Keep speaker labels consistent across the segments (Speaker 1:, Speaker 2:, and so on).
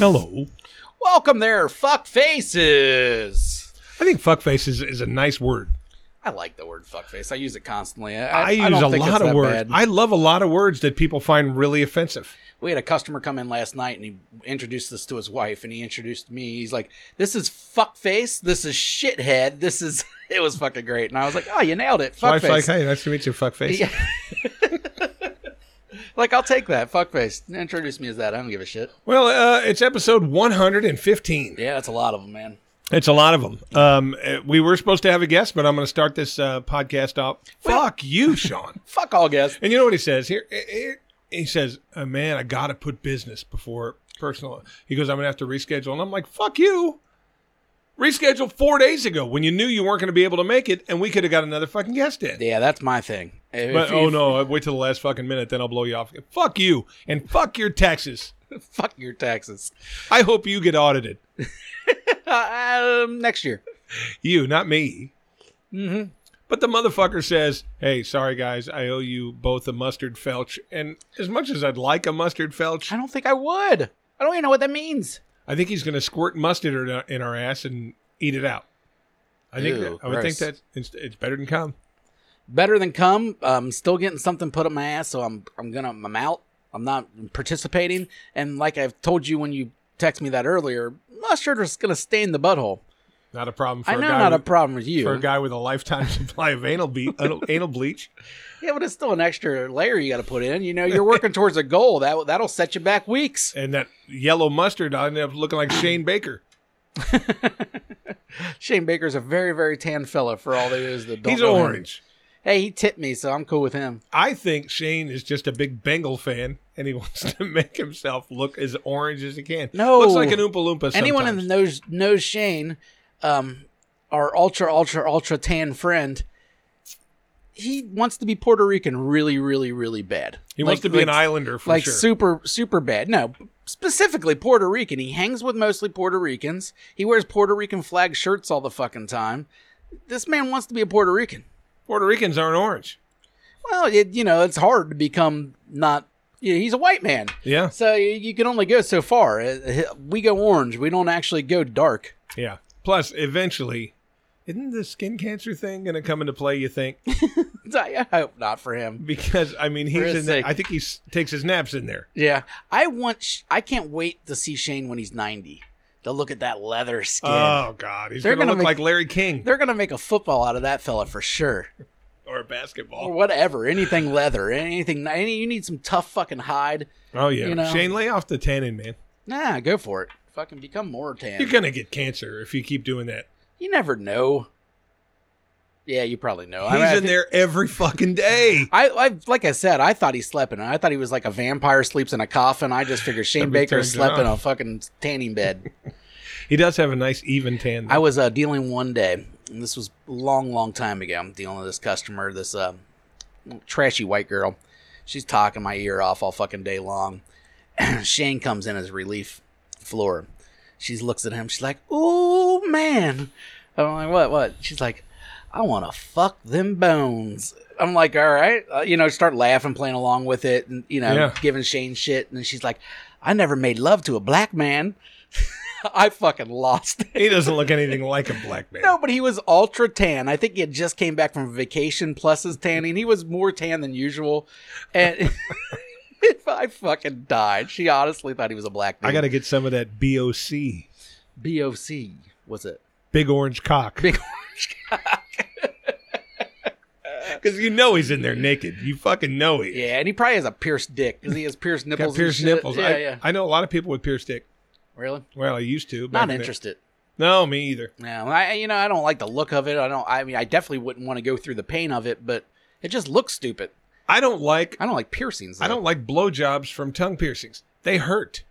Speaker 1: Hello.
Speaker 2: Welcome there, fuck faces.
Speaker 1: I think fuckface is, is a nice word.
Speaker 2: I like the word fuckface. I use it constantly.
Speaker 1: I,
Speaker 2: I,
Speaker 1: use
Speaker 2: don't
Speaker 1: a
Speaker 2: think it's
Speaker 1: lot of
Speaker 2: that
Speaker 1: words.
Speaker 2: bad.
Speaker 1: I love a lot of words that people find really offensive.
Speaker 2: we had a customer come in last night and he introduced this to his wife and he introduced me. He's like, This is fuckface. This is shithead. This is, it was fucking great. And I was like, Oh, you nailed it.
Speaker 1: So I was like,
Speaker 2: Fuckface.
Speaker 1: hey, nice to meet you, fuckface.
Speaker 2: Yeah. like, I'll take that. Fuckface. Introduce me as that. I don't give a shit.
Speaker 1: Well, uh, it's episode 115.
Speaker 2: Yeah, that's a lot of them, man.
Speaker 1: It's a lot of them. Um, uh, we were supposed to have a guest, but I'm going to start this uh, podcast off.
Speaker 2: Well-
Speaker 1: Fuck you, Sean.
Speaker 2: Fuck all guests.
Speaker 1: And you know what he says here? Eh, eh, He says, oh, "Man, I got to put business before personal." He goes, "I'm going to have to reschedule," and I'm like, "Fuck you." Rescheduled four days ago when you knew you weren't going to be able to make it, and we could have got another fucking guest in.
Speaker 2: Yeah, that's my thing. If
Speaker 1: But
Speaker 2: you-
Speaker 1: oh no, I wait till the last fucking minute, then I'll blow you off. Fuck you and fuck your taxes.
Speaker 2: Fuck your taxes.
Speaker 1: I hope you get audited.
Speaker 2: um, next year.
Speaker 1: You, not me.
Speaker 2: Mm-hmm.
Speaker 1: But the motherfucker says, "Hey, sorry guys, I owe you both a mustard felch." And as much as I'd like a mustard felch,
Speaker 2: I don't think I would. I don't even know what that means.
Speaker 1: I think he's going to squirt mustard in our, in our ass and eat it out. I think
Speaker 2: Ew,
Speaker 1: that, I would think
Speaker 2: gross.
Speaker 1: that it's, it's better than cum.
Speaker 2: Better than come. I'm still getting something put up my ass, so I'm I'm gonna I'm out. I'm not participating. And like I've told you when you text me that earlier, mustard is gonna stain the butthole.
Speaker 1: Not a problem for
Speaker 2: I
Speaker 1: a
Speaker 2: know
Speaker 1: guy
Speaker 2: not a
Speaker 1: with,
Speaker 2: problem with
Speaker 1: for a
Speaker 2: you.
Speaker 1: guy with a lifetime supply of anal, be- anal, anal bleach.
Speaker 2: Yeah, but it's still an extra layer you got to put in. You know, you're working towards a goal that that'll set you back weeks.
Speaker 1: And that yellow mustard, I ended up looking like Shane Baker.
Speaker 2: Shane Baker's a very very tan fella for all there is that don't
Speaker 1: He's
Speaker 2: know him.
Speaker 1: orange.
Speaker 2: Hey, he tipped me, so I'm cool with him.
Speaker 1: I think Shane is just a big Bengal fan, and he wants to make himself look as orange as he can.
Speaker 2: No.
Speaker 1: looks like an Oompa Loompa. Sometimes.
Speaker 2: anyone in the knows knows Shane, um, our ultra ultra ultra tan friend, he wants to be Puerto Rican really really really bad.
Speaker 1: he wants
Speaker 2: Like-
Speaker 1: to be an
Speaker 2: like-
Speaker 1: islander for
Speaker 2: like
Speaker 1: sure.
Speaker 2: super super bad. No, specifically Puerto Rican. He hangs with mostly Puerto Ricans. He wears Puerto Rican flag shirts all the fucking time. This man wants to be a Puerto Rican.
Speaker 1: Puerto Ricans aren't orange.
Speaker 2: Well, it, you know it's hard to become not. You know, he's a white man,
Speaker 1: Yeah,
Speaker 2: so you, you can only go so far. Uh, We go orange. We don't actually go dark.
Speaker 1: yeah. Plus, eventually, isn't the skin cancer thing going to come into play? You think?
Speaker 2: I hope not for him.
Speaker 1: Because I mean,
Speaker 2: For
Speaker 1: he's
Speaker 2: his
Speaker 1: in. There.
Speaker 2: sake.
Speaker 1: I think he s- takes his naps in there.
Speaker 2: Yeah, I want. Sh- I can't wait to see Shane when he's ninety. To look at that leather skin.
Speaker 1: Oh God, he's
Speaker 2: They're
Speaker 1: going to
Speaker 2: gonna
Speaker 1: look like
Speaker 2: make-
Speaker 1: Larry King
Speaker 2: They're gonna make a football out of that fella for sure,
Speaker 1: or
Speaker 2: or Oh,
Speaker 1: basketball.
Speaker 2: whatever. Anything leather, anything. Any, you need some tough fucking hide.
Speaker 1: Oh yeah,
Speaker 2: you know.
Speaker 1: Shane, lay off the tannin, man.
Speaker 2: Nah, go for it. Fucking become more tan.
Speaker 1: You're
Speaker 2: You,
Speaker 1: going to get cancer if you keep doing that.
Speaker 2: never know. Yeah, you probably know.
Speaker 1: He's
Speaker 2: I mean, I
Speaker 1: in
Speaker 2: thi-
Speaker 1: there every fucking day.
Speaker 2: I, I like I said, I thought he slept in. it. I thought he was like a vampire sleeps in a coffin. I just figured Shane
Speaker 1: That'd be
Speaker 2: Baker
Speaker 1: turned
Speaker 2: slept in
Speaker 1: on.
Speaker 2: a fucking tanning bed.
Speaker 1: He does have a nice even tan. though.
Speaker 2: I was uh, dealing one day, and this was a long, long time ago. I'm dealing with this customer, this uh, trashy white girl. She's talking my ear off all fucking day long. Shane comes in as relief floor. She looks at him. She's like, "Oh man," I'm like, "What? What?" She's like, "I want to fuck them bones." I'm like, "All right," uh, you know, start laughing, playing along with it, and you know,
Speaker 1: Yeah.
Speaker 2: giving Shane shit. And then she's like, "I never made love to a black man." I fucking lost
Speaker 1: He doesn't look anything like a black man.
Speaker 2: no, but he was ultra tan. I think he had just came back from vacation plus his tanning. He was more tan than usual. And if I fucking died, she honestly thought he was a black dude.
Speaker 1: I got to get some of that BOC,
Speaker 2: BOC was it?
Speaker 1: big orange cock.
Speaker 2: Big
Speaker 1: Because you know he's in there naked. You fucking know he is.
Speaker 2: Yeah, and he probably has a pierced dick because he has pierced nipples.
Speaker 1: Got
Speaker 2: and
Speaker 1: pierced
Speaker 2: shit.
Speaker 1: nipples.
Speaker 2: Yeah,
Speaker 1: I,
Speaker 2: yeah.
Speaker 1: I know a lot of people with pierced dick.
Speaker 2: Really?
Speaker 1: Well, I used to. back
Speaker 2: Not
Speaker 1: in the-
Speaker 2: interested.
Speaker 1: No, me either.
Speaker 2: No, I you know I don't like the look of it. I don't. I mean, I definitely wouldn't want to go through the pain of it, but it just looks stupid.
Speaker 1: I don't like
Speaker 2: I don't like piercings.
Speaker 1: I
Speaker 2: though.
Speaker 1: don't like blowjobs from tongue piercings. They hurt.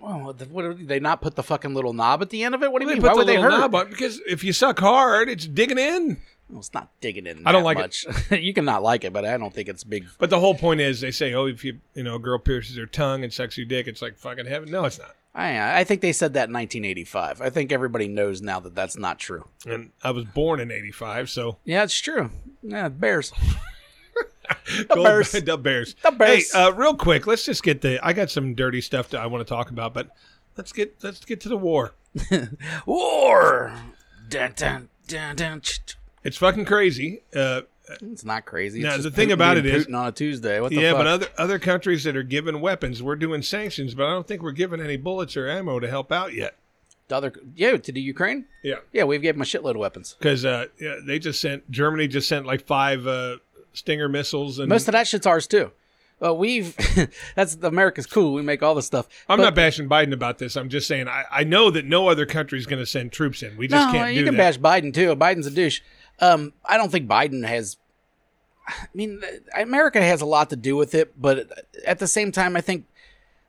Speaker 2: Well, the- what, did they not put the fucking little knob at the end of it? What do you mean?
Speaker 1: put
Speaker 2: Why
Speaker 1: the
Speaker 2: would they
Speaker 1: little
Speaker 2: hurt?
Speaker 1: knob on because if you suck hard, it's digging in.
Speaker 2: Well, it's not digging in.
Speaker 1: I don't
Speaker 2: that
Speaker 1: like
Speaker 2: much. it. you can not like it, but I don't think it's big.
Speaker 1: But the whole point is, they say, oh, if you you know a girl pierces her tongue and sucks your dick, it's like fucking heaven. No, it's not.
Speaker 2: I, I think they said that in 1985. I think everybody knows now that that's not true.
Speaker 1: And I was born in '85, so
Speaker 2: Yeah, it's true. Yeah, the Bears.
Speaker 1: the
Speaker 2: Bears.
Speaker 1: the Bears.
Speaker 2: The Bears.
Speaker 1: uh, Hey, uh, real quick, let's just get the. I got some dirty stuff that I want to talk about, but Let's get let's get to the war.
Speaker 2: War. Dun, dun, dun, dun, ch- ch-
Speaker 1: It's fucking crazy. Uh,
Speaker 2: It's not crazy. It's
Speaker 1: Now,
Speaker 2: just
Speaker 1: the thing
Speaker 2: Putin
Speaker 1: about
Speaker 2: being
Speaker 1: it is-
Speaker 2: Putin on a Tuesday. What the
Speaker 1: yeah,
Speaker 2: fuck?
Speaker 1: but other other countries that are given weapons, we're doing sanctions, but I don't think we're giving any bullets or ammo to help out yet.
Speaker 2: The other, yeah, to the Ukraine.
Speaker 1: Yeah,
Speaker 2: Yeah, we've given them a shitload of weapons.
Speaker 1: because uh, yeah, they just sent Germany just sent like five uh, Stinger missiles, and
Speaker 2: Most of that shit's ours too. Uh, we've that's America's cool. We make all this stuff.
Speaker 1: I'm
Speaker 2: But-
Speaker 1: not bashing Biden about this. I'm just saying I, I know that no other country's going to send troops in. We just
Speaker 2: no,
Speaker 1: can't
Speaker 2: you
Speaker 1: do
Speaker 2: can
Speaker 1: that.
Speaker 2: bash Biden too. Biden's a douche. Um, I don't think Biden has. I mean, th- America has a lot to do with it, but at the same time, I think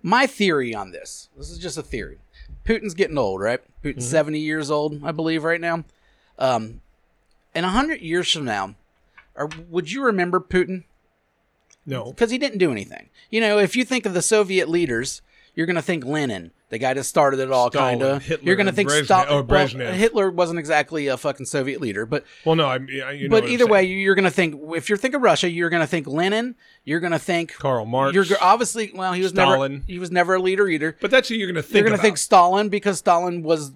Speaker 2: my theory on this. This is just a theory. Putin's getting old, right? Putin's
Speaker 1: Mm-hmm.
Speaker 2: seventy years old, I believe, right now. Um, and hundred years from now, or would you remember Putin?
Speaker 1: no,
Speaker 2: because he didn't do anything. You know, if you think of the Soviet leaders, you're going to think Lenin, the guy that started it all,
Speaker 1: Stalin,
Speaker 2: kind of.
Speaker 1: Hitler,
Speaker 2: You're going to
Speaker 1: and
Speaker 2: think
Speaker 1: Brezhnev-
Speaker 2: Stalin.
Speaker 1: or Brezhnev.
Speaker 2: Hitler wasn't exactly a fucking Soviet leader, but
Speaker 1: well, no. I, I- you know what
Speaker 2: but
Speaker 1: I'm
Speaker 2: either
Speaker 1: saying.
Speaker 2: way, you're going to think if you're thinking Russia, you're going to think Lenin. You're going to think
Speaker 1: Karl Marx.
Speaker 2: You're go- obviously well. He was
Speaker 1: Stalin.
Speaker 2: never he was never a leader either.
Speaker 1: but that's what you're going to think.
Speaker 2: you're going to
Speaker 1: about.
Speaker 2: think Stalin because Stalin was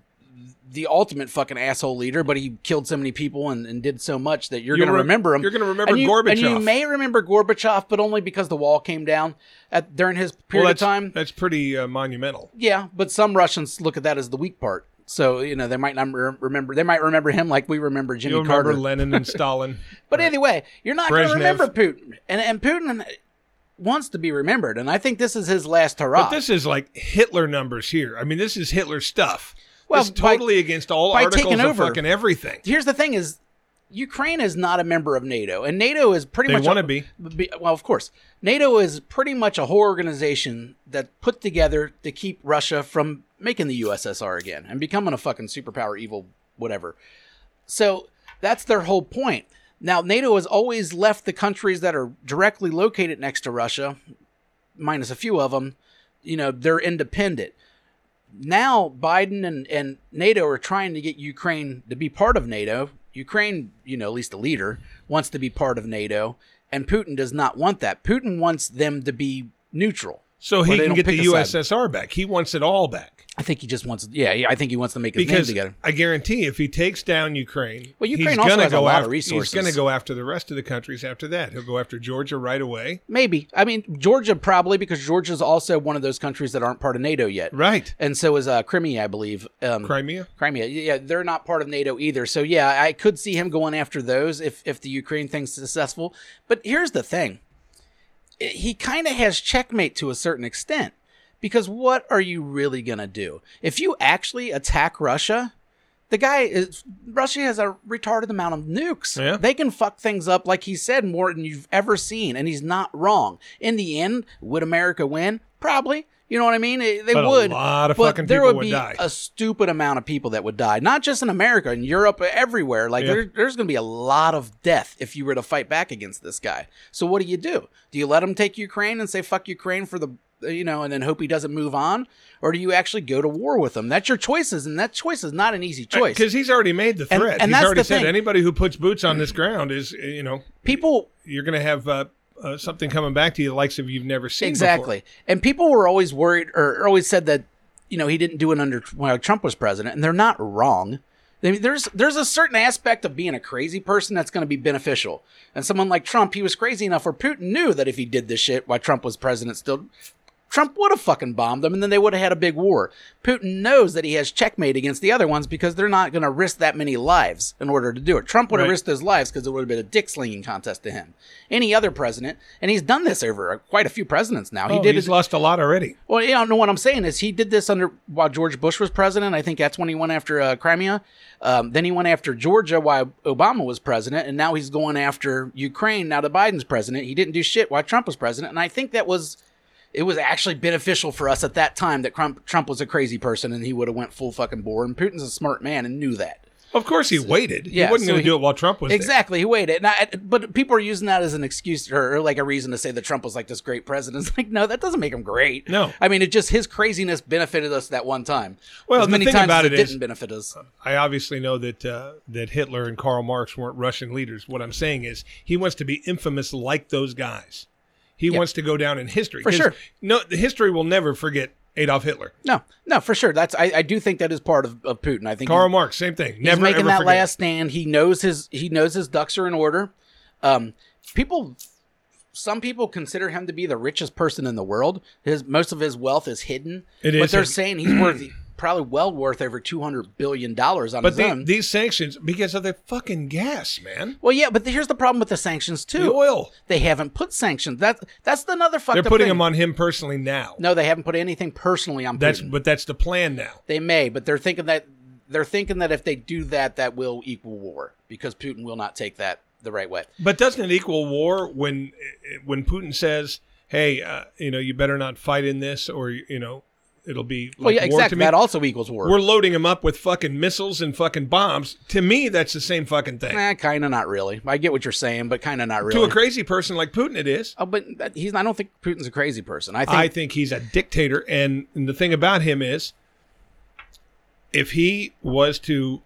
Speaker 2: the ultimate fucking asshole leader, but he killed so many people and, and did so much that you're
Speaker 1: You'll
Speaker 2: going to
Speaker 1: re-
Speaker 2: remember him.
Speaker 1: you're gonna remember
Speaker 2: and you, And you
Speaker 1: Gorbachev.
Speaker 2: may remember Gorbachev, but only because the wall came down at during his
Speaker 1: well,
Speaker 2: period
Speaker 1: that's
Speaker 2: of time.
Speaker 1: that's pretty uh, monumental.
Speaker 2: Yeah, but some Russians look at that as the weak part. So you know they might not re- remember. They might remember him like we remember Jimmy
Speaker 1: You remember
Speaker 2: Carter.
Speaker 1: Lenin and Stalin?
Speaker 2: But anyway, you're not going
Speaker 1: Brezhnev.
Speaker 2: to remember Putin, and and Putin wants to be remembered, and I think this is his last
Speaker 1: But
Speaker 2: hurrah.
Speaker 1: this is like Hitler numbers here. I mean, this is Hitler stuff.
Speaker 2: Well,
Speaker 1: Well, it's
Speaker 2: by-
Speaker 1: totally against all
Speaker 2: by
Speaker 1: articles
Speaker 2: taking
Speaker 1: of
Speaker 2: over,
Speaker 1: fucking everything.
Speaker 2: here's the thing is Ukraine is not a member of NATO and NATO is pretty
Speaker 1: They
Speaker 2: much
Speaker 1: want to be.
Speaker 2: be- well of course NATO is pretty much a whole organization that put together to keep Russia from making the USSR again and becoming a fucking superpower evil whatever so that's their whole point now NATO has always left the countries that are directly located next to Russia minus a few of them you know they're independent now Biden and, and NATO are trying to get Ukraine to be part of NATO. Ukraine, you know, at least the leader, wants to be part of NATO, and Putin does not want that. Putin wants them to be neutral.
Speaker 1: So he
Speaker 2: they
Speaker 1: can
Speaker 2: don't
Speaker 1: get
Speaker 2: pick
Speaker 1: the
Speaker 2: a side.
Speaker 1: USSR back. He wants it all back
Speaker 2: I think he just wants, yeah, yeah I think he wants to make his name
Speaker 1: because
Speaker 2: together.
Speaker 1: I guarantee if he takes down Ukraine,
Speaker 2: Well, Ukraine
Speaker 1: he's
Speaker 2: also
Speaker 1: gonna
Speaker 2: has a
Speaker 1: go
Speaker 2: lot of
Speaker 1: after,
Speaker 2: resources.
Speaker 1: He's going to go after the rest of the countries after that. He'll go after Georgia right away.
Speaker 2: Maybe. I mean, Georgia probably, because Georgia's also one of those countries that aren't part of NATO yet.
Speaker 1: Right,
Speaker 2: And so is uh, Crimea, I believe. Um,
Speaker 1: Crimea.
Speaker 2: Crimea. Yeah, they're not part of NATO either. So yeah, I could see him going after those if if the Ukraine thing's successful. But here's the thing. I- He kind of has checkmate to a certain extent because what are you really going to do? If you actually attack Russia, the guy is Russia has a retarded amount of nukes.
Speaker 1: Yeah.
Speaker 2: They can fuck things up like he said more than you've ever seen and he's not wrong. In the end, would America win? Probably. You know what I mean? They they
Speaker 1: But a
Speaker 2: would.
Speaker 1: lot of
Speaker 2: but
Speaker 1: fucking
Speaker 2: there
Speaker 1: people
Speaker 2: would,
Speaker 1: would
Speaker 2: be
Speaker 1: die.
Speaker 2: a stupid amount of people that would die, not just in America, in Europe, everywhere. Like
Speaker 1: Yeah.
Speaker 2: there, there's going to be a lot of death if you were to fight back against this guy. So what do you do? Do you let him take Ukraine and say fuck Ukraine for the you know, and then hope he doesn't move on, or do you actually go to war with him? That's your choices, and that choice is not an easy choice.
Speaker 1: Because he's already made the
Speaker 2: And-
Speaker 1: threat. he's
Speaker 2: and that's
Speaker 1: already
Speaker 2: the
Speaker 1: said
Speaker 2: thing.
Speaker 1: anybody who puts boots on this ground is, you know,
Speaker 2: People
Speaker 1: you're going to have uh, uh, something coming back to you the likes of you've never seen before.
Speaker 2: Exactly. And people were always worried or always said that, you know, he didn't do it under when Trump was president, and they're not wrong. I mean, there's there's a certain aspect of being a crazy person that's going to be beneficial. And someone like Trump, he was crazy enough where Putin knew that if he did this shit while Trump was president still Trump would have fucking bombed them and then they would have had a big war. Putin knows that he has checkmate against the other ones because they're not going to risk that many lives in order to do it. Trump would have
Speaker 1: Right.
Speaker 2: risked those lives because it would have been a dick slinging contest to him. Any other president, and he's done this over quite a few presidents now. he
Speaker 1: Oh,
Speaker 2: did
Speaker 1: he's
Speaker 2: it.
Speaker 1: lost a lot already.
Speaker 2: Well, you know what I'm saying is he did this under while George Bush was president. I think that's when he went after uh, Crimea. Um, then he went after Georgia while Obama was president, and now he's going after Ukraine now that Biden's president. He didn't do shit while Trump was president, and I think that was it was actually beneficial for us at that time that Trump, Trump was a crazy person and he would have went full fucking bore. And Putin's a smart man and knew that.
Speaker 1: Of course, he waited.
Speaker 2: yeah,
Speaker 1: he wasn't
Speaker 2: so
Speaker 1: going to
Speaker 2: he-
Speaker 1: do it while Trump was there.
Speaker 2: Exactly. He waited. And I, but people are using that as an excuse or, or like a reason to say that Trump was like this great president. It's like, no, that doesn't make him great.
Speaker 1: No.
Speaker 2: I mean, it just his craziness benefited us that one time.
Speaker 1: Well,
Speaker 2: as
Speaker 1: the
Speaker 2: many
Speaker 1: thing
Speaker 2: times
Speaker 1: about it
Speaker 2: as it
Speaker 1: is- Uh.
Speaker 2: didn't benefit us.
Speaker 1: I obviously know that uh, that Hitler and Karl Marx weren't Russian leaders. What I'm saying is he wants to be infamous like those guys. He wants to go down in history.
Speaker 2: For
Speaker 1: 'Cause
Speaker 2: sure.
Speaker 1: No, the history will never forget Adolf Hitler.
Speaker 2: No, no, for sure. That's I, I do think that is part of, of Putin. I think
Speaker 1: Karl Marx, same thing.
Speaker 2: he's,
Speaker 1: Never
Speaker 2: making
Speaker 1: ever
Speaker 2: that
Speaker 1: forget.
Speaker 2: last stand. He knows his he knows his ducks are in order. Um, people, some people consider him to be the richest person in the world. His most of his wealth is hidden.
Speaker 1: It
Speaker 2: but
Speaker 1: is
Speaker 2: they're
Speaker 1: hidden.
Speaker 2: saying he's worth probably well worth over two hundred billion dollars on
Speaker 1: But
Speaker 2: his
Speaker 1: the-
Speaker 2: own.
Speaker 1: these sanctions because of the fucking gas, man.
Speaker 2: well, yeah, but here's the problem with the sanctions too.
Speaker 1: The oil.
Speaker 2: They haven't put sanctions. That's that's another fucked
Speaker 1: They're
Speaker 2: up
Speaker 1: putting
Speaker 2: thing.
Speaker 1: them on him personally now.
Speaker 2: No, they haven't put anything personally on
Speaker 1: That's
Speaker 2: Putin.
Speaker 1: but that's the plan now.
Speaker 2: They may, but they're thinking that they're thinking that if they do that, that will equal war because Putin will not take that the right way.
Speaker 1: But doesn't it equal war when when Putin says, "Hey, uh, you know, you better not fight in this, or you know, it'll be like
Speaker 2: well, Oh, yeah,
Speaker 1: war to
Speaker 2: exactly.
Speaker 1: me."
Speaker 2: That also equals war.
Speaker 1: We're loading him up with fucking missiles and fucking bombs. To me, that's the same fucking thing.
Speaker 2: nah, kind of Eh, not really. I get what you're saying, but kind of not really.
Speaker 1: To a crazy person like Putin, it is.
Speaker 2: oh, but that, he's. I don't think Putin's a crazy person. I think.
Speaker 1: I think he's a dictator, and, and the thing about him is, if he was to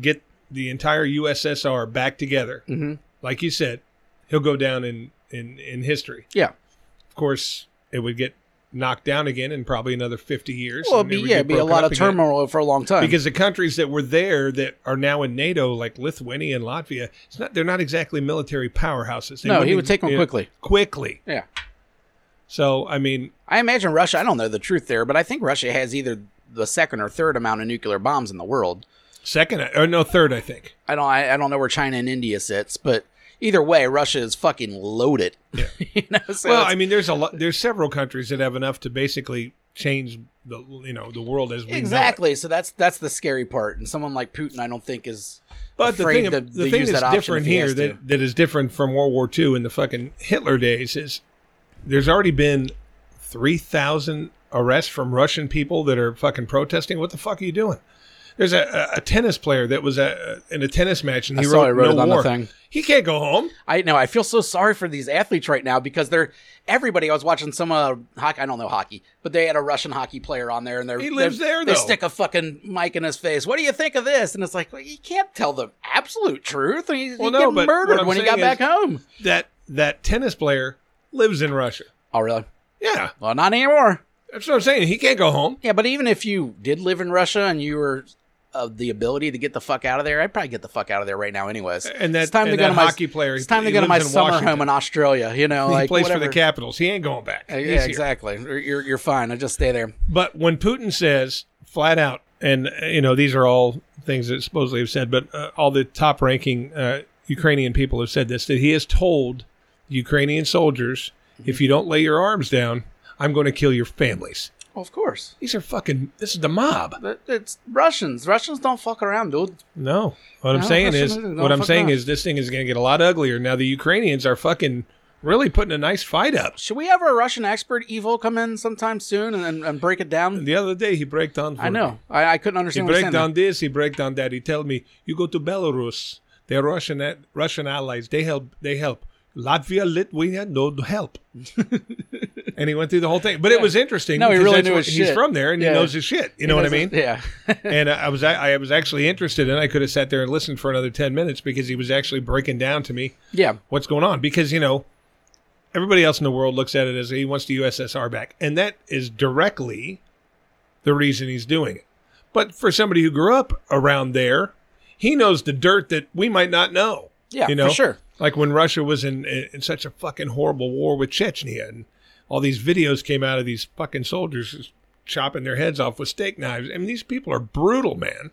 Speaker 1: get the entire USSR back together,
Speaker 2: Mhm.
Speaker 1: like you said, he'll go down in in in history.
Speaker 2: yeah.
Speaker 1: Of course, it would get knocked down again in probably another fifty years.
Speaker 2: Well,
Speaker 1: and
Speaker 2: it'd
Speaker 1: it
Speaker 2: be,
Speaker 1: would
Speaker 2: yeah,
Speaker 1: get
Speaker 2: it'd be a
Speaker 1: broken
Speaker 2: lot
Speaker 1: up
Speaker 2: of
Speaker 1: again.
Speaker 2: turmoil for a long time.
Speaker 1: Because the countries that were there that are now in NATO, like Lithuania and Latvia, it's not they're not exactly military powerhouses. They
Speaker 2: No, he
Speaker 1: wouldn't-
Speaker 2: would take 'em
Speaker 1: yeah,
Speaker 2: quickly.
Speaker 1: Quickly.
Speaker 2: yeah,
Speaker 1: So I mean,
Speaker 2: I imagine Russia. I don't know the truth there, but I think Russia has either the second or third amount of nuclear bombs in the world.
Speaker 1: second or no third, I think.
Speaker 2: I don't. I, I don't know where China and India sits, but either way, Russia is fucking loaded. you know. So
Speaker 1: well,
Speaker 2: it's-
Speaker 1: I mean, there's a lot. There's several countries that have enough to basically change the you know the world as we know it.
Speaker 2: Exactly. So that's that's the scary part. And someone like Putin, I don't think is.
Speaker 1: But the
Speaker 2: afraid
Speaker 1: thing,
Speaker 2: to-
Speaker 1: the
Speaker 2: to
Speaker 1: thing
Speaker 2: use
Speaker 1: that's
Speaker 2: that option
Speaker 1: different
Speaker 2: if he has
Speaker 1: here
Speaker 2: to.
Speaker 1: that, that is different from World War II and the fucking Hitler days is there's already been three thousand arrests from Russian people that are fucking protesting. What the fuck are you doing? There's a, a, a tennis player that was a, in a tennis match and he
Speaker 2: I saw
Speaker 1: wrote,
Speaker 2: I wrote
Speaker 1: no
Speaker 2: it on the
Speaker 1: war.
Speaker 2: thing.
Speaker 1: He can't go home.
Speaker 2: I know. I feel so sorry for these athletes right now because they're everybody. I was watching some uh, hockey. I don't know hockey, but they had a Russian hockey player on there, and they're
Speaker 1: He lives
Speaker 2: they're-
Speaker 1: there,
Speaker 2: They
Speaker 1: though.
Speaker 2: stick a fucking mic in his face. What do you think of this? And it's like well, you can't tell the absolute truth. And he's
Speaker 1: Well,
Speaker 2: he's
Speaker 1: no,
Speaker 2: getting
Speaker 1: but what
Speaker 2: murdered
Speaker 1: I'm
Speaker 2: when he
Speaker 1: saying
Speaker 2: got back
Speaker 1: is-
Speaker 2: home.
Speaker 1: That that tennis player lives in Russia.
Speaker 2: Oh really?
Speaker 1: Yeah,
Speaker 2: Well, not anymore.
Speaker 1: that's what I'm saying. He can't go home.
Speaker 2: Yeah, but even if you did live in Russia and you were of the ability to get the fuck out of there, I'd probably get the fuck out of there right now, anyways.
Speaker 1: And that-
Speaker 2: it's time
Speaker 1: and
Speaker 2: to go
Speaker 1: that
Speaker 2: to my
Speaker 1: hockey player,
Speaker 2: It's time
Speaker 1: Eh, he
Speaker 2: to go to my
Speaker 1: lives in
Speaker 2: summer
Speaker 1: Washington.
Speaker 2: home in Australia. You know, like
Speaker 1: he plays
Speaker 2: whatever.
Speaker 1: for the Capitals. He ain't going back.
Speaker 2: Uh,
Speaker 1: He's
Speaker 2: Yeah,
Speaker 1: here.
Speaker 2: exactly. You're, you're you're fine. I just stay there.
Speaker 1: But when Putin says flat out, and uh, you know these are all things that supposedly have said, but uh, all the top-ranking uh, Ukrainian people have said this that he has told Ukrainian soldiers, if you don't lay your arms down, I'm going to kill your families.
Speaker 2: Well, of course.
Speaker 1: These are fucking. This is the mob.
Speaker 2: But It's Russians. Russians don't fuck around, dude.
Speaker 1: No, what I'm
Speaker 2: No,
Speaker 1: saying
Speaker 2: Russian
Speaker 1: is,
Speaker 2: isn't. No,
Speaker 1: what I'm
Speaker 2: fuck
Speaker 1: saying
Speaker 2: not.
Speaker 1: is, this thing is going to get a lot uglier. Now the Ukrainians are fucking really putting a nice fight up.
Speaker 2: Should we have a Russian expert, Evo, come in sometime soon and, and, and break it down?
Speaker 1: The other day he break down. For
Speaker 2: I
Speaker 1: me.
Speaker 2: know. I, I couldn't
Speaker 1: He
Speaker 2: understand what he
Speaker 1: break
Speaker 2: said.
Speaker 1: down this, he break down that. He tell me, you go to Belarus, they're Russian Russian allies. They help. They help. Latvia, Lithuania, no help. and he went through the whole thing, but it was interesting.
Speaker 2: No, he
Speaker 1: because
Speaker 2: really
Speaker 1: that's
Speaker 2: knew
Speaker 1: what-
Speaker 2: his
Speaker 1: He's
Speaker 2: shit.
Speaker 1: from there, and
Speaker 2: Yeah.
Speaker 1: he knows his shit. You know what I mean?
Speaker 2: Yeah.
Speaker 1: and I was I was actually interested, and I could have sat there and listened for another ten minutes because he was actually breaking down to me
Speaker 2: yeah.
Speaker 1: what's going on because you know everybody else in the world looks at it as he wants the USSR back, and that is directly the reason he's doing it. But for somebody who grew up around there, he knows the dirt that we might not know.
Speaker 2: Yeah,
Speaker 1: you know,
Speaker 2: for sure.
Speaker 1: Like when Russia was in in such a fucking horrible war with Chechnya, and all these videos came out of these fucking soldiers just chopping their heads off with steak knives. I mean, these people are brutal, man.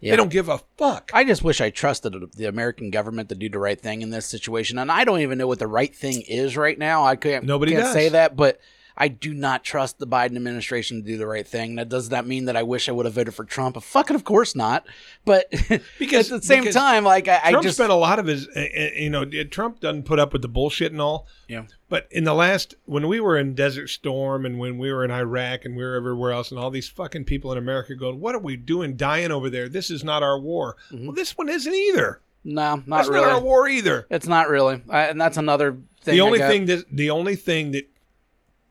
Speaker 2: Yeah.
Speaker 1: They don't give a fuck.
Speaker 2: I just wish I trusted the American government to do the right thing in this situation. And I don't even know what the right thing is right now. I can't,
Speaker 1: Nobody
Speaker 2: can't
Speaker 1: does.
Speaker 2: say that, but I do not trust the Biden administration to do the right thing. That does not mean that I wish I would have voted for Trump. Fucking, of course not. But
Speaker 1: Because-
Speaker 2: at the same
Speaker 1: because
Speaker 2: time, like I, I
Speaker 1: Trump
Speaker 2: just
Speaker 1: spent a lot of his, uh, uh, you know, Trump doesn't put up with the bullshit and all.
Speaker 2: yeah.
Speaker 1: But in the last, when we were in Desert Storm and when we were in Iraq and we were everywhere else, and all these fucking people in America going, "What are we doing, dying over there? This is not our war." Well, this one isn't either.
Speaker 2: No, Mm-hmm. not
Speaker 1: That's
Speaker 2: really.
Speaker 1: not our war either.
Speaker 2: It's not really, I, and that's another thing.
Speaker 1: the
Speaker 2: I
Speaker 1: only
Speaker 2: got-
Speaker 1: thing that the only thing that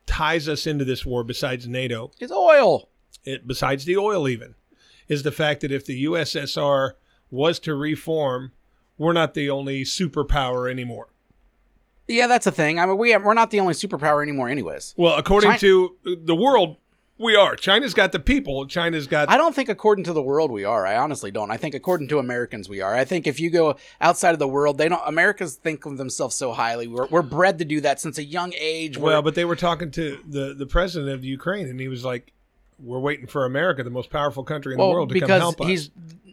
Speaker 1: ties us into this war, besides NATO,
Speaker 2: is oil.
Speaker 1: it, besides the oil, even, is the fact that if the USSR was to reform, we're not the only superpower anymore.
Speaker 2: Yeah, that's a thing. I mean, we we're not the only superpower anymore, anyways.
Speaker 1: Well, according
Speaker 2: Chi-
Speaker 1: to the world We are. China's got the people. China's got.
Speaker 2: I don't think according to the world we are. I honestly don't. I think according to Americans we are. I think if you go outside of the world, they don't. Americans think of themselves so highly. We're, we're bred to do that since a young age. We're-
Speaker 1: well, but they were talking to the the president of Ukraine, and he was like, "We're waiting for America, the most powerful country in the world, to come
Speaker 2: because
Speaker 1: help us."
Speaker 2: he's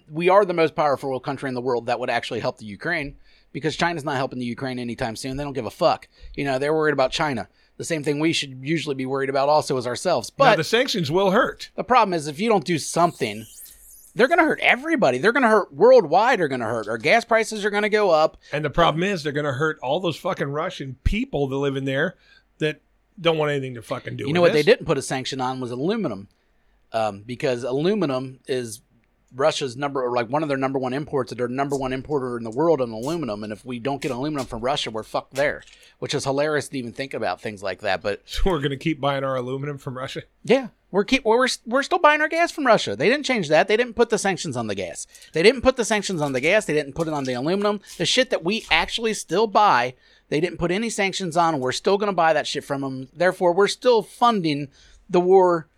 Speaker 2: we are the most powerful country in the world that would actually help the Ukraine because China's not helping the Ukraine anytime soon. They don't give a fuck. You know, they're worried about China. The same thing we should usually be worried about also is ourselves.
Speaker 1: Now,
Speaker 2: But
Speaker 1: the sanctions will hurt.
Speaker 2: the problem is if you don't do something, they're going to hurt everybody. They're going to hurt worldwide are going to hurt. Our gas prices are going to go up.
Speaker 1: And the problem is, they're going to hurt all those fucking Russian people that live in there that don't want anything to fucking do.
Speaker 2: You
Speaker 1: with
Speaker 2: know what they
Speaker 1: this.
Speaker 2: didn't put a sanction on was aluminum, um, because aluminum is Russia's number or like one of their number one imports. They're number one importer in the world on aluminum, and if we don't get aluminum from Russia, we're fucked there. Which is hilarious to even think about things like that. But
Speaker 1: So we're going to keep buying our aluminum from Russia.
Speaker 2: yeah, we're keep we're we're still buying our gas from Russia. They didn't change that. They didn't put the sanctions on the gas. They didn't put the sanctions on the gas. They didn't put it on the aluminum. The shit that we actually still buy, they didn't put any sanctions on. We're still going to buy that shit from them. Therefore, we're still funding the war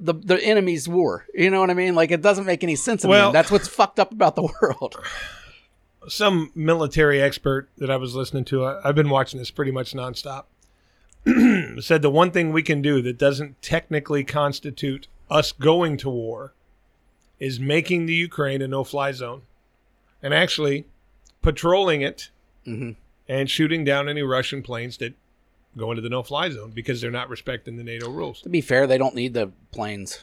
Speaker 2: the the enemy's war. You know what I mean? Like it doesn't make any sense to
Speaker 1: Well-
Speaker 2: me. That's what's fucked up about the world.
Speaker 1: some military expert that I was listening to, I, I've been watching this pretty much nonstop, said the one thing we can do that doesn't technically constitute us going to war is making the Ukraine a no fly zone and actually patrolling it
Speaker 2: Mhm.
Speaker 1: and shooting down any Russian planes that go into the no fly zone because they're not respecting the NATO rules.
Speaker 2: To be fair, they don't need the planes.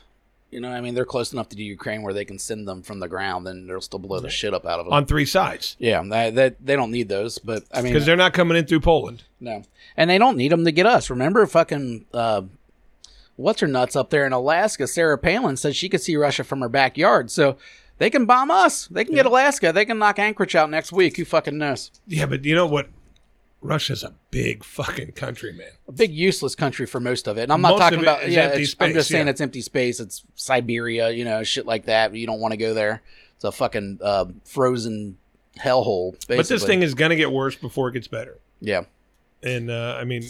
Speaker 2: You know, what I mean, they're close enough to the Ukraine where they can send them from the ground, and they'll still blow the shit up out of them.
Speaker 1: On three sides,
Speaker 2: Yeah, that, that they don't need those, but I
Speaker 1: because
Speaker 2: mean, uh,
Speaker 1: they're not coming in through Poland.
Speaker 2: no, and they don't need them to get us. Remember, fucking uh, what's her nuts up there in Alaska? Sarah Palin said she could see Russia from her backyard, so they can bomb us. They can get Alaska. They can knock Anchorage out next week. Who fucking knows?
Speaker 1: Yeah, but you know what? Russia's a big fucking country, man.
Speaker 2: A big useless country for most of it. And I'm not
Speaker 1: Most
Speaker 2: talking
Speaker 1: of it
Speaker 2: about
Speaker 1: is
Speaker 2: yeah.
Speaker 1: empty
Speaker 2: it's- I'm
Speaker 1: space,
Speaker 2: just saying
Speaker 1: yeah.
Speaker 2: it's empty space. It's Siberia, you know, shit like that. You don't want to go there. It's a fucking uh, frozen hellhole. Basically.
Speaker 1: But this thing is going to get worse before it gets better.
Speaker 2: yeah.
Speaker 1: And uh, I mean,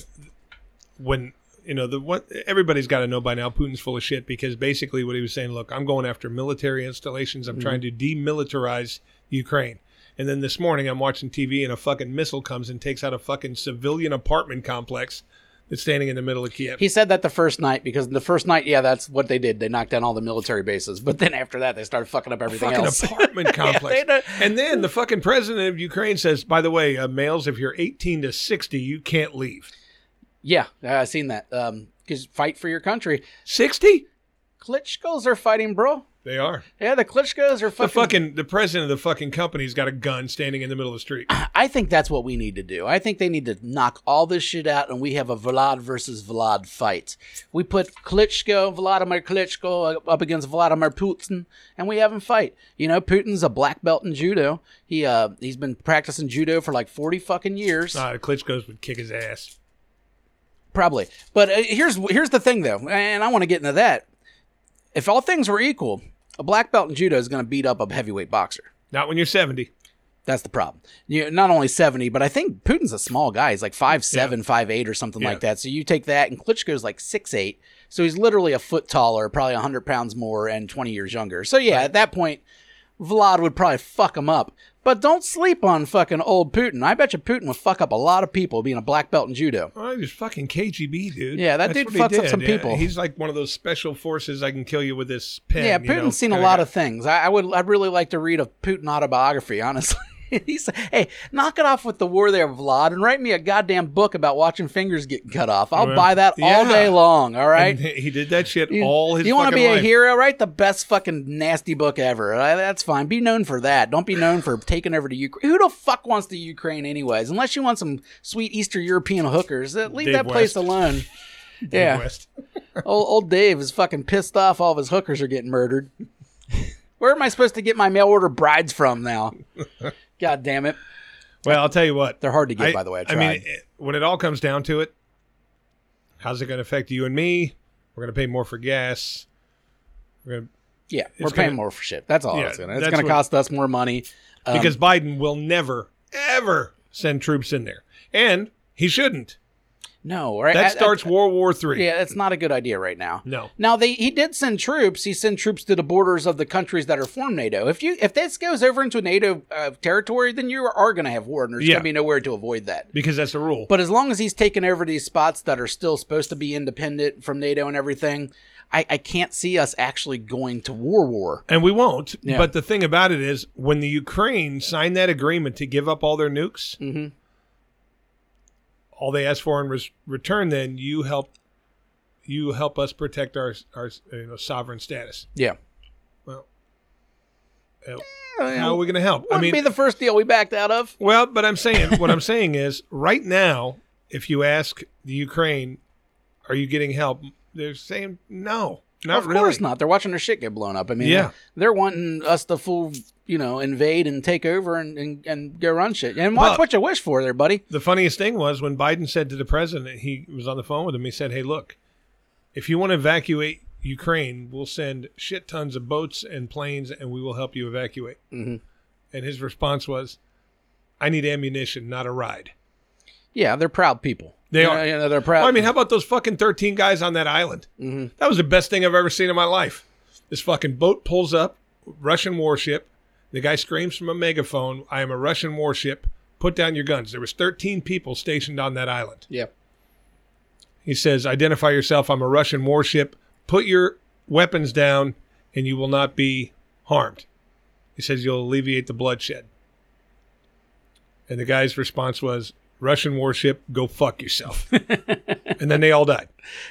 Speaker 1: when you know the what everybody's got to know by now, Putin's full of shit because basically what he was saying, look, I'm going after military installations.
Speaker 2: Mm-hmm.
Speaker 1: I'm trying to demilitarize Ukraine. And then this morning, I'm watching TV, and a fucking missile comes and takes out a fucking civilian apartment complex that's standing in the middle of Kiev.
Speaker 2: He said that the first night because the first night, yeah, that's what they did. They knocked down all the military bases, but then after that, they started fucking up everything
Speaker 1: fucking
Speaker 2: else.
Speaker 1: apartment complex.
Speaker 2: know.
Speaker 1: and then the fucking president of Ukraine says, by the way, uh, males, if you're 18 to 60, you can't leave.
Speaker 2: Yeah, yeah, I seen that. Um, because fight for your country.
Speaker 1: 60?
Speaker 2: Klitschko's are fighting, bro.
Speaker 1: They are.
Speaker 2: Yeah, the Klitschko's are
Speaker 1: The
Speaker 2: fucking.
Speaker 1: fucking the president of the fucking company's got a gun standing in the middle of the street.
Speaker 2: I think that's what we need to do. I think they need to knock all this shit out, and we have a Vlad versus Vlad fight. We put Klitschko, Vladimir Klitschko, up against Vladimir Putin, and we have him fight. You know, Putin's a black belt in judo. He uh, he's been practicing judo for like forty fucking years.
Speaker 1: Uh, Klitschko's would kick his ass.
Speaker 2: Probably. But uh, here's here's the thing though, and I want to get into that. If all things were equal, a black belt in judo is going to beat up a heavyweight boxer.
Speaker 1: Not when you're 70.
Speaker 2: That's the problem. You not only seventy, but I think Putin's a small guy. He's like five seven, five eight, or something like that. So you take that, and Klitschko's like six eight. So he's literally a foot taller, probably hundred pounds more, and twenty years younger. So yeah, at that point, Vlad would probably fuck him up. But don't sleep on fucking old Putin. I bet you Putin would fuck up a lot of people being a black belt in judo.
Speaker 1: Well, Oh, he was fucking KGB, dude.
Speaker 2: Yeah, that
Speaker 1: That's
Speaker 2: dude
Speaker 1: what he
Speaker 2: fucks up
Speaker 1: did.
Speaker 2: some
Speaker 1: Yeah,
Speaker 2: people.
Speaker 1: He's like one of those special forces. I can kill you with this pen.
Speaker 2: Yeah,
Speaker 1: you know,
Speaker 2: Putin's seen a
Speaker 1: kinda
Speaker 2: lot
Speaker 1: guy.
Speaker 2: of things. I, I would, I'd really like to read a Putin autobiography, honestly. He's, hey, knock it off with the war there, Vlad, and write me a goddamn book about watching fingers get cut off. I'll
Speaker 1: Well,
Speaker 2: buy that all
Speaker 1: yeah.
Speaker 2: day long. All right.
Speaker 1: And he did that shit
Speaker 2: You-
Speaker 1: all his.
Speaker 2: you wanna
Speaker 1: fucking
Speaker 2: be
Speaker 1: life.
Speaker 2: a hero? Write the best fucking nasty book ever. Uh, That's fine. Be known for that. Don't be known for taking over to Ukraine. Who the fuck wants the Ukraine anyways? Unless you want some sweet Eastern European hookers, uh, leave
Speaker 1: Dave
Speaker 2: that
Speaker 1: West.
Speaker 2: place alone. yeah,
Speaker 1: West.
Speaker 2: old, old Dave is fucking pissed off. All of his hookers are getting murdered. Where am I supposed to get my mail order brides from now? God damn it!
Speaker 1: Well, I'll tell you what.
Speaker 2: They're hard to get, by the way. I tried.
Speaker 1: mean, it- when it all comes down to it, how's it going to affect you and me? We're going to pay more for gas. We're gonna,
Speaker 2: yeah, we're
Speaker 1: gonna-
Speaker 2: paying more for shit. That's all
Speaker 1: Yeah,
Speaker 2: it's gonna. It's
Speaker 1: that's
Speaker 2: gonna
Speaker 1: what-
Speaker 2: cost us more money. Um,
Speaker 1: because Biden will never, ever send troops in there, and he shouldn't.
Speaker 2: No, right? I- I-
Speaker 1: That starts World War Three.
Speaker 2: yeah, that's not a good idea right now.
Speaker 1: No.
Speaker 2: Now they he did send troops. He sent troops to the borders of the countries that are formed NATO. If you if this goes over into NATO uh, territory, then you are going to have war, and there's
Speaker 1: Yeah.
Speaker 2: going to be nowhere to avoid that.
Speaker 1: Because that's the rule.
Speaker 2: But as long as he's taking over these spots that are still supposed to be independent from NATO and everything, I, I can't see us actually going to war war.
Speaker 1: and we won't.
Speaker 2: Yeah.
Speaker 1: But the thing about it is, when the Ukraine signed that agreement to give up all their nukes,
Speaker 2: Mhm.
Speaker 1: all they asked for in res- return, then you help, you help us protect our our you know, sovereign status.
Speaker 2: Yeah.
Speaker 1: Well, uh, how are we going to help?
Speaker 2: Wouldn't be the first deal we backed out of.
Speaker 1: Well, but I'm saying what I'm saying is right now, if you ask the Ukraine, are you getting help? They're saying no, not
Speaker 2: of
Speaker 1: really.
Speaker 2: course not. They're watching their shit get blown up. I mean,
Speaker 1: Yeah.
Speaker 2: they're wanting us to full, you know, invade and take over and, and, and go run shit. And watch
Speaker 1: Well-
Speaker 2: what you wish for there, buddy.
Speaker 1: The funniest thing was when Biden said to the president, he was on the phone with him. He said, "Hey, look, if you want to evacuate Ukraine, we'll send shit tons of boats and planes, and we will help you evacuate."
Speaker 2: Mhm.
Speaker 1: And his response was, "I need ammunition, not a ride."
Speaker 2: Yeah, they're proud people.
Speaker 1: They
Speaker 2: You know,
Speaker 1: are.
Speaker 2: you know, they're proud.
Speaker 1: Well, I mean, how about those fucking 13 guys on that island? That was the best thing I've ever seen in my life. This fucking boat pulls up, Russian warship. The guy screams from a megaphone, I am a Russian warship. Put down your guns. There was 13 people stationed on that island.
Speaker 2: yeah.
Speaker 1: He says, identify yourself. I'm a Russian warship. Put your weapons down and you will not be harmed. He says, you'll alleviate the bloodshed. And the guy's response was, Russian warship, go fuck yourself. and then they all died.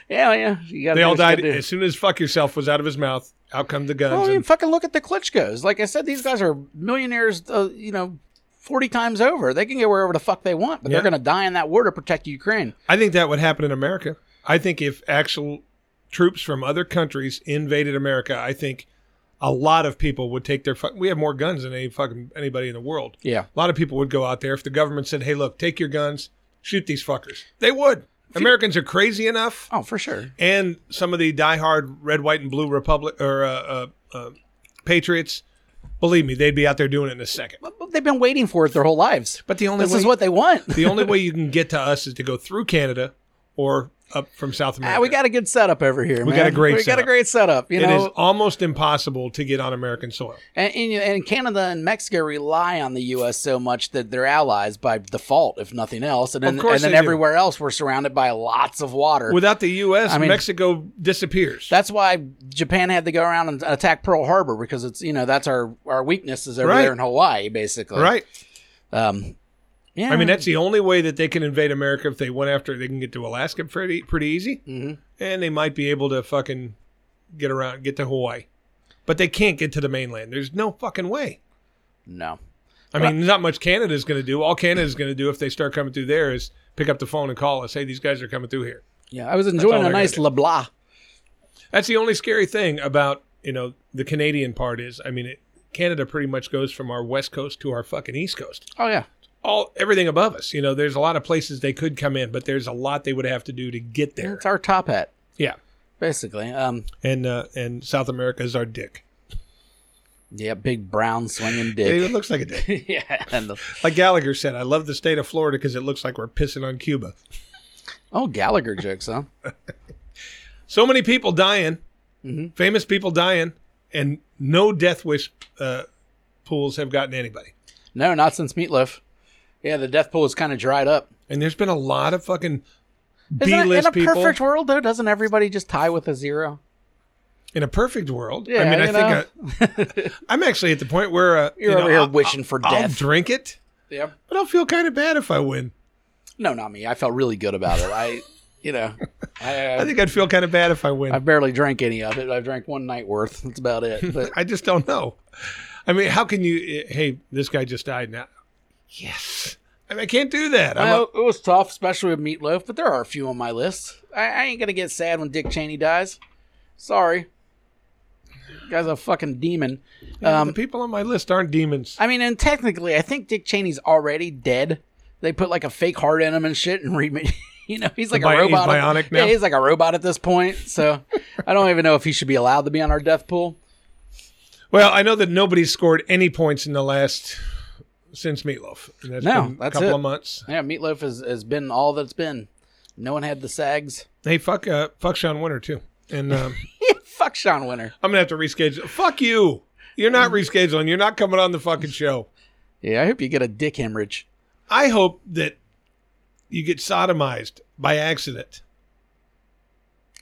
Speaker 2: Yeah, yeah. You gotta
Speaker 1: They
Speaker 2: do
Speaker 1: all
Speaker 2: what you gotta
Speaker 1: died
Speaker 2: do.
Speaker 1: as soon as "fuck yourself" was out of his mouth. Out come the guns.
Speaker 2: Well, I mean,
Speaker 1: and-
Speaker 2: fucking look at the Klitschko's. Like I said, these guys are millionaires, uh, you know, 40 times over. They can go wherever the fuck they want, but
Speaker 1: Yeah.
Speaker 2: they're going to die in that war to protect Ukraine.
Speaker 1: I think that would happen in America. I think if actual troops from other countries invaded America, I think a lot of people would take their. Fuck- we have more guns than any fucking anybody in the world.
Speaker 2: Yeah.
Speaker 1: A lot of people would go out there if the government said, "Hey, look, take your guns, shoot these fuckers." They would. Americans are crazy enough,
Speaker 2: Oh, for sure.
Speaker 1: and some of the diehard red, white, and blue republic or uh, uh, uh, patriots. Believe me, they'd be out there doing it in a second.
Speaker 2: But- but They've been waiting for it their whole lives.
Speaker 1: But the only
Speaker 2: This
Speaker 1: way
Speaker 2: is what they want.
Speaker 1: the only way you can get to us is to go through Canada or up from South America.
Speaker 2: Ah, we got a good setup over here.
Speaker 1: We got a
Speaker 2: man.
Speaker 1: great
Speaker 2: We got a
Speaker 1: setup.
Speaker 2: great setup. You
Speaker 1: It
Speaker 2: know,
Speaker 1: is almost impossible to get on American soil.
Speaker 2: and, and, you- and Canada and Mexico rely on the U.S. so much that they're allies by default, if nothing else. And then,
Speaker 1: course
Speaker 2: and then
Speaker 1: they do.
Speaker 2: everywhere else, we're surrounded by lots of water.
Speaker 1: Without the U.S.,
Speaker 2: mean-
Speaker 1: Mexico disappears.
Speaker 2: That's why Japan had to go around and attack Pearl Harbor because it's you know that's our our weakness is over
Speaker 1: Right.
Speaker 2: there in Hawaii basically.
Speaker 1: right.
Speaker 2: Um, yeah.
Speaker 1: I mean, that's the only way that they can invade America if they went after. They can get to Alaska pretty pretty easy,
Speaker 2: Mhm.
Speaker 1: and they might be able to fucking get around, get to Hawaii, but they can't get to the mainland. There's no fucking way.
Speaker 2: no.
Speaker 1: I mean, there's not much Canada's going to do. All Canada's going to do if they start coming through there is pick up the phone and call us. Hey, these guys are coming through here.
Speaker 2: Yeah, I was
Speaker 1: all
Speaker 2: enjoying a
Speaker 1: they're
Speaker 2: nice
Speaker 1: gonna
Speaker 2: La Blah.
Speaker 1: That's the only scary thing about you know the Canadian part is I mean it, Canada pretty much goes from our west coast to our fucking east coast.
Speaker 2: Oh yeah.
Speaker 1: All everything above us, you know, there's a lot of places they could come in, but there's a lot they would have to do to get there.
Speaker 2: It's our top hat
Speaker 1: Yeah,
Speaker 2: basically. Um,
Speaker 1: and uh, and South America is our dick.
Speaker 2: yeah, big brown swinging
Speaker 1: It
Speaker 2: dick.
Speaker 1: even looks like a dick.
Speaker 2: yeah. And the,
Speaker 1: Like Gallagher said, I love the state of Florida because it looks like we're pissing on Cuba.
Speaker 2: oh, Gallagher jokes, huh?
Speaker 1: So many people dying,
Speaker 2: Mm-hmm.
Speaker 1: famous people dying, and no death wish uh, pools have gotten anybody.
Speaker 2: No, not since Meatloaf. Yeah, the death pool is kind of dried up.
Speaker 1: And there's been a lot of fucking
Speaker 2: Isn't it- in
Speaker 1: B-list
Speaker 2: a
Speaker 1: people.
Speaker 2: perfect world though, doesn't everybody just tie with a zero?
Speaker 1: In a perfect world,
Speaker 2: Yeah,
Speaker 1: I mean, I
Speaker 2: you
Speaker 1: think I, I'm actually at the point where uh,
Speaker 2: You're
Speaker 1: you know,
Speaker 2: over here
Speaker 1: I'll-
Speaker 2: wishing for
Speaker 1: I'll
Speaker 2: death.
Speaker 1: drink it,
Speaker 2: Yeah.
Speaker 1: but I'll feel kind of bad if I win.
Speaker 2: No, not me. I felt really good about it. I, you know, I,
Speaker 1: I think I'd feel kind of bad if I win.
Speaker 2: I
Speaker 1: i
Speaker 2: barely drank any of it. I drank one night worth. That's about it. But
Speaker 1: just don't know. I mean, how can you? eh, Hey, this guy just died now. Yes, I, mean, I can't do that. I'm
Speaker 2: Well,
Speaker 1: a-
Speaker 2: it was tough, especially with Meatloaf. But there are a few on my list. I, I ain't gonna get sad when Dick Cheney dies. Sorry, guy's a fucking demon.
Speaker 1: the
Speaker 2: Um,
Speaker 1: people on my list aren't demons.
Speaker 2: I mean, and technically, I think Dick Cheney's already dead. They put like a fake heart in him and shit, and remade. You know, he's like
Speaker 1: Bi-
Speaker 2: a
Speaker 1: he's
Speaker 2: robot.
Speaker 1: bionic now?
Speaker 2: Yeah, he's like a robot at this point. So I don't even know if he should be allowed to be on our death pool.
Speaker 1: well, I know that nobody's scored any points in the last since Meatloaf. And that's
Speaker 2: No,
Speaker 1: been a
Speaker 2: that's
Speaker 1: couple
Speaker 2: it.
Speaker 1: of months.
Speaker 2: Yeah, Meatloaf has, has been all that's been. No one had the sags.
Speaker 1: Hey, fuck, uh, fuck Sean Winter too, and um,
Speaker 2: Fuck Sean Winter.
Speaker 1: I'm gonna have to reschedule. Fuck you. You're not
Speaker 2: Mm.
Speaker 1: rescheduling. You're not coming on the fucking show.
Speaker 2: Yeah, I hope you get a dick hemorrhage.
Speaker 1: I hope that you get sodomized by accident.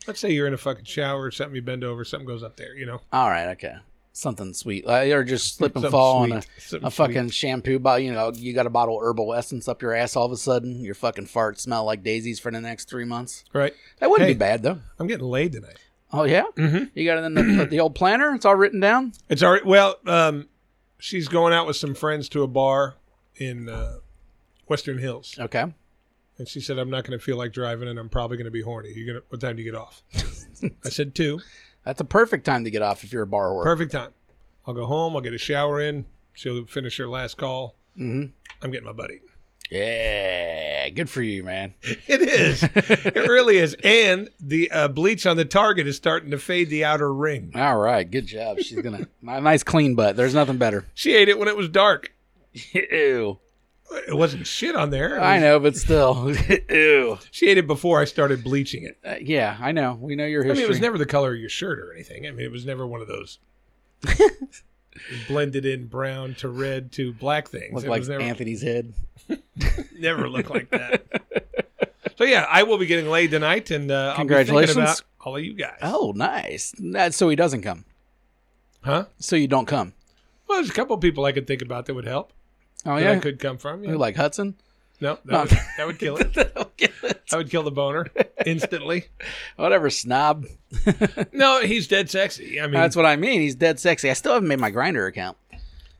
Speaker 1: Let's say you're in a fucking shower or something. You bend over, something goes up there. You know,
Speaker 2: All right, okay. Something sweet. Uh, or just slip and
Speaker 1: Something
Speaker 2: fall on a,
Speaker 1: sweet. Something
Speaker 2: a fucking shampoo bottle. You know, you got a bottle of herbal essence up your ass all of a sudden. Your fucking farts smell like daisies for the next three months.
Speaker 1: sweet. right.
Speaker 2: That wouldn't
Speaker 1: Hey.
Speaker 2: be bad, though.
Speaker 1: I'm getting laid tonight.
Speaker 2: Oh, yeah?
Speaker 1: Mm-hmm.
Speaker 2: You got it in the, the old planner? It's all written down?
Speaker 1: It's all right. Well, um, she's going out with some friends to a bar in uh, Western Hills,
Speaker 2: Okay.
Speaker 1: and she said, "I'm not going to feel like driving, and I'm probably going to be horny." You gonna? What time do you get off? I said two.
Speaker 2: That's a perfect time to get off if you're a bar whore.
Speaker 1: Perfect time. I'll go home. I'll get a shower in. She'll finish her last call.
Speaker 2: hmm
Speaker 1: I'm getting my buddy.
Speaker 2: Yeah. Good for you, man.
Speaker 1: It is. it really is. And the uh, bleach on the target is starting to fade the outer ring.
Speaker 2: All right. Good job. She's going to. Nice clean butt. There's nothing better.
Speaker 1: She ate it when it was dark.
Speaker 2: Ew.
Speaker 1: It wasn't shit on there. It
Speaker 2: I
Speaker 1: was-
Speaker 2: know, but still. Ew.
Speaker 1: She ate it before I started bleaching it.
Speaker 2: Uh, yeah, I know. We know your
Speaker 1: I mean,
Speaker 2: history.
Speaker 1: it was never the color of your shirt or anything. I mean, it was never one of those blended in brown to red to black things.
Speaker 2: Looked
Speaker 1: it
Speaker 2: like
Speaker 1: was never,
Speaker 2: Anthony's head.
Speaker 1: never looked like that. so yeah, I will be getting laid tonight, and uh, I'll be
Speaker 2: Congratulations.
Speaker 1: thinking about all of you guys.
Speaker 2: Oh, nice. That's so he doesn't come.
Speaker 1: Huh?
Speaker 2: So you don't come.
Speaker 1: Well, there's a couple of people I could think about that would help.
Speaker 2: Oh
Speaker 1: that I
Speaker 2: yeah,
Speaker 1: could come from. Yeah.
Speaker 2: Who, like Hudson.
Speaker 1: no, that,
Speaker 2: No.
Speaker 1: Would, that would kill it.
Speaker 2: Whatever
Speaker 1: I would kill the boner instantly.
Speaker 2: snob.
Speaker 1: No, he's dead sexy. I mean,
Speaker 2: That's what I mean. He's dead sexy. I still haven't made my grinder account.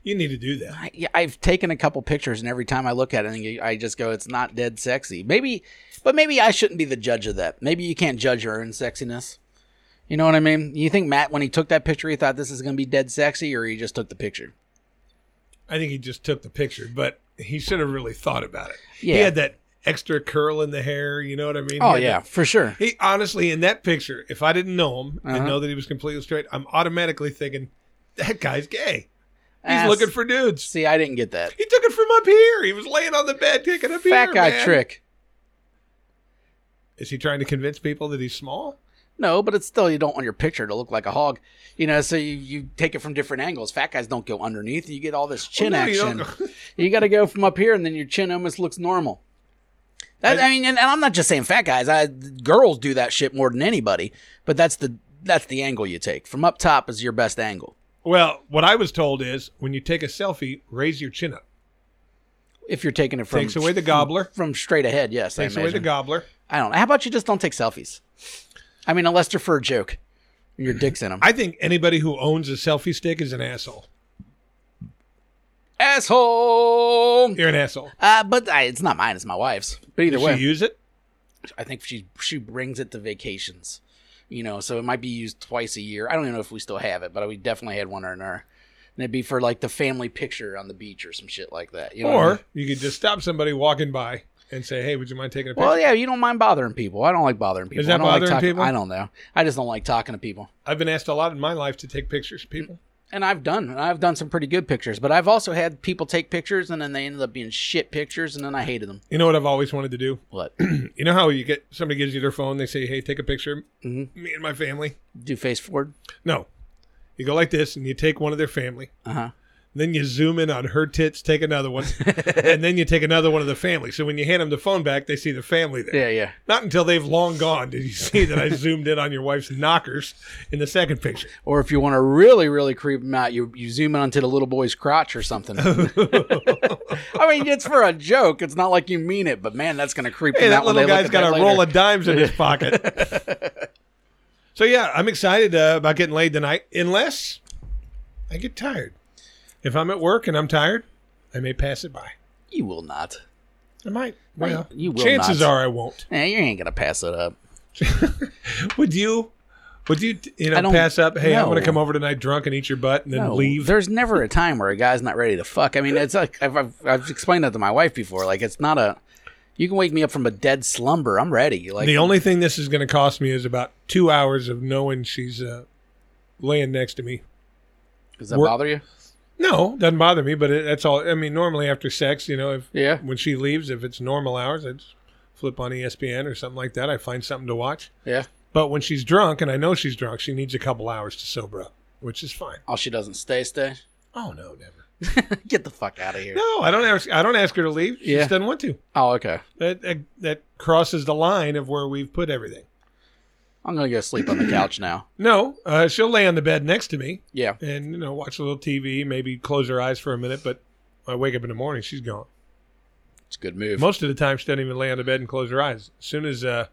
Speaker 1: you need to do that.
Speaker 2: I, yeah, I've taken a couple pictures, and every time I look at it, I just go, "It's not dead sexy." Maybe, but maybe I shouldn't be the judge of that. Maybe you can't judge your own sexiness. You know what I mean? You think Matt, when he took that picture, he thought this is going to be dead sexy, or he just took the picture?
Speaker 1: I think he just took the picture, but he should have really thought about it.
Speaker 2: Yeah.
Speaker 1: He had that extra curl in the hair. You know what I mean?
Speaker 2: Oh
Speaker 1: He had
Speaker 2: yeah, for sure.
Speaker 1: that- He honestly, in that picture, if I didn't know him
Speaker 2: Uh-huh.
Speaker 1: and know that he was completely straight, I'm automatically thinking that guy's gay. He's
Speaker 2: Ah,
Speaker 1: looking for dudes.
Speaker 2: See, I didn't get that.
Speaker 1: He took it from up here. He was laying on the bed, taking a beer.
Speaker 2: Fat guy
Speaker 1: man.
Speaker 2: trick.
Speaker 1: Is he trying to convince people that he's small?
Speaker 2: No, but it's still you don't want your picture to look like a hog. You know, so you, you take it from different angles. Fat guys don't go underneath. You get all this chin
Speaker 1: Well, Oh, no, you
Speaker 2: action.
Speaker 1: don't go-
Speaker 2: You, got to go from up here, and then your chin almost looks normal. That, I,
Speaker 1: I-
Speaker 2: mean, and, and I'm not just saying fat guys. I girls do that shit more than anybody. But that's the that's the angle you take from up top is your best angle.
Speaker 1: Well, what I was told is when you take a selfie, raise your chin up.
Speaker 2: If you're taking it from
Speaker 1: Takes away the gobbler.
Speaker 2: from straight ahead. Yes,
Speaker 1: Takes
Speaker 2: I
Speaker 1: away
Speaker 2: imagine.
Speaker 1: the gobbler.
Speaker 2: I don't. How about you just don't take selfies? I mean, unless they're for a joke, and your dick's in them.
Speaker 1: I think anybody who owns a selfie stick is an asshole.
Speaker 2: Asshole.
Speaker 1: You're an asshole.
Speaker 2: Uh, but I, it's not mine. It's my wife's. But either
Speaker 1: Does
Speaker 2: way,
Speaker 1: she use it?
Speaker 2: I think she she brings it to vacations. You know, so it might be used twice a year. I don't even know if we still have it, but we definitely had one in our. And it'd be for like the family picture on the beach or some shit like that. You know what I
Speaker 1: Or
Speaker 2: mean?
Speaker 1: you could just stop somebody walking by and say, "Hey, would you mind taking a picture?"
Speaker 2: Well, yeah, you don't mind bothering people. I don't like bothering people.
Speaker 1: that
Speaker 2: I don't like
Speaker 1: bothering
Speaker 2: talking,
Speaker 1: people?
Speaker 2: I don't know. I just don't like talking to people.
Speaker 1: I've been asked a lot in my life to take pictures of people.
Speaker 2: And I've done, and I've done some pretty good pictures, but I've also had people take pictures and then they ended up being shit pictures, and then I hated them.
Speaker 1: You know what I've always wanted to do?
Speaker 2: What?
Speaker 1: You know how you get somebody gives you their phone, they say, "Hey, take a picture
Speaker 2: Mhm.
Speaker 1: me and my family."
Speaker 2: Do face forward?
Speaker 1: No. You go like this and you take one of their family.
Speaker 2: Uh huh.
Speaker 1: Then you zoom in on her tits, take another one, and then you take another one of the family. So when you hand them the phone back, they see the family there.
Speaker 2: Yeah, yeah.
Speaker 1: Not until they've long gone did you see that I zoomed in on your wife's knockers in the second picture.
Speaker 2: Or if you want to really, really creep him out, you, you zoom in onto the little boy's crotch or something. I mean, it's for a joke. It's not like you mean it, but man, that's going to creep
Speaker 1: Hey,
Speaker 2: him
Speaker 1: that
Speaker 2: out when
Speaker 1: little
Speaker 2: they look
Speaker 1: guy's
Speaker 2: at that
Speaker 1: got a
Speaker 2: later.
Speaker 1: roll of dimes in his pocket. so yeah, I'm excited uh, about getting laid tonight, unless I get tired. If I'm at work and I'm tired, I may pass it by.
Speaker 2: You will not.
Speaker 1: I might.
Speaker 2: Well,
Speaker 1: Well,
Speaker 2: you will
Speaker 1: chances
Speaker 2: not.
Speaker 1: are I won't.
Speaker 2: Yeah, you ain't going to pass it up.
Speaker 1: Would you? Would you? You
Speaker 2: I
Speaker 1: know,
Speaker 2: don't-
Speaker 1: pass up. Hey, I'm going
Speaker 2: no.
Speaker 1: to come over tonight drunk and eat your butt and then
Speaker 2: No,
Speaker 1: leave.
Speaker 2: There's never a time where a guy's not ready to fuck. I mean, it's like I've, I've, I've explained that to my wife before. Like, it's not a. You can wake me up from a dead slumber. I'm ready. Like,
Speaker 1: The only thing this is going to cost me is about two hours of knowing she's uh, laying next to me.
Speaker 2: does that
Speaker 1: we're-
Speaker 2: bother you?
Speaker 1: No, doesn't bother me, but it, that's all. I mean, normally after sex, you know, if
Speaker 2: Yeah.
Speaker 1: when she leaves, if it's normal hours, it's flip on E ESPN or something like that. I find something to watch.
Speaker 2: Yeah.
Speaker 1: But when she's drunk, and I know she's drunk, she needs a couple hours to sober up, which is fine.
Speaker 2: Oh, she doesn't stay, stay.
Speaker 1: Oh no, never.
Speaker 2: Get the fuck out of here.
Speaker 1: No, I don't ask. I don't ask her to leave. She
Speaker 2: Yeah.
Speaker 1: just doesn't want to.
Speaker 2: Oh, okay.
Speaker 1: That, that that crosses the line of where we've put everything.
Speaker 2: I'm gonna go sleep on the couch now.
Speaker 1: No, uh, she'll lay on the bed next to me
Speaker 2: Yeah.
Speaker 1: and you know watch a little TV, maybe close her eyes for a minute. But I wake up in the morning, she's gone.
Speaker 2: It's a good move.
Speaker 1: Most of the time, she doesn't even lay on the bed and close her eyes. As soon as uh,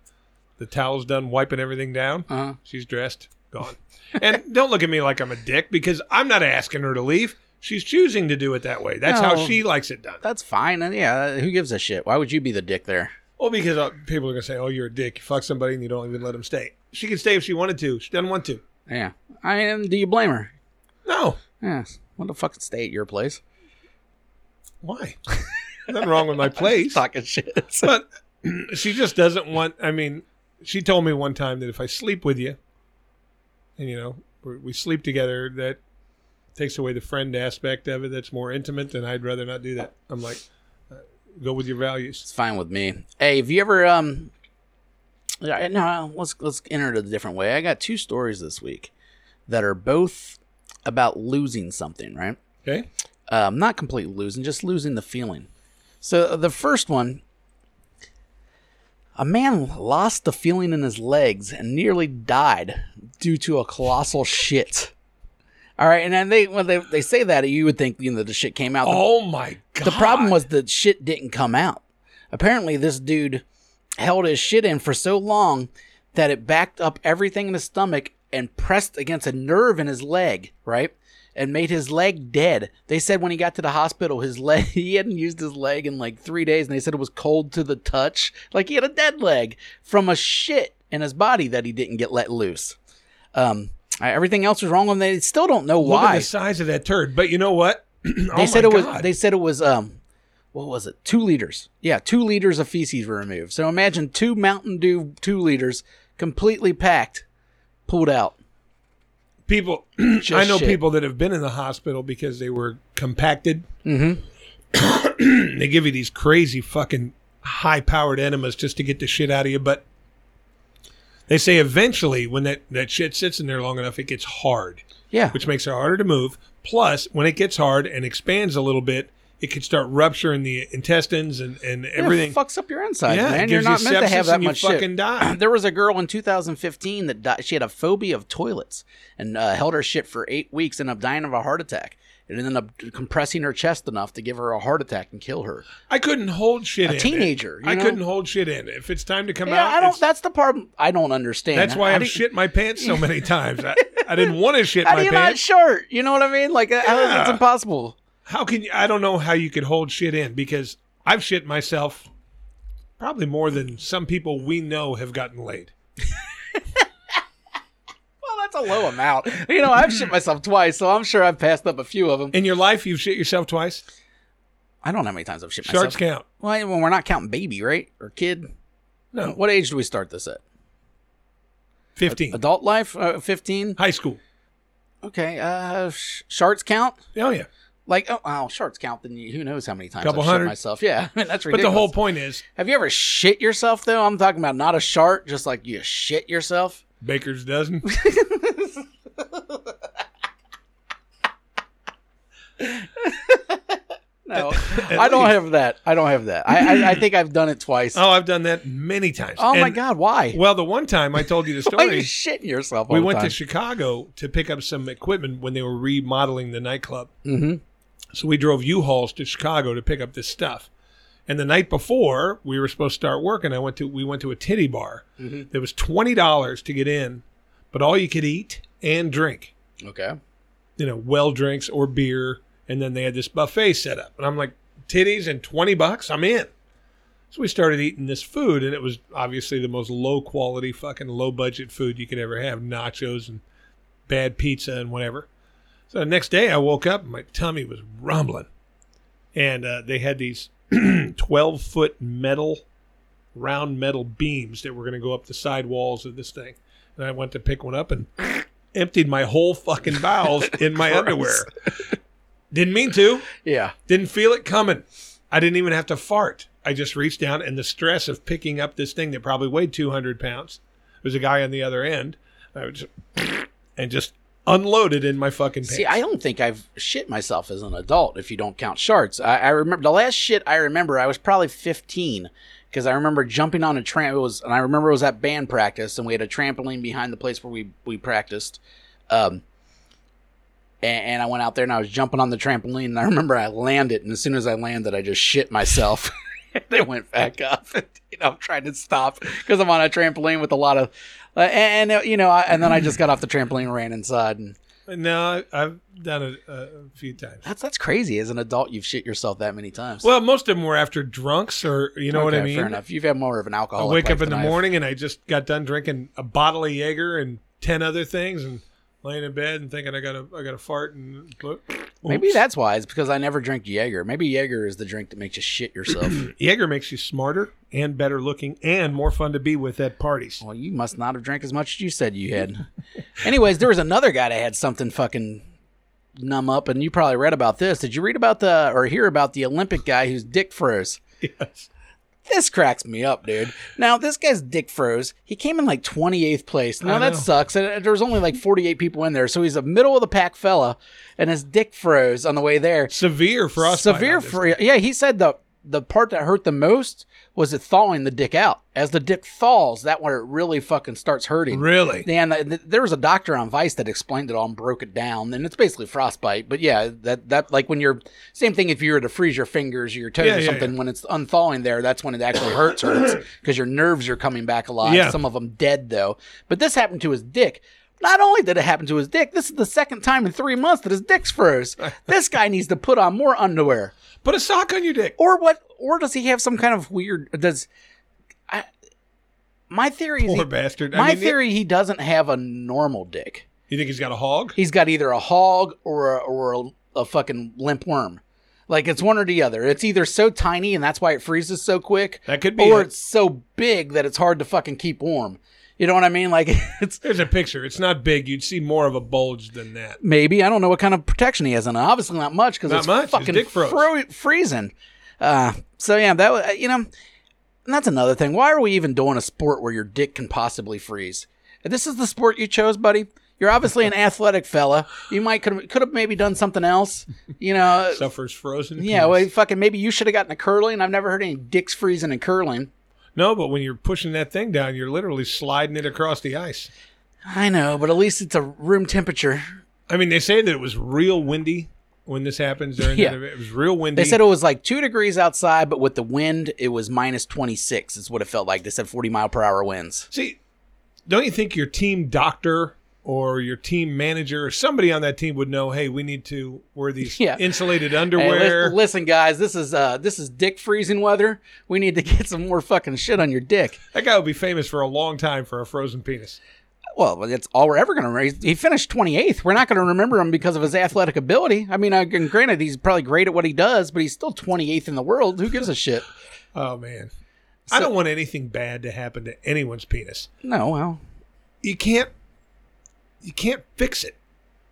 Speaker 1: the towel's done wiping everything down,
Speaker 2: uh-huh.
Speaker 1: she's dressed, gone. and don't look at me like I'm a dick because I'm not asking her to leave. She's choosing to do it that way. That's how
Speaker 2: No.
Speaker 1: she likes it done.
Speaker 2: That's fine. And yeah, uh, who gives a shit? Why would you be the dick there?
Speaker 1: Well, because uh, people are gonna say, "Oh, you're a dick. You fuck somebody and you don't even let them stay." She could stay if she wanted to. She doesn't want to.
Speaker 2: Yeah. I am. Do you blame her?
Speaker 1: No.
Speaker 2: Yeah. Want to fucking stay at your place?
Speaker 1: Why? Nothing wrong with my place.
Speaker 2: Talking shit.
Speaker 1: But she just doesn't want. I mean, she told me one time that if I sleep with you, and you know, we we sleep together, that takes away the friend aspect of it. That's more intimate, and I'd rather not do that. I'm like, uh, go with your values.
Speaker 2: It's fine with me. Hey, have you ever um? yeah, No, let's let's enter it a different way. I got two stories this week that are both about losing something, right?
Speaker 1: Okay.
Speaker 2: Um, not completely losing, just losing the feeling. So the first one, a man lost the feeling in his legs and nearly died due to a colossal shit. All right, and then they when they they say that you would think you know the shit came out. The
Speaker 1: Oh my god.
Speaker 2: the problem was that shit didn't come out. Apparently, this dude held his shit in for so long that it backed up everything in his stomach and pressed against a nerve in his leg, right? And made his leg dead. They said when he got to the hospital, his leg he hadn't used his leg in like three days, and they said it was cold to the touch. Like he had a dead leg from a shit in his body that he didn't get let loose. Um, everything else was wrong with him. They still don't know
Speaker 1: Look
Speaker 2: why
Speaker 1: at the size of that turd. But you know what? Oh
Speaker 2: they said it was they said it was um what was it two liters yeah two liters of feces were removed so imagine two mountain dew two liters completely packed pulled out
Speaker 1: people. I know people that have been in the hospital because they were compacted.
Speaker 2: mm-hmm.
Speaker 1: they give you these crazy fucking high powered enemas just to get the shit out of you. But they say eventually when that, that shit sits in there long enough, it gets hard,
Speaker 2: yeah
Speaker 1: which makes it harder to move. Plus, when it gets hard and expands a little bit, it can start rupturing the intestines and, and everything.
Speaker 2: it fucks up your insides
Speaker 1: Yeah, it
Speaker 2: man you're
Speaker 1: gives you
Speaker 2: not meant to
Speaker 1: sepsis
Speaker 2: have that
Speaker 1: and you
Speaker 2: much shit.
Speaker 1: fucking die.
Speaker 2: there was a girl in 2015 that died she had a phobia of toilets and uh, held her shit for eight weeks ended up dying of a heart attack it ended up compressing her chest enough to give her a heart attack and kill her
Speaker 1: I couldn't hold shit
Speaker 2: A
Speaker 1: in. it.
Speaker 2: teenager, you
Speaker 1: I
Speaker 2: know?
Speaker 1: couldn't hold shit in. If it's time to come
Speaker 2: yeah
Speaker 1: out,
Speaker 2: i don't
Speaker 1: it's-
Speaker 2: that's the part i don't understand
Speaker 1: that's why
Speaker 2: How
Speaker 1: I've
Speaker 2: do you-
Speaker 1: shit my pants so many times. I, I didn't want to shit
Speaker 2: How
Speaker 1: my
Speaker 2: do you not
Speaker 1: pants.
Speaker 2: short? You know what I mean? Like, uh, how-
Speaker 1: Yeah.
Speaker 2: it's impossible.
Speaker 1: How can you? I don't know how you could hold shit in because I've shit myself probably more than some people we know have gotten laid.
Speaker 2: Well, that's a low amount. You know, I've shit myself twice, so I'm sure I've passed up a few of them.
Speaker 1: In your life, you've shit yourself twice.
Speaker 2: I don't know how many times I've shit myself.
Speaker 1: Starts count.
Speaker 2: Well, I- well, we're not counting baby, right? Or kid.
Speaker 1: No,
Speaker 2: What age do we start this at?
Speaker 1: fifteen.
Speaker 2: Adult life? Uh, 15?
Speaker 1: High school.
Speaker 2: Okay. Uh, sh- sharts count?
Speaker 1: Oh yeah.
Speaker 2: Like, oh, wow, sharts count, then you, who knows how many times
Speaker 1: Couple
Speaker 2: I've
Speaker 1: hundred.
Speaker 2: shit myself. Yeah, I mean, that's
Speaker 1: But
Speaker 2: ridiculous.
Speaker 1: the whole point is
Speaker 2: Have you ever shit yourself, though? I'm talking about not a shart, just like you shit yourself.
Speaker 1: Baker's dozen.
Speaker 2: No, I don't
Speaker 1: least.
Speaker 2: have that. I don't have that. I, I, I think I've done it twice.
Speaker 1: Oh, I've done that many times.
Speaker 2: Oh my
Speaker 1: And-
Speaker 2: god, why?
Speaker 1: Well, the one time I told you the
Speaker 2: Why are you
Speaker 1: story,
Speaker 2: shitting yourself? All
Speaker 1: we
Speaker 2: the
Speaker 1: went
Speaker 2: time?
Speaker 1: to Chicago to pick up some equipment when they were remodeling the nightclub.
Speaker 2: Mhm.
Speaker 1: So we drove U-Hauls to Chicago to pick up this stuff. And the night before we were supposed to start working, I went to we went to a titty bar. There was twenty dollars to get in, but all you could eat and drink.
Speaker 2: Okay.
Speaker 1: You know, well drinks or beer, and then they had this buffet set up. And I'm like, titties and twenty bucks, I'm in. So we started eating this food, and it was obviously the most low quality, fucking low budget food you could ever have. Nachos and bad pizza and whatever. So the next day I woke up and my tummy was rumbling. And uh, they had these 12 foot metal, round metal beams that were going to go up the side walls of this thing. And I went to pick one up and emptied my whole fucking bowels in my
Speaker 2: Gross.
Speaker 1: underwear. Didn't mean to,
Speaker 2: Yeah.
Speaker 1: didn't feel it coming. I didn't even have to fart. I just reached down, and the stress of picking up this thing that probably weighed 200 pounds. There was a guy on the other end. I would just, and just unloaded in my fucking pants.
Speaker 2: See, I don't think I've shit myself as an adult if you don't count sharts. I, I remember the last shit I remember, I was probably 15 because I remember jumping on a tram. It was, and I remember it was at band practice, and we had a trampoline behind the place where we we practiced. Um, and, and I went out there and I was jumping on the trampoline, and I remember I landed, and as soon as I landed, I just shit myself. they went back up. you know, I'm trying to stop because I'm on a trampoline with a lot of, uh, and, and, you know, I, and then I just got off the trampoline, and ran inside, and
Speaker 1: no, I- I've done it a a few times.
Speaker 2: that's that's crazy. As an adult, you've shit yourself that many times.
Speaker 1: Well, most of them were after drunks, or you know what I
Speaker 2: Okay,
Speaker 1: mean.
Speaker 2: Fair enough. You've had more of an
Speaker 1: I
Speaker 2: alcoholic.
Speaker 1: wake
Speaker 2: life
Speaker 1: up in
Speaker 2: than
Speaker 1: the
Speaker 2: I have.
Speaker 1: morning and I just got done drinking a bottle of Jaeger and ten other things, and laying in bed and thinking I got to I got to fart and
Speaker 2: Maybe that's why. It's because I never drink Jaeger. Maybe Jaeger is the drink that makes you shit yourself.
Speaker 1: Jaeger makes you smarter and better looking and more fun to be with at parties.
Speaker 2: well, you must not have drank as much as you said you had. Anyways, there was another guy that had something fucking numb up, and you probably read about this. Did you read about the or hear about the Olympic guy whose dick froze?
Speaker 1: Yes.
Speaker 2: This cracks me up, dude. Now this guy's dick froze. He came in like 28th place. Now
Speaker 1: I
Speaker 2: that
Speaker 1: know.
Speaker 2: sucks. And there was only like 48 people in there, so he's a middle of the pack fella, and his dick froze on the way there.
Speaker 1: Severe frostbite.
Speaker 2: severe
Speaker 1: on this.
Speaker 2: for yeah he said the the part that hurt the most was it thawing the dick out as the dick thaws that where it really fucking starts hurting
Speaker 1: Really?
Speaker 2: and th- th- there was a doctor on vice that explained it all and broke it down and it's basically frostbite but yeah that that like when you're same thing if you were to freeze your fingers or your toes
Speaker 1: Yeah,
Speaker 2: or
Speaker 1: yeah,
Speaker 2: something
Speaker 1: yeah.
Speaker 2: when it's unthawing there that's when it actually hurts hurts because your nerves are coming back alive
Speaker 1: Yeah.
Speaker 2: some of them dead though but this happened to his dick not only did it happen to his dick, this is the second time in three months that his dick's froze. this guy needs to put on more underwear
Speaker 1: Put a sock on your dick.
Speaker 2: or what or does he have some kind of weird does I, my theory is
Speaker 1: Poor
Speaker 2: he,
Speaker 1: bastard. I
Speaker 2: my
Speaker 1: mean,
Speaker 2: theory he doesn't have a normal dick
Speaker 1: You think he's got a hog?
Speaker 2: he's got either a hog or a, or a, a fucking limp worm like it's one or the other it's either so tiny and that's why it freezes so quick
Speaker 1: That could be.
Speaker 2: or
Speaker 1: it.
Speaker 2: it's so big that it's hard to fucking keep warm you know what i mean like it's
Speaker 1: There's a picture. It's not big. You'd see more of a bulge than that.
Speaker 2: maybe i don't know what kind of protection he has and obviously not much because
Speaker 1: Not
Speaker 2: it's
Speaker 1: much. His
Speaker 2: fucking
Speaker 1: dick froze.
Speaker 2: fro- freezing uh, so yeah that wa- you know and that's another thing why are we even doing a sport where your dick can possibly freeze this is the sport you chose buddy you're obviously an athletic fella you might could could have maybe done something else you know
Speaker 1: Suffers frozen.
Speaker 2: yeah
Speaker 1: penis.
Speaker 2: well fucking maybe you should have gotten a curling i've never heard any dicks freezing and curling
Speaker 1: No, but when you're pushing that thing down, you're literally sliding it across the ice.
Speaker 2: i know but at least it's a room temperature
Speaker 1: I mean, they say that it was real windy when this happens during
Speaker 2: Yeah.
Speaker 1: the event. It was real windy.
Speaker 2: They said it was like two degrees outside, but with the wind, it was minus 26, is what it felt like. They said 40 mile per hour winds.
Speaker 1: See, don't you think your team doctor or your team manager or somebody on that team would know, hey, we need to wear these
Speaker 2: Yeah.
Speaker 1: insulated
Speaker 2: Hey, lis-
Speaker 1: underwear?
Speaker 2: listen, guys, this is uh, this is dick freezing weather. We need to get some more fucking shit on your dick.
Speaker 1: that guy would be famous for a long time for a frozen penis.
Speaker 2: Well, that's all we're ever going to raise. He finished 28th. We're not going to remember him because of his athletic ability. I mean, I, and granted, he's probably great at what he does, but he's still 28th in the world. Who gives a shit?
Speaker 1: Oh, man. I
Speaker 2: So-
Speaker 1: don't want anything bad to happen to anyone's penis.
Speaker 2: No, well,
Speaker 1: you can't you can't fix it.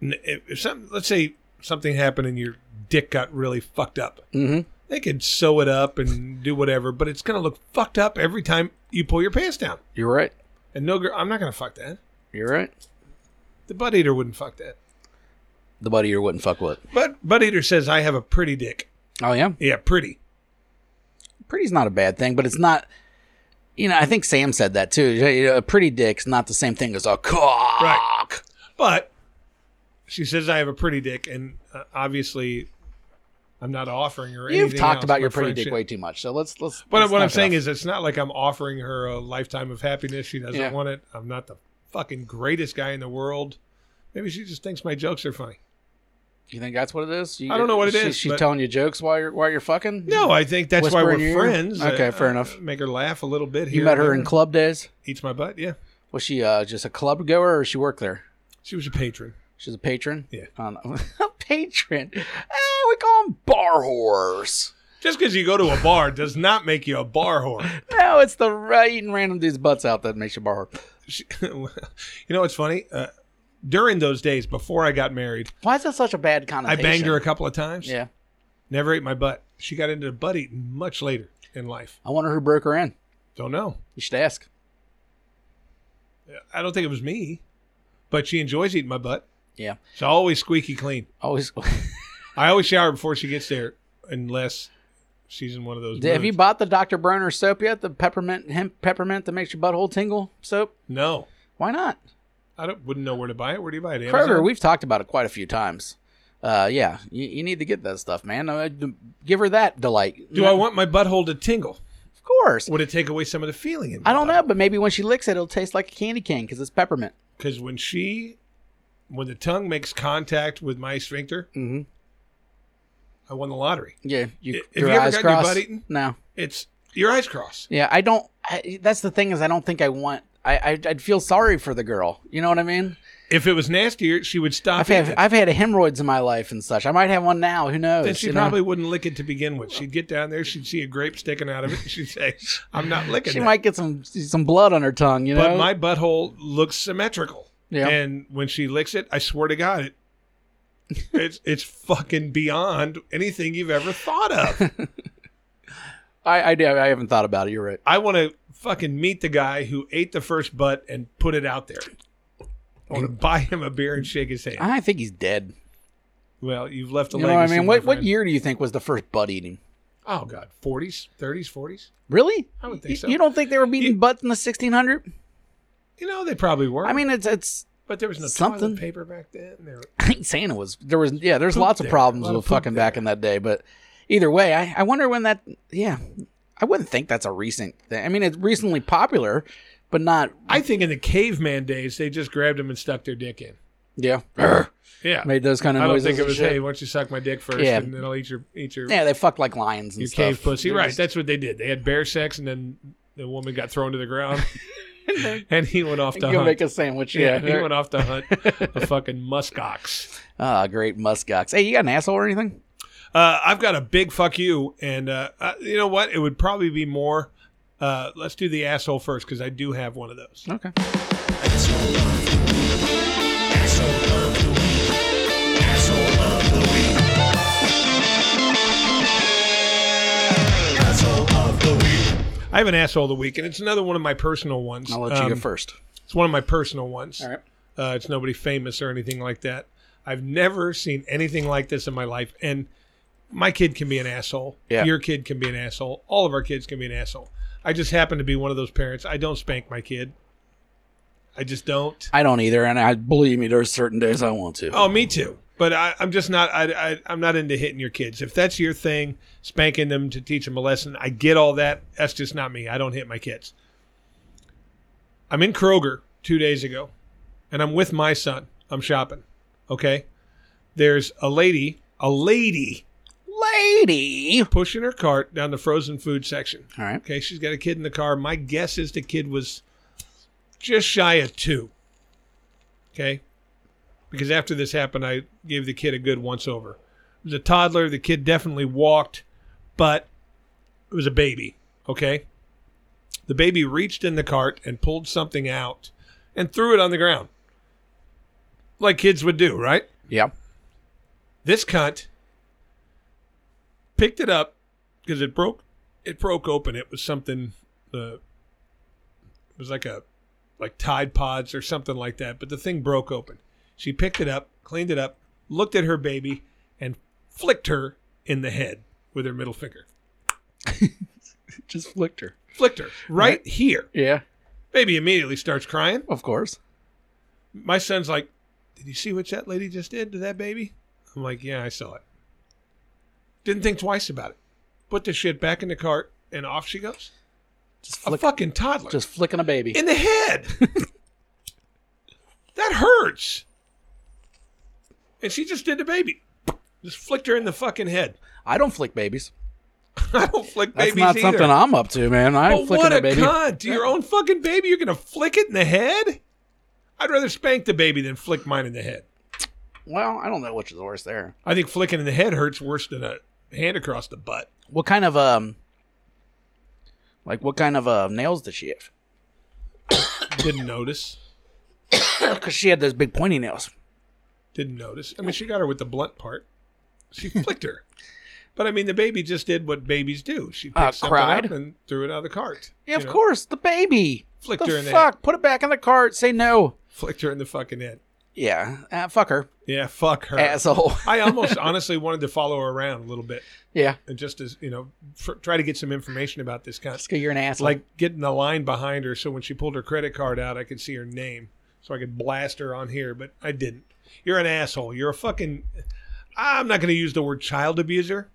Speaker 1: N- If, if some, let's say something happened and your dick got really fucked up,
Speaker 2: Mhm.
Speaker 1: they could sew it up and do whatever, but it's gonna look fucked up every time you pull your pants down.
Speaker 2: you're right.
Speaker 1: And no girl, I'm not gonna fuck that.
Speaker 2: You're right.
Speaker 1: The butt eater wouldn't fuck that.
Speaker 2: The buddy you wouldn't fuck with.
Speaker 1: But butt eater says I have a pretty dick.
Speaker 2: Oh, yeah?
Speaker 1: Yeah, pretty.
Speaker 2: pretty's not a bad thing, but it's not. You know, I think Sam said that too. You know, a pretty dick's not the same thing as a cock.
Speaker 1: Right. But she says I have a pretty dick, and uh, obviously, I'm not offering her.
Speaker 2: You've
Speaker 1: anything
Speaker 2: talked
Speaker 1: else
Speaker 2: about
Speaker 1: but
Speaker 2: your pretty
Speaker 1: friendship.
Speaker 2: dick way too much, so let's let's.
Speaker 1: But
Speaker 2: let's
Speaker 1: what I'm
Speaker 2: knock it
Speaker 1: saying
Speaker 2: off.
Speaker 1: is, it's not like I'm offering her a lifetime of happiness. She doesn't
Speaker 2: Yeah.
Speaker 1: want it. I'm not the fucking greatest guy in the world. Maybe she just thinks my jokes are funny.
Speaker 2: you think that's what it is. You,
Speaker 1: I don't know what it
Speaker 2: she-
Speaker 1: is,
Speaker 2: She's
Speaker 1: but-
Speaker 2: telling you jokes while you're while you're fucking.
Speaker 1: No, I think that's
Speaker 2: Whisper
Speaker 1: why
Speaker 2: in
Speaker 1: we're
Speaker 2: your ear?
Speaker 1: friends.
Speaker 2: Okay,
Speaker 1: Uh,
Speaker 2: fair
Speaker 1: uh,
Speaker 2: enough.
Speaker 1: Make her laugh a little bit.
Speaker 2: you
Speaker 1: here
Speaker 2: met
Speaker 1: and
Speaker 2: her
Speaker 1: there.
Speaker 2: in club days.
Speaker 1: eats my butt. Yeah,
Speaker 2: Was she uh, just a club goer, or she worked there?
Speaker 1: she was a patron.
Speaker 2: She's a patron.
Speaker 1: Yeah.
Speaker 2: I don't know. a patron. Eh, we call them bar whores.
Speaker 1: Just because you go to a bar does not make you a bar whore.
Speaker 2: No, it's the right eating random dudes' butts out that makes you a bar whore.
Speaker 1: She, you know what's funny? Uh, during those days, before I got married,
Speaker 2: Why is that such a bad
Speaker 1: I
Speaker 2: connotation?
Speaker 1: banged her a couple of times.
Speaker 2: Yeah.
Speaker 1: Never ate my butt. She got into butt eating much later in life.
Speaker 2: I wonder who broke her in.
Speaker 1: Don't know.
Speaker 2: You should ask.
Speaker 1: I don't think it was me, but she enjoys eating my butt.
Speaker 2: Yeah.
Speaker 1: It's always squeaky clean.
Speaker 2: Always.
Speaker 1: I always shower before she gets there, unless she's in one of those.
Speaker 2: Have you
Speaker 1: moods.
Speaker 2: bought the Dr. Bronner soap yet? The peppermint hemp peppermint that makes your butthole tingle soap?
Speaker 1: No,
Speaker 2: Why not?
Speaker 1: I don't, wouldn't know where to buy it. Where do you buy it?
Speaker 2: Kroger,
Speaker 1: Amazon?
Speaker 2: we've talked about it quite a few times. Uh, yeah, you, you need to get that stuff, man. Uh, d- give her that delight.
Speaker 1: Do I want my butthole to tingle?
Speaker 2: Of course.
Speaker 1: Would it take away some of the feeling? In
Speaker 2: I don't know, but maybe when she licks it, it'll taste like a candy cane because it's peppermint.
Speaker 1: because when she, when the tongue makes contact with my sphincter,
Speaker 2: Mm-hmm.
Speaker 1: I won the lottery.
Speaker 2: Yeah, you,
Speaker 1: Have you ever gotten your butt eaten?
Speaker 2: No.
Speaker 1: It's your eyes crossed.
Speaker 2: Yeah, I don't. I, that's the thing is, I don't think I want. I, I I'd feel sorry for the girl. You know what I mean?
Speaker 1: If it was nastier, she would stop.
Speaker 2: I've had
Speaker 1: eating it.
Speaker 2: I've had hemorrhoids in my life and such. I might have one now. Who knows?
Speaker 1: Then she
Speaker 2: you know?
Speaker 1: probably wouldn't lick it to begin with. She'd get down there, she'd see a grape sticking out of it, and she'd say, "I'm not licking."
Speaker 2: she
Speaker 1: that."
Speaker 2: might get some some blood on her tongue. You know?
Speaker 1: but my butthole looks symmetrical.
Speaker 2: Yeah.
Speaker 1: And when she licks it, I swear to God, it it's it's fucking beyond anything you've ever thought of.
Speaker 2: I I, do- I haven't thought about it. You're right.
Speaker 1: I want to fucking meet the guy who ate the first butt and put it out there. I want to buy him a beer and shake his hand.
Speaker 2: Oh, I think he's dead.
Speaker 1: well, you've left a
Speaker 2: You know what I
Speaker 1: legacy.
Speaker 2: mean?
Speaker 1: my
Speaker 2: What what
Speaker 1: friend.
Speaker 2: year do you think was the first butt eating?
Speaker 1: Oh God, forties, thirties, forties.
Speaker 2: Really?
Speaker 1: I would think
Speaker 2: You,
Speaker 1: so.
Speaker 2: you don't think they were beating
Speaker 1: You-
Speaker 2: butts in the 1600?
Speaker 1: You know they probably were.
Speaker 2: I mean, it's it's.
Speaker 1: but there was no
Speaker 2: something.
Speaker 1: toilet paper back then. There,
Speaker 2: I ain't saying it was. There was yeah. There's
Speaker 1: Poop
Speaker 2: lots of
Speaker 1: there. A
Speaker 2: problems
Speaker 1: lot of
Speaker 2: with
Speaker 1: poop
Speaker 2: fucking back
Speaker 1: there.
Speaker 2: in that day, but either way, I, I wonder when that. Yeah, I wouldn't think that's a recent thing. I mean, it's recently popular, but not.
Speaker 1: I think in the caveman days they just grabbed him and stuck their dick in.
Speaker 2: Yeah,
Speaker 1: Yeah,
Speaker 2: made those kind of
Speaker 1: I don't
Speaker 2: noises.
Speaker 1: think it
Speaker 2: and
Speaker 1: was.
Speaker 2: shit.
Speaker 1: Hey, why don't you suck my dick first,
Speaker 2: Yeah.
Speaker 1: and then I'll eat your eat your,
Speaker 2: Yeah, they fuck like lions and
Speaker 1: your
Speaker 2: stuff.
Speaker 1: cave pussy.
Speaker 2: They're
Speaker 1: Right,
Speaker 2: just-
Speaker 1: that's what they did. They had bear sex, and then the woman got thrown to the ground, and he went off to
Speaker 2: You'll
Speaker 1: hunt.
Speaker 2: make a sandwich. Yeah.
Speaker 1: he went off to hunt a fucking muskox.
Speaker 2: Ah, great muskox. Hey, you got an asshole or anything?
Speaker 1: Uh, I've got a big fuck you, and uh, uh, you know what? It would probably be more. Uh, let's do the asshole first because I do have one of those.
Speaker 2: Okay.
Speaker 1: I have an asshole of the week, and it's another one of my personal ones.
Speaker 2: I'll let you
Speaker 1: Um,
Speaker 2: go first.
Speaker 1: It's one of my personal ones.
Speaker 2: All right.
Speaker 1: Uh, it's nobody famous or anything like that. I've never seen anything like this in my life. And my kid can be an asshole.
Speaker 2: Yeah.
Speaker 1: Your kid can be an asshole. All of our kids can be an asshole. I just happen to be one of those parents. I don't spank my kid. I just don't.
Speaker 2: I don't either, and I believe me, there's certain days I want to.
Speaker 1: Oh, me too. But I, I'm just not. I, I, I'm not into hitting your kids. If that's your thing, spanking them to teach them a lesson, I get all that. That's just not me. I don't hit my kids. I'm in Kroger two days ago, and I'm with my son. I'm shopping. Okay, there's a lady, a lady
Speaker 2: Lady.
Speaker 1: pushing her cart down the frozen food section.
Speaker 2: All right.
Speaker 1: Okay, she's got a kid in the car. My guess is the kid was just shy of two. Okay, because after this happened, I gave the kid a good once over. It was a toddler. The kid definitely walked, but it was a baby. Okay, the baby reached in the cart and pulled something out and threw it on the ground, like kids would do, right?
Speaker 2: Yeah.
Speaker 1: this cunt picked it up because it broke it broke open it was something uh, it was like a like tide pods or something like that but the thing broke open she picked it up cleaned it up looked at her baby and flicked her in the head with her middle finger
Speaker 2: Just flicked her.
Speaker 1: flicked her right here
Speaker 2: Yeah.
Speaker 1: baby immediately starts crying
Speaker 2: Of course.
Speaker 1: my son's like, "Did you see what that lady just did to that baby?" I'm like, "Yeah, I saw it." Didn't think twice about it. Put the shit back in the cart, and off she goes.
Speaker 2: Just
Speaker 1: A
Speaker 2: flick,
Speaker 1: fucking toddler
Speaker 2: just flicking a baby.
Speaker 1: in the head. that hurts. And she just did the baby. Just flicked her in the fucking head.
Speaker 2: I don't flick babies.
Speaker 1: I don't flick
Speaker 2: That's
Speaker 1: babies
Speaker 2: not
Speaker 1: either.
Speaker 2: something I'm up to, man. I ain't
Speaker 1: But
Speaker 2: flicking
Speaker 1: what
Speaker 2: a
Speaker 1: a
Speaker 2: baby.
Speaker 1: cunt! Your own fucking baby, you're gonna flick it in the head. I'd rather spank the baby than flick mine in the head.
Speaker 2: Well, I don't know which is worse there.
Speaker 1: I think flicking in the head hurts worse than a hand across the butt.
Speaker 2: What kind of um, like what kind of uh nails does she have?
Speaker 1: Didn't notice.
Speaker 2: Because she had those big pointy nails.
Speaker 1: Didn't notice. I mean, she got her with the blunt part. She flicked her. But I mean, the baby just did what babies do. She picked
Speaker 2: Uh,
Speaker 1: something
Speaker 2: cried.
Speaker 1: up and threw it out of the cart.
Speaker 2: Yeah,
Speaker 1: you
Speaker 2: of
Speaker 1: know?
Speaker 2: course, the baby.
Speaker 1: Flicked her
Speaker 2: the
Speaker 1: in the
Speaker 2: fuck, put it back in the cart. Say no.
Speaker 1: Flicked her in the fucking head.
Speaker 2: Yeah, uh, fuck her,
Speaker 1: Yeah, fuck her.
Speaker 2: asshole.
Speaker 1: I almost honestly wanted to follow her around a little bit
Speaker 2: yeah,
Speaker 1: and just as you know, fr- try to get some information about this kind.
Speaker 2: just 'cause you're an asshole.
Speaker 1: Like getting a line behind her, so when she pulled her credit card out, I could see her name, so I could blast her on here. But I didn't. You're an asshole. You're a fucking. I'm not going to use the word child abuser.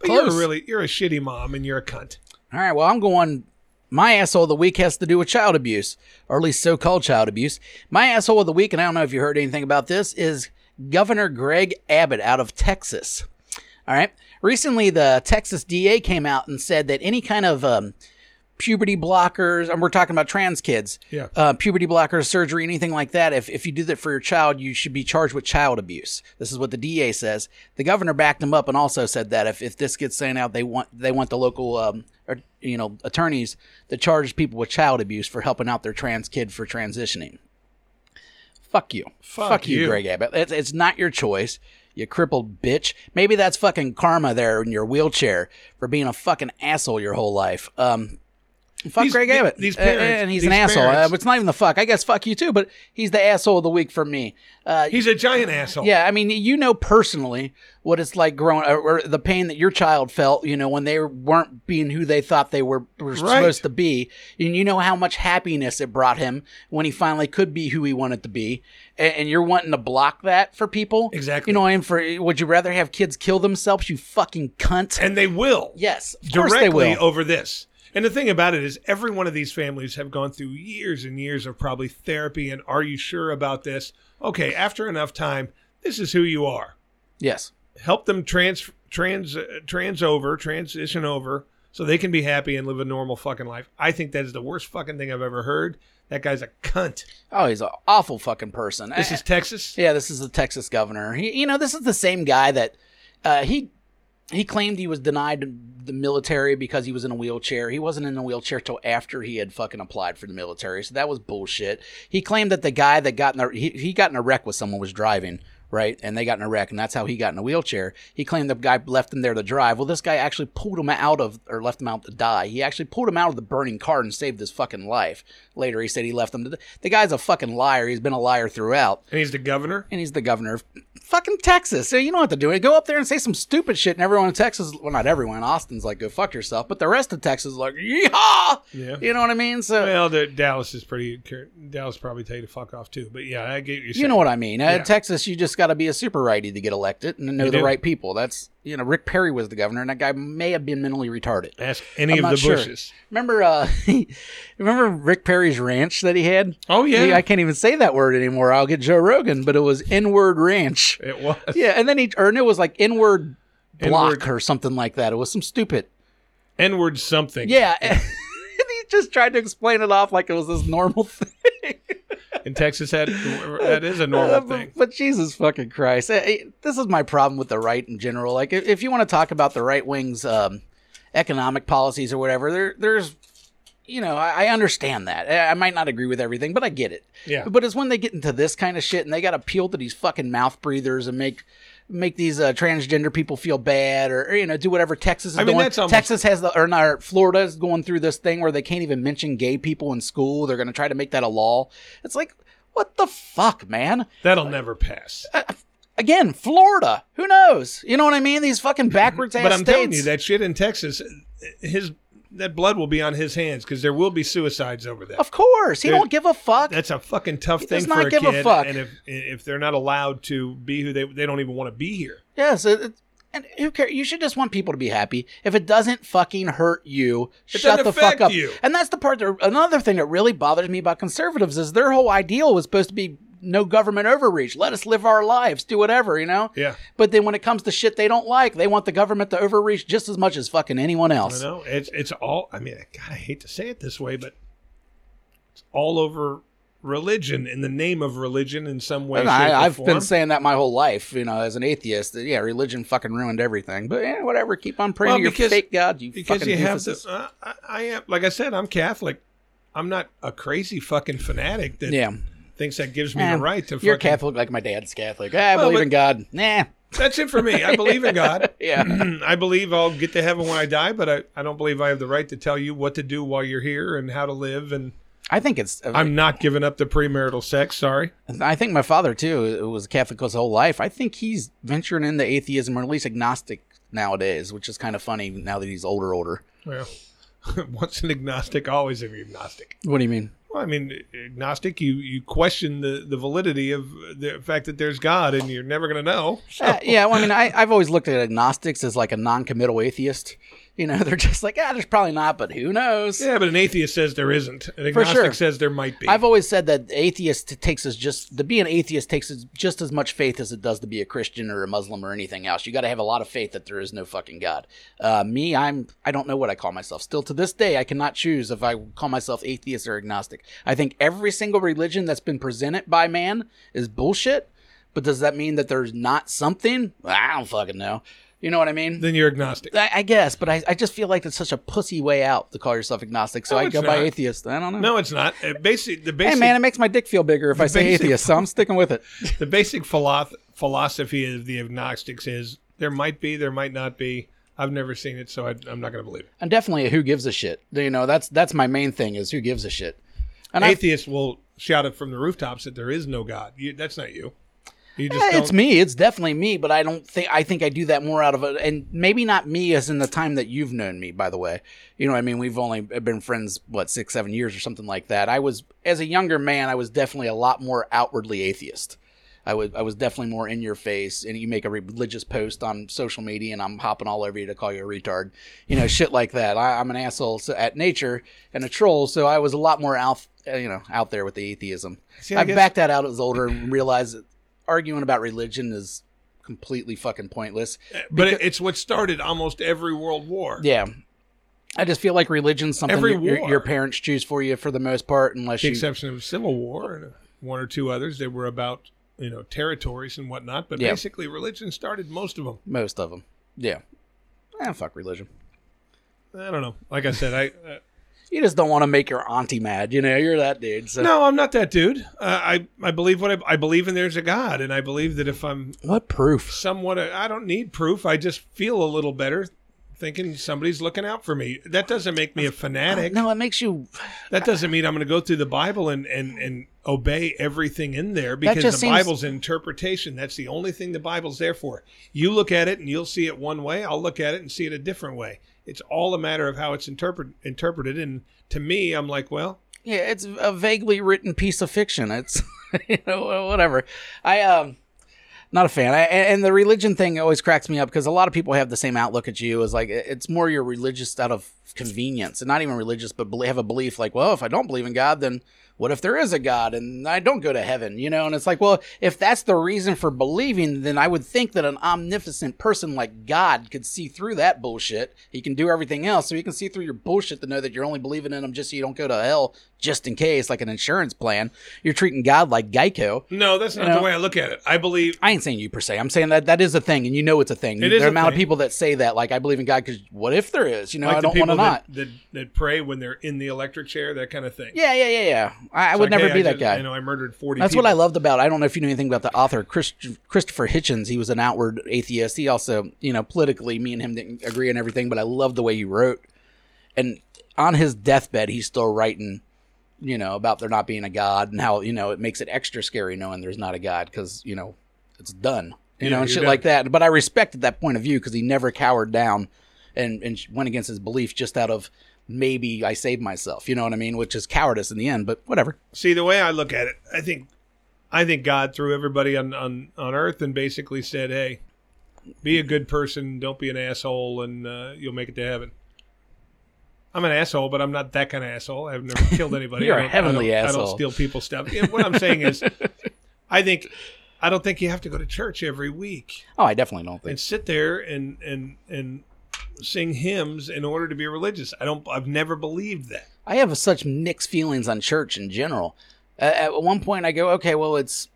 Speaker 1: But you're a
Speaker 2: Close.
Speaker 1: really, you're a shitty mom, and you're a cunt.
Speaker 2: All right, well, I'm going. My asshole of the week has to do with child abuse, or at least so called child abuse. My asshole of the week, and I don't know if you heard anything about this, is Governor Greg Abbott out of Texas. All right. Recently, the Texas DA came out and said that any kind of um, puberty blockers, and we're talking about trans kids,
Speaker 1: Yeah.
Speaker 2: uh, puberty blockers, surgery, anything like that, if, if you do that for your child, you should be charged with child abuse. This is what the DA says. The governor backed him up and also said that if, if this gets sent out, they want they want the local um, or, you know attorneys to charge people with child abuse for helping out their trans kid for transitioning. Fuck you.
Speaker 1: Fuck
Speaker 2: you,
Speaker 1: you.
Speaker 2: Greg Abbott. It's, it's not your choice. You crippled bitch. Maybe that's fucking karma there in your wheelchair for being a fucking asshole your whole life. Um, fuck
Speaker 1: These-
Speaker 2: Greg
Speaker 1: the-
Speaker 2: Abbott.
Speaker 1: these
Speaker 2: Uh, uh, and,
Speaker 1: parents-
Speaker 2: he's
Speaker 1: these
Speaker 2: an asshole.
Speaker 1: parents-
Speaker 2: Uh, it's not even the fuck. I guess fuck you too, but he's the asshole of the week for me. Uh,
Speaker 1: He's a giant asshole.
Speaker 2: yeah, I mean, you know personally what it's like growing, or or the pain that your child felt, you know, when they weren't being who they thought they were, were
Speaker 1: Right.
Speaker 2: supposed to be. And you know how much happiness it brought him when he finally could be who he wanted to be. And, and you're wanting to block that for people.
Speaker 1: Exactly.
Speaker 2: You know, and for, would you rather have kids kill themselves, you fucking cunt?
Speaker 1: and they will.
Speaker 2: Yes, of course
Speaker 1: directly
Speaker 2: they will.
Speaker 1: over this. And the thing about it is, every one of these families have gone through years and years of probably therapy and are you sure about this? Okay, after enough time, this is who you are.
Speaker 2: yes.
Speaker 1: Help them trans trans uh, trans over, transition over, so they can be happy and live a normal fucking life. I think that is the worst fucking thing I've ever heard. That guy's a cunt.
Speaker 2: Oh, he's an awful fucking person.
Speaker 1: This
Speaker 2: I-
Speaker 1: is Texas.
Speaker 2: Yeah, this is the Texas governor. He, you know, this is the same guy that uh, he he claimed he was denied the military because he was in a wheelchair. He wasn't in a wheelchair till after he had fucking applied for the military, so that was bullshit. He claimed that the guy that got in a, he, he got in a wreck with someone was driving. Right, and they got in a wreck, and that's how he got in a wheelchair. He claimed the guy left him there to drive. Well, this guy actually pulled him out of, or left him out to die. He actually pulled him out of the burning car and saved his fucking life. Later, he said he left him to. The guy's a fucking liar. He's been a liar throughout
Speaker 1: And he's the governor.
Speaker 2: and he's the governor of fucking Texas. So you don't have to do it. Go up there and say some stupid shit, and everyone in Texas, well, not everyone, Austin's like, go fuck yourself, but the rest of Texas is like, yeehaw!
Speaker 1: Yeah.
Speaker 2: You know what I mean? So,
Speaker 1: Well, the, Dallas is pretty. Dallas probably tell you to fuck off too. But yeah, I get you.
Speaker 2: you know what I mean. Uh,
Speaker 1: Yeah.
Speaker 2: Texas, you just got to be a super righty to get elected and know
Speaker 1: You
Speaker 2: the
Speaker 1: do.
Speaker 2: right people. That's, you know, Rick Perry was the governor, and that guy may have been mentally retarded.
Speaker 1: Ask any
Speaker 2: I'm
Speaker 1: of
Speaker 2: not
Speaker 1: the
Speaker 2: sure.
Speaker 1: Bushes.
Speaker 2: Remember, uh, remember Rick Perry's ranch that he had?
Speaker 1: Oh yeah,
Speaker 2: I can't even say that word anymore. I'll get Joe Rogan, but it was N word ranch.
Speaker 1: it was.
Speaker 2: Yeah, and then he or no, it was like inward block
Speaker 1: Inward-
Speaker 2: or something like that. It was some stupid.
Speaker 1: N-word something.
Speaker 2: Yeah, and he just tried to explain it off like it was this normal thing.
Speaker 1: In Texas, that that is a normal thing.
Speaker 2: But, but Jesus fucking Christ, Eh, eh, this is my problem with the right in general. Like, if, if you want to talk about the right wing's um, economic policies or whatever, there there's. You know, I, I understand that. Eh, I might not agree with everything, but I get it.
Speaker 1: Yeah.
Speaker 2: But it's when they get into this kind of shit and they got to appeal to these fucking mouth breathers and make make these uh, transgender people feel bad or, or, you know do whatever Texas is
Speaker 1: I mean,
Speaker 2: doing.
Speaker 1: that's almost-
Speaker 2: Texas has the or not or Florida is going through this thing where they can't even mention gay people in school. They're going to try to make that a law. It's like what the fuck, man?
Speaker 1: That'll never pass.
Speaker 2: Again, Florida. Who knows? You know what I mean? These fucking backwards ass
Speaker 1: But I'm
Speaker 2: states.
Speaker 1: telling you, that shit in Texas, his that blood will be on his hands because there will be suicides over that.
Speaker 2: of course, he
Speaker 1: There's-
Speaker 2: don't give a fuck.
Speaker 1: That's a fucking tough
Speaker 2: does
Speaker 1: thing
Speaker 2: not
Speaker 1: for a
Speaker 2: give a
Speaker 1: kid.
Speaker 2: fuck.
Speaker 1: And if if they're not allowed to be who they they don't even want to be here.
Speaker 2: Yes, it, it- and who cares? You should just want people to be happy. If it doesn't fucking hurt you, shut
Speaker 1: doesn't
Speaker 2: the fuck
Speaker 1: affect
Speaker 2: up.
Speaker 1: you.
Speaker 2: And that's the part. That, another thing that really bothers me about conservatives is their whole ideal was supposed to be no government overreach. Let us live our lives, do whatever, you know.
Speaker 1: Yeah.
Speaker 2: But then when it comes to shit they don't like, they want the government to overreach just as much as fucking anyone
Speaker 1: I
Speaker 2: else.
Speaker 1: know it's it's all. I mean, God, I hate to say it this way, but it's all over religion in the name of religion in some way.
Speaker 2: And
Speaker 1: shape, or
Speaker 2: I, I've
Speaker 1: form.
Speaker 2: been saying that my whole life, you know, as an atheist. That, yeah, religion fucking ruined everything. But yeah, whatever. Keep on praying
Speaker 1: Well,
Speaker 2: to your
Speaker 1: because-
Speaker 2: fake god. You
Speaker 1: because
Speaker 2: fucking
Speaker 1: you have
Speaker 2: doofuses.
Speaker 1: to. Uh, I, I am like I said, I'm Catholic. I'm not a crazy fucking fanatic that
Speaker 2: yeah.
Speaker 1: thinks that gives me
Speaker 2: Eh,
Speaker 1: the right to.
Speaker 2: You're
Speaker 1: fucking,
Speaker 2: Catholic like my dad's Catholic. I
Speaker 1: Well,
Speaker 2: believe
Speaker 1: but-
Speaker 2: in God. Nah.
Speaker 1: That's it for me. I believe in God.
Speaker 2: Yeah.
Speaker 1: I believe I'll get to heaven when I die, but I, I don't believe I have the right to tell you what to do while you're here and how to live. And
Speaker 2: I think it's. uh,
Speaker 1: I'm not giving up the premarital sex. Sorry.
Speaker 2: I think my father too who was a Catholic his whole life. I think he's venturing into atheism or at least agnostic nowadays, which is kind of funny now that he's older. Older.
Speaker 1: Well, once an agnostic, always an agnostic.
Speaker 2: What do you mean?
Speaker 1: Well, I mean, agnostic, you, you question the, the validity of the fact that there's God and you're never going to know.
Speaker 2: Uh, yeah, well, I mean, I, I've always looked at agnostics as like a non-committal atheist. You know, they're just like, ah, there's probably not, but who knows?
Speaker 1: Yeah, but an atheist says there isn't. An
Speaker 2: For
Speaker 1: agnostic
Speaker 2: sure.
Speaker 1: says there might be.
Speaker 2: I've always said that atheist t- takes us just to be an atheist takes us just as much faith as it does to be a Christian or a Muslim or anything else. You got to have a lot of faith that there is no fucking God. Uh, me, I'm I don't know what I call myself. Still to this day, I cannot choose if I call myself atheist or agnostic. I think every single religion that's been presented by man is bullshit. But does that mean that there's not something? I don't fucking know. You know what I mean?
Speaker 1: then you're agnostic.
Speaker 2: I, I guess, but I, I just feel like it's such a pussy way out to call yourself agnostic. So
Speaker 1: No,
Speaker 2: I
Speaker 1: it's
Speaker 2: go by
Speaker 1: not.
Speaker 2: atheist. I don't know.
Speaker 1: No, it's not. Uh, basic, the basic
Speaker 2: Hey man, it makes my dick feel bigger if I say
Speaker 1: basic-
Speaker 2: atheist, so I'm sticking with it.
Speaker 1: the basic philo- philosophy of the agnostics is there might be, there might not be. I've never seen it, so I, I'm not going to believe it.
Speaker 2: I'm definitely a who gives a shit. You know, that's that's my main thing is who gives a shit. And I,
Speaker 1: Atheists will shout it from the rooftops that there is no God. You, that's not you. You just
Speaker 2: Eh,
Speaker 1: don't.
Speaker 2: it's me. It's definitely me. But I don't think I think I do that more out of it, and maybe not me as in the time that you've known me. By the way, you know, what I mean, we've only been friends what six, seven years or something like that. I was as a younger man, I was definitely a lot more outwardly atheist. I was I was definitely more in your face, and you make a religious post on social media, and I'm hopping all over you to call you a retard, you know, shit like that. I, I'm an asshole so, at nature and a troll, so I was a lot more out, uh, you know, out there with the atheism.
Speaker 1: See, I
Speaker 2: I,
Speaker 1: guess-
Speaker 2: backed that out as older and realized that arguing about religion is completely fucking pointless.
Speaker 1: but it, it's what started almost every world war.
Speaker 2: Yeah. I just feel like religion's something
Speaker 1: Every
Speaker 2: your, your,
Speaker 1: war.
Speaker 2: your parents choose for you for the most part, unless
Speaker 1: the
Speaker 2: you.
Speaker 1: exception of Civil War and one or two others. They were about you know territories and whatnot, but
Speaker 2: Yeah.
Speaker 1: basically religion started most of them.
Speaker 2: most of them. Yeah. Eh, fuck religion.
Speaker 1: I don't know. Like I said, I uh,
Speaker 2: You just don't want to make your auntie mad. You know, you're that dude. So.
Speaker 1: no, I'm not that dude. Uh, I I believe what I, I believe in. There's a God, and I believe that if I'm
Speaker 2: What proof?
Speaker 1: somewhat, I don't need proof. I just feel a little better. Thinking somebody's looking out for me. That doesn't make me a fanatic.
Speaker 2: No, it makes you.
Speaker 1: That doesn't mean I'm going to go through the Bible and, and, and obey everything in there because the
Speaker 2: just seems-
Speaker 1: Bible's an interpretation. That's the only thing the Bible's there for. You look at it and you'll see it one way. I'll look at it and see it a different way. It's all a matter of how it's interpret, interpreted. And to me, I'm like, well,
Speaker 2: Yeah, it's a vaguely written piece of fiction. It's you know whatever. I um not a fan. I, and and the religion thing always cracks me up because a lot of people have the same outlook at you as like it- it's more you're religious out of convenience and not even religious, but bel- have a belief like, well, if I don't believe in God, then what if there is a God and I don't go to heaven, you know? And it's like, well, if that's the reason for believing, then I would think that an omnipotent person like God could see through that bullshit. He can do everything else, so he can see through your bullshit to know that you're only believing in him just so you don't go to hell, just in case, like an insurance plan. You're treating God like Geico.
Speaker 1: no, that's not
Speaker 2: You know-
Speaker 1: the way I look at it. I believe
Speaker 2: I ain't saying you per se. I'm saying that that is a thing, and you know it's a thing.
Speaker 1: It
Speaker 2: the
Speaker 1: is a
Speaker 2: amount of
Speaker 1: thing.
Speaker 2: people that say that, like, I believe in God because what if there is? You know,
Speaker 1: like
Speaker 2: I
Speaker 1: the
Speaker 2: don't want to
Speaker 1: people
Speaker 2: not.
Speaker 1: that, that, that pray when they're in the electric chair, that kind of thing.
Speaker 2: Yeah, yeah, yeah, yeah. I, I
Speaker 1: It's
Speaker 2: would
Speaker 1: like,
Speaker 2: never
Speaker 1: hey,
Speaker 2: be
Speaker 1: I
Speaker 2: that
Speaker 1: just-
Speaker 2: guy.
Speaker 1: You know, I murdered 40
Speaker 2: That's
Speaker 1: people.
Speaker 2: what I loved about. I don't know if you know anything about the author Chris, Christopher Hitchens. He was an outward atheist. He also, you know, politically, me and him didn't agree on everything, but I loved the way he wrote. And on his deathbed, he's still writing, you know, about there not being a god and how you know it makes it extra scary knowing there's not a god because you know it's done, you
Speaker 1: Yeah,
Speaker 2: know, and
Speaker 1: you're
Speaker 2: shit
Speaker 1: done.
Speaker 2: like that. But I respected that point of view because he never cowered down and and went against his belief just out of maybe I saved myself, you know what I mean, which is cowardice in the end. But whatever.
Speaker 1: See, the way I look at it, I think, I think God threw everybody on on on Earth and basically said, "Hey, be a good person. Don't be an asshole, and uh, you'll make it to heaven." I'm an asshole, but I'm not that kind of asshole. I've never killed anybody.
Speaker 2: You're
Speaker 1: I
Speaker 2: a
Speaker 1: don't-
Speaker 2: heavenly
Speaker 1: I don't, I
Speaker 2: asshole.
Speaker 1: don't steal people's stuff. Yeah, what I'm saying is, I think, I don't think you have to go to church every week
Speaker 2: Oh, I definitely don't think.
Speaker 1: and sit there and and and sing hymns in order to be religious. I don't. I've never believed that.
Speaker 2: I have such mixed feelings on church in general. Uh, at one point, I go, okay, well, it's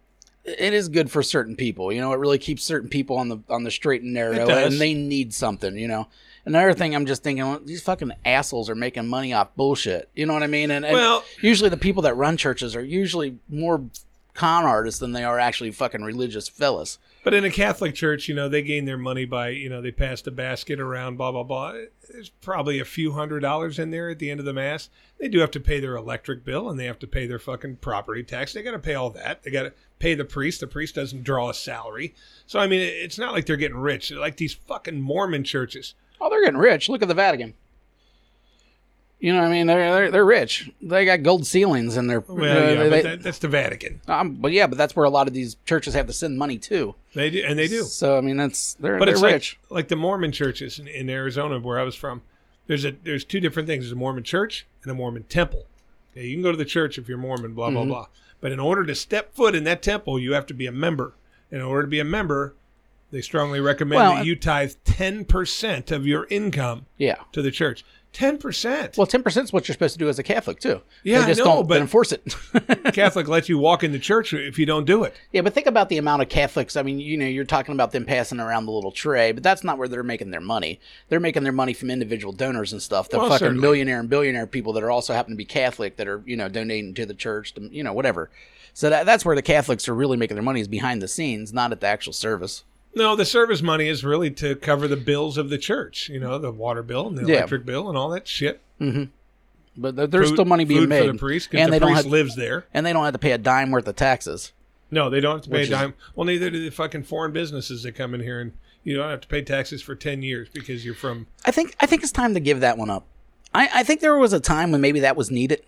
Speaker 2: it is good for certain people. You know, it really keeps certain people on the on the straight and narrow,
Speaker 1: does.
Speaker 2: and they need something. You know. Another thing I'm just thinking, well, these fucking assholes are making money off bullshit. You know what I mean? And, and
Speaker 1: Well-
Speaker 2: usually the people that run churches are usually more con artists than they are actually fucking religious fellas.
Speaker 1: But in a Catholic church, you know, they gain their money by, you know, they pass the basket around, blah, blah, blah. There's probably a few hundred dollars in there at the end of the Mass. They do have to pay their electric bill and they have to pay their fucking property tax. They got to pay all that. They got to pay the priest. The priest doesn't draw a salary. So, I mean, it- it's not like they're getting rich. They're like these fucking Mormon churches.
Speaker 2: Oh, they're getting rich. Look at the Vatican. You know, what I mean, they're they're, they're rich. They got gold ceilings in their.
Speaker 1: Well,
Speaker 2: uh,
Speaker 1: yeah,
Speaker 2: they-
Speaker 1: but that, that's the Vatican.
Speaker 2: um, but yeah, but that's where a lot of these churches have to send money to.
Speaker 1: They do, and they do.
Speaker 2: So I mean, that's they're
Speaker 1: but
Speaker 2: they're
Speaker 1: it's
Speaker 2: rich.
Speaker 1: like like the Mormon churches in, in Arizona where I was from. There's a there's two different things. There's a Mormon church and a Mormon temple. Okay, you can go to the church if you're Mormon, blah blah
Speaker 2: Mm-hmm.
Speaker 1: blah. But in order to step foot in that temple, you have to be a member. In order to be a member, they strongly recommend
Speaker 2: Well, uh,
Speaker 1: that you tithe ten percent of your income
Speaker 2: yeah.
Speaker 1: to the church. Ten percent.
Speaker 2: Well, ten percent is what you're supposed to do as a Catholic too.
Speaker 1: Yeah, I
Speaker 2: they just
Speaker 1: know,
Speaker 2: don't
Speaker 1: but-
Speaker 2: enforce it.
Speaker 1: Catholic lets you walk in the church if you don't do it.
Speaker 2: yeah, but think about the amount of Catholics. I mean, you know, you're talking about them passing around the little tray, but that's not where they're making their money. They're making their money from individual donors and stuff. The
Speaker 1: Well,
Speaker 2: fucking
Speaker 1: certainly.
Speaker 2: millionaire and billionaire people that are also happen to be Catholic that are you know donating to the church, to, you know, whatever. So that, that's where the Catholics are really making their money is behind the scenes, not at the actual service.
Speaker 1: No, the service money is really to cover the bills of the church. You know, the water bill and the
Speaker 2: Yeah.
Speaker 1: electric bill and all that shit.
Speaker 2: But there- there's
Speaker 1: food-
Speaker 2: still money being
Speaker 1: food
Speaker 2: made,
Speaker 1: for the priest because
Speaker 2: and
Speaker 1: the
Speaker 2: they don't
Speaker 1: priest
Speaker 2: have
Speaker 1: lives there.
Speaker 2: and they don't have to pay a dime worth of taxes.
Speaker 1: No, they don't have to pay
Speaker 2: Which
Speaker 1: a
Speaker 2: is-
Speaker 1: dime. well, neither do the fucking foreign businesses that come in here, and you don't have to pay taxes for ten years because you're from.
Speaker 2: I think I think it's time to give that one up. I, I think there was a time when maybe that was needed.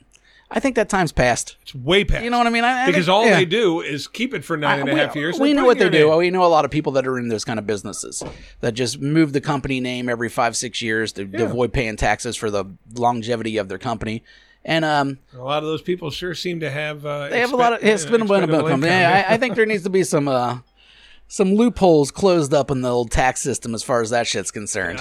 Speaker 2: I think that time's passed.
Speaker 1: It's way past.
Speaker 2: You know what I mean? I, I
Speaker 1: Because
Speaker 2: think-
Speaker 1: all
Speaker 2: yeah.
Speaker 1: they do is keep it for nine and a half
Speaker 2: we,
Speaker 1: years.
Speaker 2: We
Speaker 1: and
Speaker 2: know
Speaker 1: put
Speaker 2: what
Speaker 1: it
Speaker 2: they
Speaker 1: in
Speaker 2: do.
Speaker 1: your name.
Speaker 2: We know a lot of people that are in those kind of businesses that just move the company name every five six years to, to avoid paying taxes for the longevity of their company. And um,
Speaker 1: And A lot of those people sure seem to have. Uh,
Speaker 2: they have a lot of yeah, spin and blend about company. Yeah, I, I think there needs to be some uh, some loopholes closed up in the old tax system as far as that shit's concerned.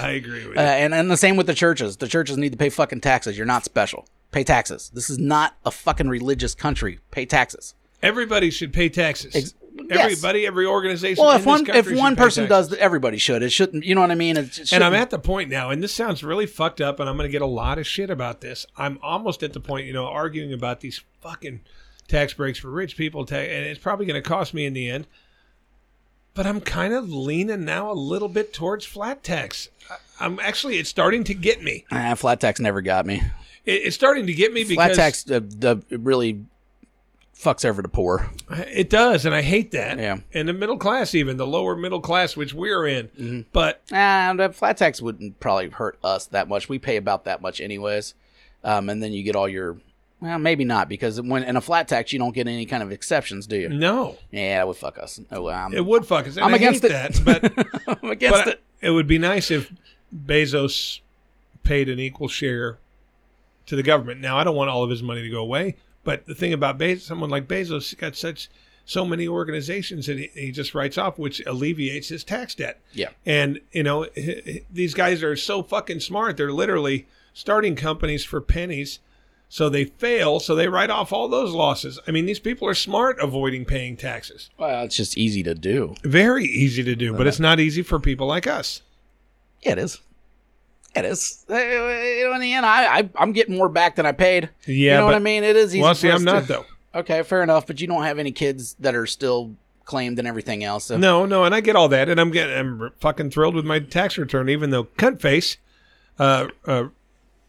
Speaker 1: I agree with
Speaker 2: Uh,
Speaker 1: you.
Speaker 2: and and the same with the churches. The churches need to pay fucking taxes. You're not special. Pay taxes. This is not a fucking religious country. Pay taxes.
Speaker 1: Everybody should pay taxes.
Speaker 2: Ex- yes.
Speaker 1: Everybody, every organization.
Speaker 2: Well,
Speaker 1: in
Speaker 2: if
Speaker 1: this
Speaker 2: one
Speaker 1: country
Speaker 2: if
Speaker 1: should
Speaker 2: one
Speaker 1: pay
Speaker 2: person
Speaker 1: taxes.
Speaker 2: does, th- everybody should. It shouldn't. You know what I mean? It sh-
Speaker 1: And I'm
Speaker 2: shouldn't-
Speaker 1: at the point now, and this sounds really fucked up, and I'm going to get a lot of shit about this. I'm almost at the point, you know, arguing about these fucking tax breaks for rich people, ta- and it's probably going to cost me in the end. But I'm kind of leaning now a little bit towards flat tax. I- I'm actually, it's starting to get me.
Speaker 2: Ah, flat tax never got me.
Speaker 1: It- It's starting to get me because
Speaker 2: Flat tax uh, the, it really fucks over the poor.
Speaker 1: it does, and I hate that.
Speaker 2: Yeah.
Speaker 1: And the middle class, even the lower middle class, which we're in. But
Speaker 2: Ah, the flat tax wouldn't probably hurt us that much. We pay about that much anyways. Um, and then you get all your well, maybe not because when in a flat tax you don't get any kind of exceptions, do you?
Speaker 1: no,
Speaker 2: Yeah, that would fuck us. Oh, well, I'm,
Speaker 1: it would fuck us. And
Speaker 2: I'm
Speaker 1: I
Speaker 2: against
Speaker 1: hate
Speaker 2: it.
Speaker 1: that, but.
Speaker 2: I'm against
Speaker 1: but
Speaker 2: it.
Speaker 1: it would be nice if Bezos paid an equal share to the government. Now, I don't want all of his money to go away, but the thing about Bezos, someone like Bezos, he's got such so many organizations that he, he just writes off, which alleviates his tax debt.
Speaker 2: Yeah.
Speaker 1: And you know, h- h- these guys are so fucking smart. They're literally starting companies for pennies. So they fail, so they write off all those losses. I mean, these people are smart avoiding paying taxes.
Speaker 2: Well, it's just easy to do.
Speaker 1: Very easy to do, but it's not easy for people like us.
Speaker 2: Yeah, it is. It is. Uh, you know, In the end, I, I I'm getting more back than I paid.
Speaker 1: Yeah,
Speaker 2: you know
Speaker 1: but-
Speaker 2: what I mean. It is easy.
Speaker 1: Well, see,
Speaker 2: for us
Speaker 1: I'm not
Speaker 2: to-
Speaker 1: though.
Speaker 2: Okay, fair enough. But you don't have any kids that are still claimed and everything else. So.
Speaker 1: No, no, and I get all that, and I'm getting, I'm r- fucking thrilled with my tax return, even though Cuntface, uh, uh,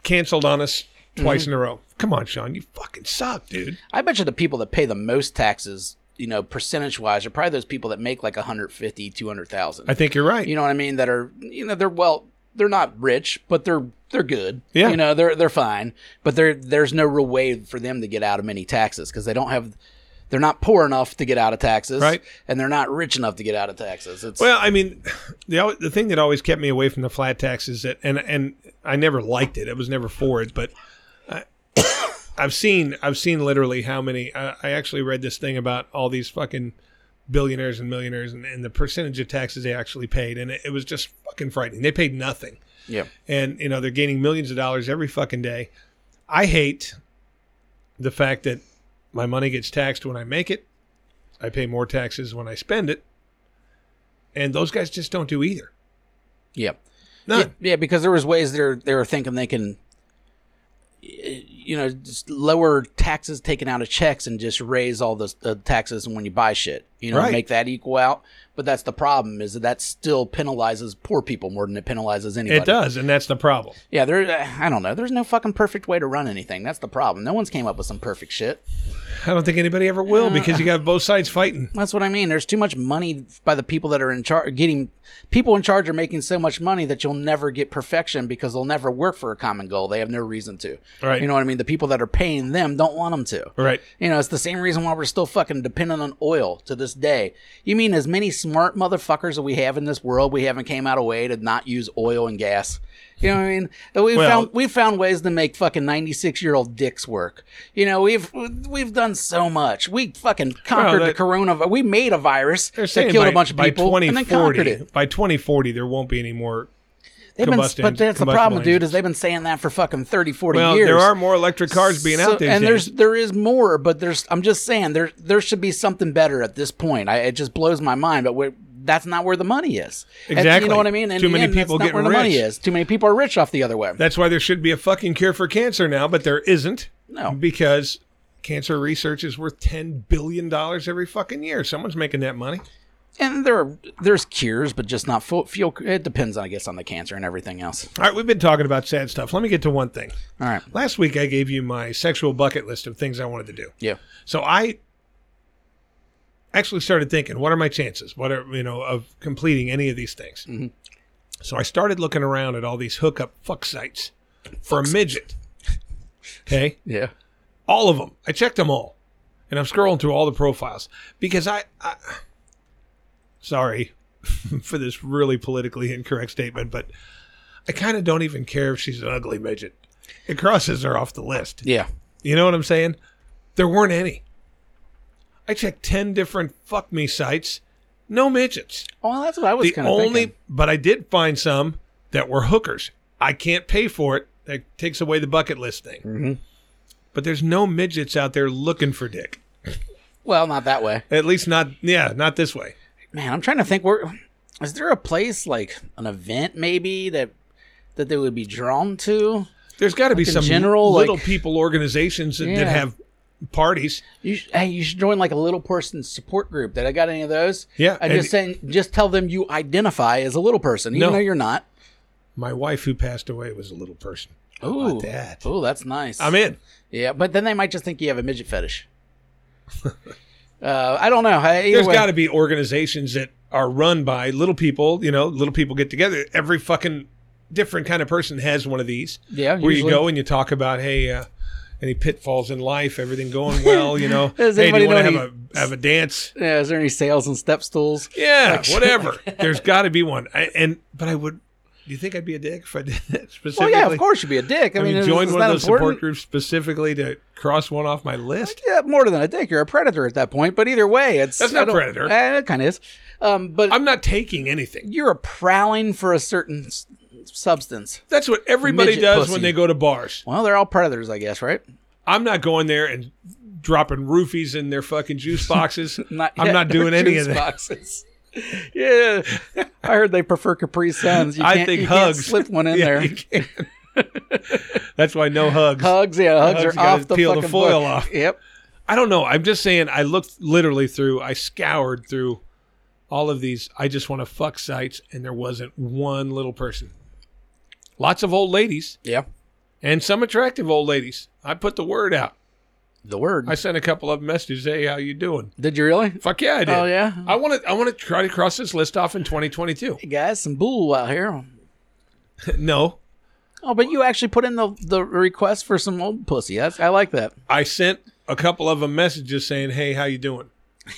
Speaker 1: canceled on us twice in a row. Come on, Sean, you fucking suck, dude.
Speaker 2: I bet you the people that pay the most taxes, you know, percentage wise, are probably those people that make like 150, 200,000.
Speaker 1: I think you're right.
Speaker 2: you know what I mean? That are you know they're well they're not rich, but they're they're good.
Speaker 1: Yeah.
Speaker 2: you know they're they're fine, but there there's no real way for them to get out of many taxes because they don't have they're not poor enough to get out of taxes,
Speaker 1: Right.
Speaker 2: And they're not rich enough to get out of taxes. It's
Speaker 1: Well, I mean, the al- the thing that always kept me away from the flat tax is that, and and I never liked it. I was never for it, but I, I've seen I've seen literally how many. I, I actually read this thing about all these fucking billionaires and millionaires and, and the percentage of taxes they actually paid, and it, it was just fucking frightening. They paid nothing,
Speaker 2: yeah,
Speaker 1: and you know they're gaining millions of dollars every fucking day. I hate the fact that my money gets taxed when I make it. I pay more taxes when I spend it. And those guys just don't do either.
Speaker 2: yeah.
Speaker 1: None.
Speaker 2: Yeah, yeah, because there was ways they're they were thinking they can, y- you know, just lower taxes taken out of checks and just raise all the uh, taxes when you buy shit. you know,
Speaker 1: Right.
Speaker 2: make that equal out. But that's the problem is that that still penalizes poor people more than it penalizes anybody.
Speaker 1: It does, and that's the problem.
Speaker 2: Yeah, there. I don't know. There's no fucking perfect way to run anything. That's the problem. No one's came up with some perfect shit.
Speaker 1: I don't think anybody ever will because you got both sides fighting.
Speaker 2: That's what I mean. There's too much money by the people that are in charge. Getting people in charge are making so much money that you'll never get perfection because they'll never work for a common goal. They have no reason to.
Speaker 1: Right.
Speaker 2: You know what I mean? The people that are paying them don't want them to.
Speaker 1: Right.
Speaker 2: You know, it's the same reason why we're still fucking dependent on oil to this day. You mean as many smart motherfuckers that we have in this world, we haven't came out a way to not use oil and gas. You know what I mean? We
Speaker 1: Well-
Speaker 2: found we found ways to make fucking ninety six year old dicks work. You know, we've we've done so much. We fucking conquered
Speaker 1: Well,
Speaker 2: the
Speaker 1: that-
Speaker 2: coronavirus. We made a virus
Speaker 1: They're
Speaker 2: that
Speaker 1: saying
Speaker 2: killed
Speaker 1: by,
Speaker 2: a bunch of
Speaker 1: by
Speaker 2: people and then
Speaker 1: 2040,
Speaker 2: conquered it.
Speaker 1: By 2040, there won't be any more.
Speaker 2: They've been,
Speaker 1: combustion
Speaker 2: but that's the
Speaker 1: combustion
Speaker 2: problem, dude.
Speaker 1: engines.
Speaker 2: Is they've been saying that for fucking 30, 40
Speaker 1: Well,
Speaker 2: years.
Speaker 1: there are more electric cars being
Speaker 2: So-
Speaker 1: out these
Speaker 2: and
Speaker 1: days.
Speaker 2: there's there is more but there's i'm just saying there there should be something better at this point I, it just blows my mind but we're, that's not where the money is And you
Speaker 1: Exactly.
Speaker 2: know what i mean In
Speaker 1: Too
Speaker 2: the
Speaker 1: many
Speaker 2: end, that's
Speaker 1: people
Speaker 2: not
Speaker 1: getting
Speaker 2: where the money
Speaker 1: rich.
Speaker 2: is too many people are rich off the other way
Speaker 1: That's why there should be a fucking cure for cancer now, but there isn't.
Speaker 2: No.
Speaker 1: Because cancer research is worth $10 billion every fucking year. Someone's making that money.
Speaker 2: and there are, there's cures but just not full fuel it depends i guess on the cancer and everything else
Speaker 1: All right, we've been talking about sad stuff. Let me get to one thing.
Speaker 2: all right
Speaker 1: Last week, I gave you my sexual bucket list of things I wanted to do.
Speaker 2: yeah
Speaker 1: So I actually started thinking, what are my chances? What are you know of completing any of these things? So I started looking around at all these hookup fuck sites for a midget. Okay,
Speaker 2: yeah
Speaker 1: all of them. I checked them all, and I'm scrolling through all the profiles because I, I sorry for this really politically incorrect statement, but I kind of don't even care if she's an ugly midget. It crosses her off the list.
Speaker 2: yeah
Speaker 1: You know what I'm saying? There weren't any. I checked 10 different fuck me sites, no midgets.
Speaker 2: well that's what i was
Speaker 1: The
Speaker 2: kind of
Speaker 1: only,
Speaker 2: thinking.
Speaker 1: but I did find some that were hookers. I can't pay for it. That takes away the bucket list thing.
Speaker 2: Mm-hmm.
Speaker 1: But there's no midgets out there looking for dick.
Speaker 2: well not that way
Speaker 1: At least not, yeah, not this way.
Speaker 2: man i'm trying to think where is there a place like an event maybe that that they would be drawn to
Speaker 1: There's got to be
Speaker 2: in
Speaker 1: some
Speaker 2: general, like-
Speaker 1: little people organizations that,
Speaker 2: Yeah.
Speaker 1: that have parties.
Speaker 2: You sh- hey, you should join like a little person support group. Did I got any of those?
Speaker 1: Yeah,
Speaker 2: I just saying, just tell them you identify as a little person, even
Speaker 1: No.
Speaker 2: though you're not.
Speaker 1: My wife, who passed away, was a little person.
Speaker 2: Ooh,
Speaker 1: about that?
Speaker 2: Ooh, that's nice.
Speaker 1: I'm in.
Speaker 2: yeah, but then they might just think you have a midget fetish. uh, I don't know. Hey, either
Speaker 1: There's
Speaker 2: way-
Speaker 1: got to be organizations that are run by little people. You know, little people get together. Every fucking different kind of person has one of these.
Speaker 2: Yeah,
Speaker 1: where
Speaker 2: usually.
Speaker 1: you go and you talk about, hey, uh, any pitfalls in life, everything going well. You know,
Speaker 2: Does
Speaker 1: hey, do you
Speaker 2: anybody
Speaker 1: want to
Speaker 2: know
Speaker 1: have a have a dance?
Speaker 2: Yeah, is there any sales and step stools?
Speaker 1: Yeah, whatever. There's got to be one. I, and but I would. Do you think I'd be a dick if I did that
Speaker 2: Well,
Speaker 1: specifically?
Speaker 2: yeah, of course you'd be a dick. I,
Speaker 1: I
Speaker 2: mean,
Speaker 1: mean,
Speaker 2: is-
Speaker 1: join
Speaker 2: is
Speaker 1: one
Speaker 2: that
Speaker 1: of those
Speaker 2: important?
Speaker 1: support groups specifically to cross one off my list.
Speaker 2: Yeah, more than a dick. You're a predator at that point. But either way, it's
Speaker 1: That's not
Speaker 2: I don't-
Speaker 1: predator.
Speaker 2: Eh, it kind of is. Um, but
Speaker 1: I'm not taking anything.
Speaker 2: you're a prowling for a certain s- substance.
Speaker 1: That's what everybody
Speaker 2: Midget
Speaker 1: does
Speaker 2: pussy.
Speaker 1: when they go to bars.
Speaker 2: Well, they're all predators, I guess, right?
Speaker 1: I'm not going there and dropping roofies in their fucking juice boxes.
Speaker 2: yeah,
Speaker 1: I'm not doing
Speaker 2: they're
Speaker 1: any
Speaker 2: juice
Speaker 1: of that.
Speaker 2: Boxes. yeah, I heard they prefer Capri Suns. You
Speaker 1: I
Speaker 2: can't-
Speaker 1: think
Speaker 2: you can't
Speaker 1: hugs.
Speaker 2: slip one in
Speaker 1: Yeah,
Speaker 2: there.
Speaker 1: you can't. That's why no hugs.
Speaker 2: Hugs, yeah, hugs,
Speaker 1: Hugs,
Speaker 2: are
Speaker 1: you gotta
Speaker 2: off the
Speaker 1: peel the
Speaker 2: fucking
Speaker 1: foil
Speaker 2: book.
Speaker 1: off.
Speaker 2: Yep.
Speaker 1: I don't know. I'm just saying. I looked literally through. I scoured through all of these. I just want to fuck sites, and there wasn't one little person. Lots of old ladies
Speaker 2: Yeah.
Speaker 1: and some attractive old ladies. I put the word out.
Speaker 2: The word.
Speaker 1: I sent a couple of messages. Hey, how you doing?
Speaker 2: Did you really?
Speaker 1: Fuck yeah, I did.
Speaker 2: Oh, yeah?
Speaker 1: I want to. I want to try to cross this list off in 2022.
Speaker 2: Hey guys, some bull out here.
Speaker 1: no,
Speaker 2: Oh, but you actually put in the the request for some old pussy. That's I like that.
Speaker 1: I sent a couple of them messages saying, "Hey, how you doing?"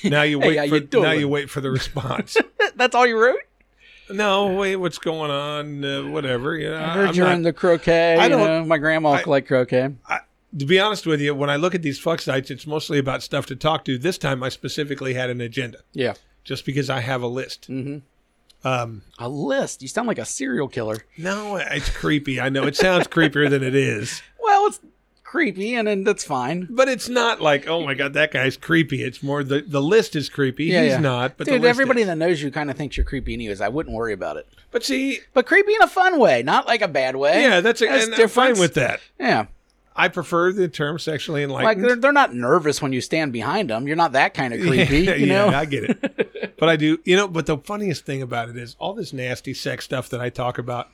Speaker 1: Now you wait
Speaker 2: how
Speaker 1: for
Speaker 2: you doing?
Speaker 1: now you wait for the response.
Speaker 2: That's all you wrote.
Speaker 1: no, wait, what's going on? Uh, whatever. You know,
Speaker 2: I heard
Speaker 1: I'm
Speaker 2: you're
Speaker 1: not-
Speaker 2: into croquet.
Speaker 1: I
Speaker 2: you
Speaker 1: don't-
Speaker 2: know, my grandma liked croquet.
Speaker 1: to be honest with you, when I look at these fuck sites, it's mostly about stuff to talk to. This time, I specifically had an agenda,
Speaker 2: Yeah.
Speaker 1: just because I have a list.
Speaker 2: Mm-hmm.
Speaker 1: Um,
Speaker 2: A list. You sound like a serial killer.
Speaker 1: No, it's creepy. I know it sounds creepier than it is,
Speaker 2: Well, it's creepy, and then that's fine.
Speaker 1: but it's not like, oh my god, that guy's creepy. It's more the the list is creepy. He's not, but the
Speaker 2: dude,
Speaker 1: list
Speaker 2: everybody
Speaker 1: is.
Speaker 2: that knows you kind of thinks you're creepy, anyways. I wouldn't worry about it.
Speaker 1: But see,
Speaker 2: But creepy in a fun way, not like a bad way.
Speaker 1: yeah, that's, a,
Speaker 2: That's
Speaker 1: and I'm fine
Speaker 2: difference.
Speaker 1: with that.
Speaker 2: Yeah,
Speaker 1: I prefer the term sexually
Speaker 2: Like
Speaker 1: enlightened.
Speaker 2: they're, they're not nervous when you stand behind them. You're not that kind of creepy,
Speaker 1: yeah,
Speaker 2: you know.
Speaker 1: yeah, I get it. But I do, you know, but the funniest thing about it is all this nasty sex stuff that I talk about,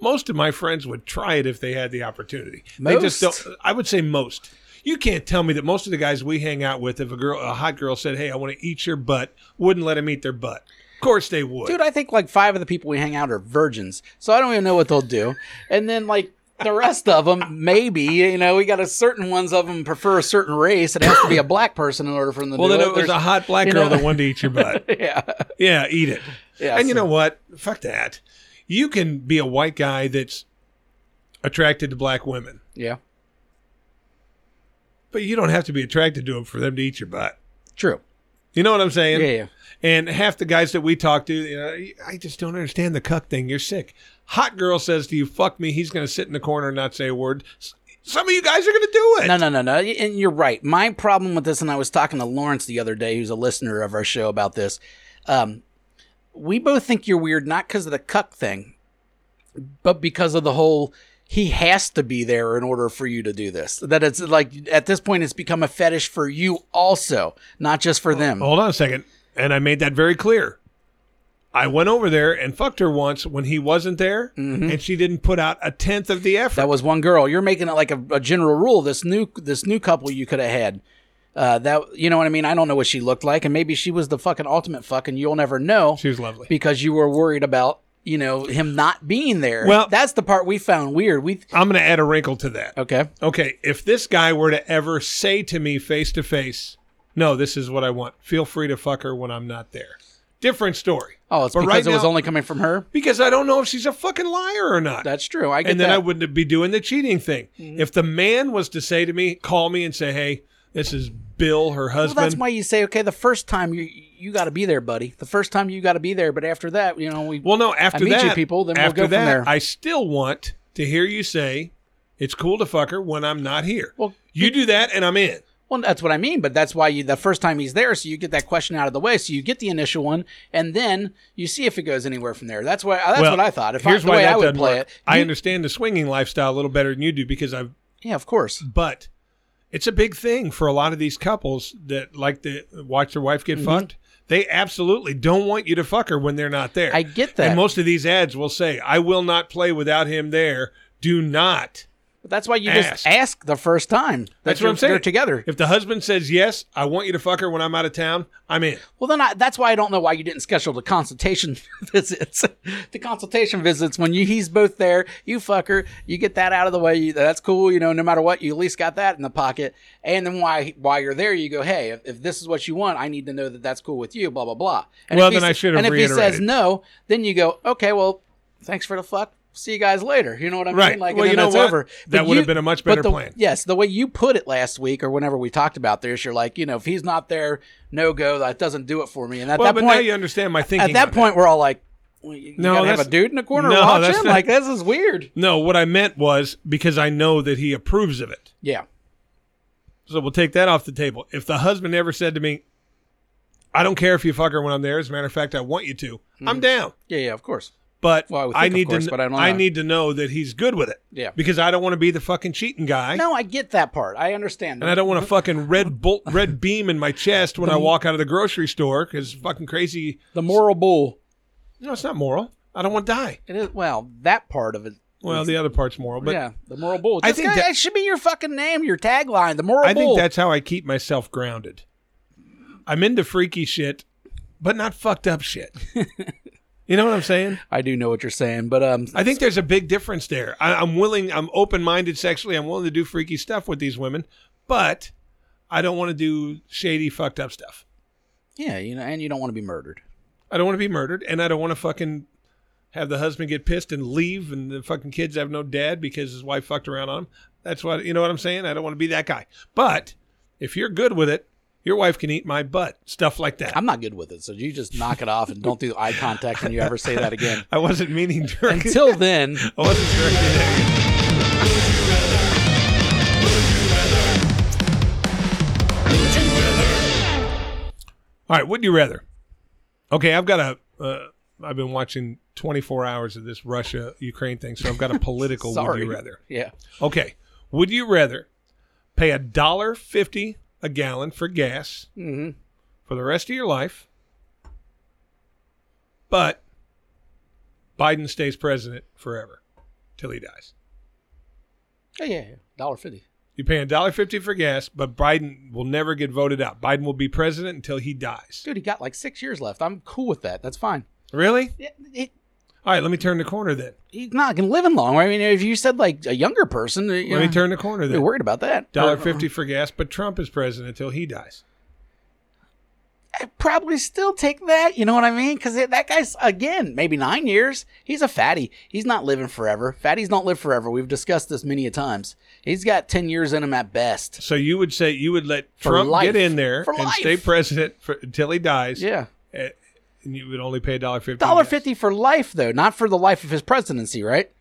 Speaker 1: most of my friends would try it if they had the opportunity. They just
Speaker 2: Most?
Speaker 1: don't I would say most. You can't tell me that most of the guys we hang out with, if a girl a hot girl said, Hey, I want to eat your butt, wouldn't let them eat their butt. Of course they would.
Speaker 2: Dude, I think like five of the people we hang out are virgins, so I don't even know what they'll do. And then like the rest of them, maybe you know, we got a certain ones of them prefer a certain race. It has to be a black person in order for them to
Speaker 1: well
Speaker 2: do
Speaker 1: then it was a
Speaker 2: There's-
Speaker 1: hot black
Speaker 2: you
Speaker 1: girl
Speaker 2: know-
Speaker 1: that wanted to eat your butt.
Speaker 2: yeah,
Speaker 1: yeah, eat it.
Speaker 2: yeah.
Speaker 1: and you
Speaker 2: so-
Speaker 1: know what? Fuck that. You can be a white guy that's attracted to black women.
Speaker 2: yeah,
Speaker 1: But you don't have to be attracted to them for them to eat your butt.
Speaker 2: true.
Speaker 1: You know what I'm saying?
Speaker 2: yeah, yeah.
Speaker 1: And half the guys that we talk to, you know, I just don't understand the cuck thing. You're sick. Hot girl says to you, "Fuck me." He's going to sit in the corner and not say a word. S- Some of you guys are going to do it.
Speaker 2: No, no, no, no. And you're right. My problem with this, and I was talking to Lawrence the other day, who's a listener of our show about this. Um, we both think you're weird, not because of the cuck thing, but because of the whole he has to be there in order for you to do this. That it's like at this point, it's become a fetish for you also, not just for them.
Speaker 1: Hold on a second. And I made that very clear. I went over there and fucked her once when he wasn't there,
Speaker 2: Mm-hmm.
Speaker 1: and she didn't put out a tenth of the effort.
Speaker 2: That was one girl. You're making it like a, a general rule. This new this new couple you could have had. Uh, that you know what I mean. I don't know what she looked like, and maybe she was the fucking ultimate fuck, and you'll never know.
Speaker 1: she was lovely.
Speaker 2: because you were worried about you know him not being there.
Speaker 1: Well-
Speaker 2: that's the part we found weird. We
Speaker 1: I'm going to add a wrinkle to that.
Speaker 2: okay,
Speaker 1: okay, if this guy were to ever say to me face to face, no, this is what I want. Feel free to fuck her when I'm not there. Different story.
Speaker 2: oh, it's
Speaker 1: But
Speaker 2: because
Speaker 1: right
Speaker 2: it was
Speaker 1: now-
Speaker 2: only coming from her.
Speaker 1: Because I don't know if she's a fucking liar or not.
Speaker 2: That's true. I get
Speaker 1: and then
Speaker 2: that. Mm-hmm.
Speaker 1: I wouldn't be doing the cheating thing. If the man was to say to me, call me and say, hey, this is Bill, her
Speaker 2: well, that's
Speaker 1: husband.
Speaker 2: why you say okay. The first time you you got to be there, buddy. The first time you got to be there, but after that, you know we
Speaker 1: well, no, after
Speaker 2: meet you
Speaker 1: that,
Speaker 2: people, then we'll
Speaker 1: after
Speaker 2: go from
Speaker 1: that,
Speaker 2: there.
Speaker 1: I still want to hear you say, it's cool to fuck her when I'm not here.
Speaker 2: Well,
Speaker 1: you do that and I'm in.
Speaker 2: Well, that's what I mean, but that's why you the first time he's there, so you get that question out of the way, so you get the initial one, and then you see if it goes anywhere from there. That's what that's
Speaker 1: Well,
Speaker 2: what I thought. If
Speaker 1: Here's
Speaker 2: I, the
Speaker 1: why
Speaker 2: way
Speaker 1: that
Speaker 2: I would
Speaker 1: doesn't
Speaker 2: play
Speaker 1: work.
Speaker 2: it,
Speaker 1: I
Speaker 2: You-
Speaker 1: understand the swinging lifestyle a little better than you do because I've
Speaker 2: yeah, of course.
Speaker 1: but it's a big thing for a lot of these couples that like to watch their wife
Speaker 2: Mm-hmm.
Speaker 1: get fucked. They absolutely don't want you to fuck her when they're not there.
Speaker 2: I get that.
Speaker 1: And most of these ads will say, "I will not play without him there." Do not.
Speaker 2: But that's why you
Speaker 1: Ask.
Speaker 2: just ask the first time.
Speaker 1: That's
Speaker 2: that
Speaker 1: what
Speaker 2: you're-
Speaker 1: I'm saying.
Speaker 2: They're together.
Speaker 1: If the husband says yes, I want you to fuck her when I'm out of town. I'm in.
Speaker 2: Well, then I, that's why I don't know why you didn't schedule the consultation visits. the consultation visits when you, he's both there, you fucker, you get that out of the way. You, that's cool, you know. No matter what, you at least got that in the pocket. And then why while you're there, you go, hey, if, if this is what you want, I need to know that that's cool with you. Blah blah blah. And
Speaker 1: Well,
Speaker 2: if he
Speaker 1: then I
Speaker 2: s-
Speaker 1: should have
Speaker 2: And if he says
Speaker 1: reiterated.
Speaker 2: no, then you go, okay, well, thanks for the fuck. See you guys later. You know what I mean?
Speaker 1: Right.
Speaker 2: Like,
Speaker 1: Well,
Speaker 2: and
Speaker 1: you
Speaker 2: then
Speaker 1: know
Speaker 2: that's
Speaker 1: what?
Speaker 2: over.
Speaker 1: That
Speaker 2: But
Speaker 1: would have
Speaker 2: you-
Speaker 1: been a much
Speaker 2: but
Speaker 1: better
Speaker 2: the-
Speaker 1: plan.
Speaker 2: Yes, the way you put it last week, or whenever we talked about this, you're like, you know, if he's not there, no go. That doesn't do it for me. And at
Speaker 1: Well,
Speaker 2: that
Speaker 1: but now
Speaker 2: point,
Speaker 1: you understand my thinking.
Speaker 2: at that
Speaker 1: on
Speaker 2: point, we're all like, well, you
Speaker 1: No,
Speaker 2: no, gotta have a
Speaker 1: that's-
Speaker 2: dude in the corner
Speaker 1: no, that's
Speaker 2: watching.
Speaker 1: not-
Speaker 2: Like this is weird.
Speaker 1: No, what I meant was because I know that he approves of it.
Speaker 2: Yeah,
Speaker 1: So we'll take that off the table. If the husband ever said to me, I don't care if you fuck her when I'm there. As a matter of fact, I want you to. I'm down.
Speaker 2: yeah, yeah. Of course.
Speaker 1: But
Speaker 2: Hmm. Well, I would
Speaker 1: I,
Speaker 2: think, of
Speaker 1: need
Speaker 2: course,
Speaker 1: to. kn-
Speaker 2: but I don't
Speaker 1: I
Speaker 2: know.
Speaker 1: need to know that he's good with it.
Speaker 2: Yeah.
Speaker 1: Because I don't want to be the fucking cheating guy,
Speaker 2: No, I get that part. I understand.
Speaker 1: and I don't want a fucking red bolt, red beam in my chest when I walk out of the grocery store because fucking crazy.
Speaker 2: the moral bull.
Speaker 1: No, it's not moral. I don't want to die.
Speaker 2: It is well that part of it.
Speaker 1: Well, the other part's moral, but
Speaker 2: yeah, the moral bull.
Speaker 1: I
Speaker 2: Just-
Speaker 1: think
Speaker 2: that,
Speaker 1: that-
Speaker 2: should be your fucking name, your tagline. The moral
Speaker 1: I
Speaker 2: bull.
Speaker 1: think that's how I keep myself grounded. I'm into freaky shit, but not fucked up shit. you know what I'm saying?
Speaker 2: I do know what you're saying, but um,
Speaker 1: I think there's a big difference there. I, I'm willing, I'm open minded sexually. I'm willing to do freaky stuff with these women, but I don't want to do shady, fucked up stuff.
Speaker 2: yeah, you know, and you don't want to be murdered.
Speaker 1: I don't want to be murdered, and I don't want to fucking have the husband get pissed and leave, and the fucking kids have no dad because his wife fucked around on him. That's what you know what I'm saying. I don't want to be that guy. But if you're good with it, your wife can eat my butt. Stuff like that.
Speaker 2: I'm not good with it, so you just knock it off and don't do eye contact when you ever say that again.
Speaker 1: I wasn't meaning to.
Speaker 2: Until then,
Speaker 1: I wasn't directing there. All right, would you rather? Okay, I've got a. Uh, I've been watching 24 hours of this Russia Ukraine thing, so I've got a political would
Speaker 2: sorry.
Speaker 1: you rather.
Speaker 2: Yeah.
Speaker 1: Okay, Would you rather pay a dollar fifty a gallon for gas
Speaker 2: Mm-hmm.
Speaker 1: for the rest of your life, but Biden stays president forever till he dies?
Speaker 2: Yeah, yeah, yeah. Dollar fifty.
Speaker 1: You pay a dollar fifty for gas, but Biden will never get voted out. Biden will be president until he dies.
Speaker 2: Dude, he got like six years left. I'm cool with that. That's fine.
Speaker 1: Really?
Speaker 2: Yeah, he-
Speaker 1: All right, let me turn the corner then.
Speaker 2: he's not gonna live in long. I mean, if you said like a younger person, you
Speaker 1: Let me
Speaker 2: know,
Speaker 1: turn the corner
Speaker 2: I'd be
Speaker 1: then.
Speaker 2: worried about that.
Speaker 1: Dollar fifty for gas, but Trump is president until he dies.
Speaker 2: I'd probably still take that. You know what I mean? Because that guy's again maybe nine years. He's a fatty. He's not living forever. Fatties don't live forever. We've discussed this many a times. He's got ten years in him at best.
Speaker 1: So you would say you would let
Speaker 2: For
Speaker 1: Trump
Speaker 2: life.
Speaker 1: get in there
Speaker 2: For
Speaker 1: and
Speaker 2: life.
Speaker 1: stay president for, until he dies,
Speaker 2: Yeah,
Speaker 1: eh, and you would only pay a dollar fifty. in
Speaker 2: dollar
Speaker 1: gas.
Speaker 2: fifty for life though, not for the life of his presidency, right?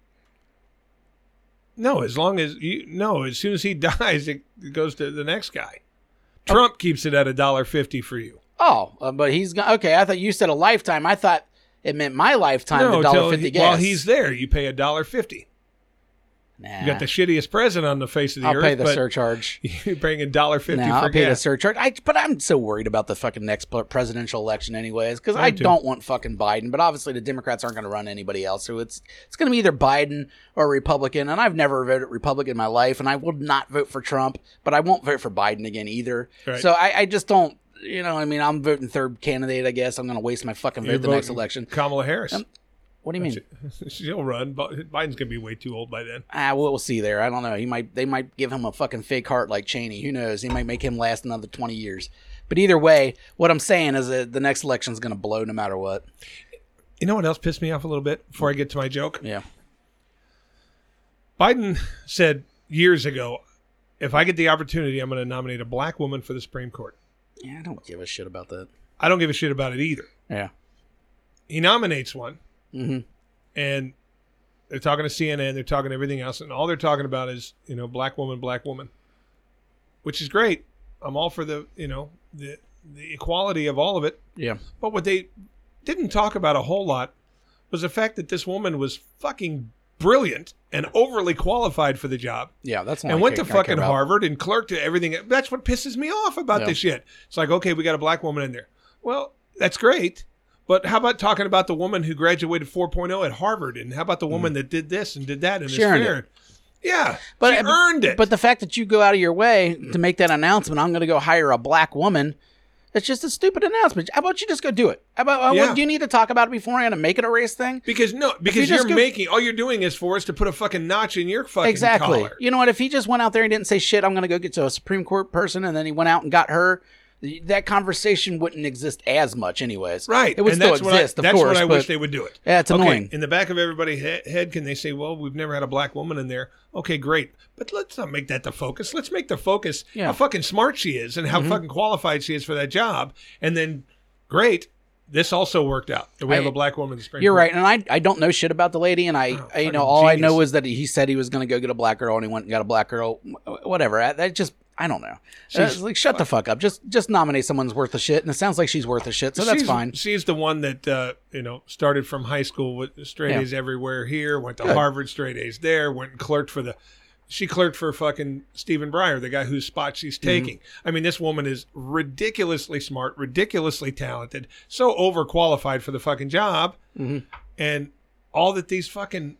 Speaker 1: No, as long as you no, as soon as he dies, it goes to the next guy. Trump keeps it at a dollar fifty for you.
Speaker 2: Oh, uh, but he's go- okay. I thought you said a lifetime. I thought it meant my lifetime.
Speaker 1: No,
Speaker 2: the
Speaker 1: till
Speaker 2: dollar
Speaker 1: he-
Speaker 2: fifty gas.
Speaker 1: while he's there, you pay a dollar fifty.
Speaker 2: nah,
Speaker 1: You got the shittiest president on the face of the
Speaker 2: I'll
Speaker 1: earth.
Speaker 2: pay the
Speaker 1: but
Speaker 2: surcharge.
Speaker 1: You bring a dollar fifty
Speaker 2: No,
Speaker 1: for
Speaker 2: I'll pay the
Speaker 1: gas.
Speaker 2: surcharge. I, but I'm so worried about the fucking next pl- presidential election, anyways, because
Speaker 1: Me
Speaker 2: I
Speaker 1: too.
Speaker 2: don't want fucking Biden. But obviously, the Democrats aren't going to run anybody else, so it's it's going to be either Biden or Republican. And I've never voted Republican in my life, and I will not vote for Trump, but I won't vote for Biden again either.
Speaker 1: Right.
Speaker 2: So I, I just don't. You know, what I mean, I'm voting third candidate. I guess I'm going to waste my fucking vote
Speaker 1: You're
Speaker 2: the next
Speaker 1: voting
Speaker 2: election. Um,
Speaker 1: Kamala Harris.
Speaker 2: What do you mean?
Speaker 1: She'll run. but Biden's gonna be way too old by then.
Speaker 2: Ah, we'll we'll see there. I don't know. He might they might give him a fucking fake heart like Cheney. Who knows? He might make him last another twenty years. But either way, what I'm saying is that the next election's gonna blow no matter what.
Speaker 1: You know what else pissed me off a little bit before I get to my joke?
Speaker 2: Yeah.
Speaker 1: Biden said years ago, if I get the opportunity, I'm going to nominate a black woman for the Supreme Court.
Speaker 2: Yeah, I don't give a shit about that.
Speaker 1: I don't give a shit about it either.
Speaker 2: Yeah.
Speaker 1: He nominates one,
Speaker 2: Mm-hmm.
Speaker 1: and they're talking to CNN, they're talking to everything else, and all they're talking about is you know black woman, black woman, which is great. I'm all for the you know the the equality of all of it.
Speaker 2: Yeah.
Speaker 1: But what they didn't talk about a whole lot was the fact that this woman was fucking brilliant and overly qualified for the job
Speaker 2: Yeah, that's all
Speaker 1: and
Speaker 2: I
Speaker 1: went
Speaker 2: care-
Speaker 1: to
Speaker 2: I care
Speaker 1: fucking
Speaker 2: about.
Speaker 1: Harvard and clerked to everything. That's what pisses me off about
Speaker 2: Yeah.
Speaker 1: this shit. It's like, okay, we got a black woman in there. Well, that's great. But how about talking about the woman who graduated 4.0 at Harvard? And how about the woman that did this and did that and is
Speaker 2: She earned
Speaker 1: fair? Yeah.
Speaker 2: Mm. But-
Speaker 1: she
Speaker 2: but-
Speaker 1: earned it.
Speaker 2: But the fact that you go out of your way to make that announcement, I'm gonna go hire a black woman. That's just a stupid announcement. How about you just go do it? How about uh,
Speaker 1: Yeah.
Speaker 2: do you need to talk about it beforehand and make it a race thing?
Speaker 1: because no, because
Speaker 2: you
Speaker 1: you are
Speaker 2: just give-
Speaker 1: making all you're doing is for us to put a fucking notch in your fucking
Speaker 2: exactly.
Speaker 1: collar.
Speaker 2: You know what? If he just went out there and didn't say shit, I'm going to go get to a Supreme Court person, and then he went out and got her, th- that conversation wouldn't exist as much, anyways.
Speaker 1: Right.
Speaker 2: It would
Speaker 1: and
Speaker 2: still
Speaker 1: that's
Speaker 2: exist,
Speaker 1: what I,
Speaker 2: of
Speaker 1: that's
Speaker 2: course.
Speaker 1: what I
Speaker 2: but
Speaker 1: wish they would do it.
Speaker 2: Yeah, it's annoying.
Speaker 1: Okay, in the back of everybody's he- head, can they say, well, we've never had a black woman in there? Okay, great. But let's not make that the focus. Let's make the focus
Speaker 2: Yeah. Mm-hmm.
Speaker 1: how fucking smart she is and how fucking qualified she is for that job. And then, great, this also worked out. that We have
Speaker 2: I-
Speaker 1: a black woman in the spring.
Speaker 2: You're right, and I, I don't know shit about the lady, and I, I you
Speaker 1: Oh, fucking
Speaker 2: know all I know
Speaker 1: genius.
Speaker 2: is that he said he was going to go get a black girl, and he went and got a black girl. Wh- Whatever. I, that just I don't know.
Speaker 1: She's-
Speaker 2: It's like shut the fuck up. Just just nominate someone's worth a shit, and it sounds like she's worth a shit, so that's
Speaker 1: she's,
Speaker 2: fine.
Speaker 1: She's the one that uh, you know started from high school with straight
Speaker 2: Yeah.
Speaker 1: A's everywhere. Here went to
Speaker 2: Good.
Speaker 1: Harvard, straight A's there. Went and clerked for the. She clerked for fucking Stephen Breyer, the guy whose spot she's
Speaker 2: Mm-hmm.
Speaker 1: taking. I mean, this woman is ridiculously smart, ridiculously talented, so overqualified for the fucking job.
Speaker 2: Mhm.
Speaker 1: And all that these fucking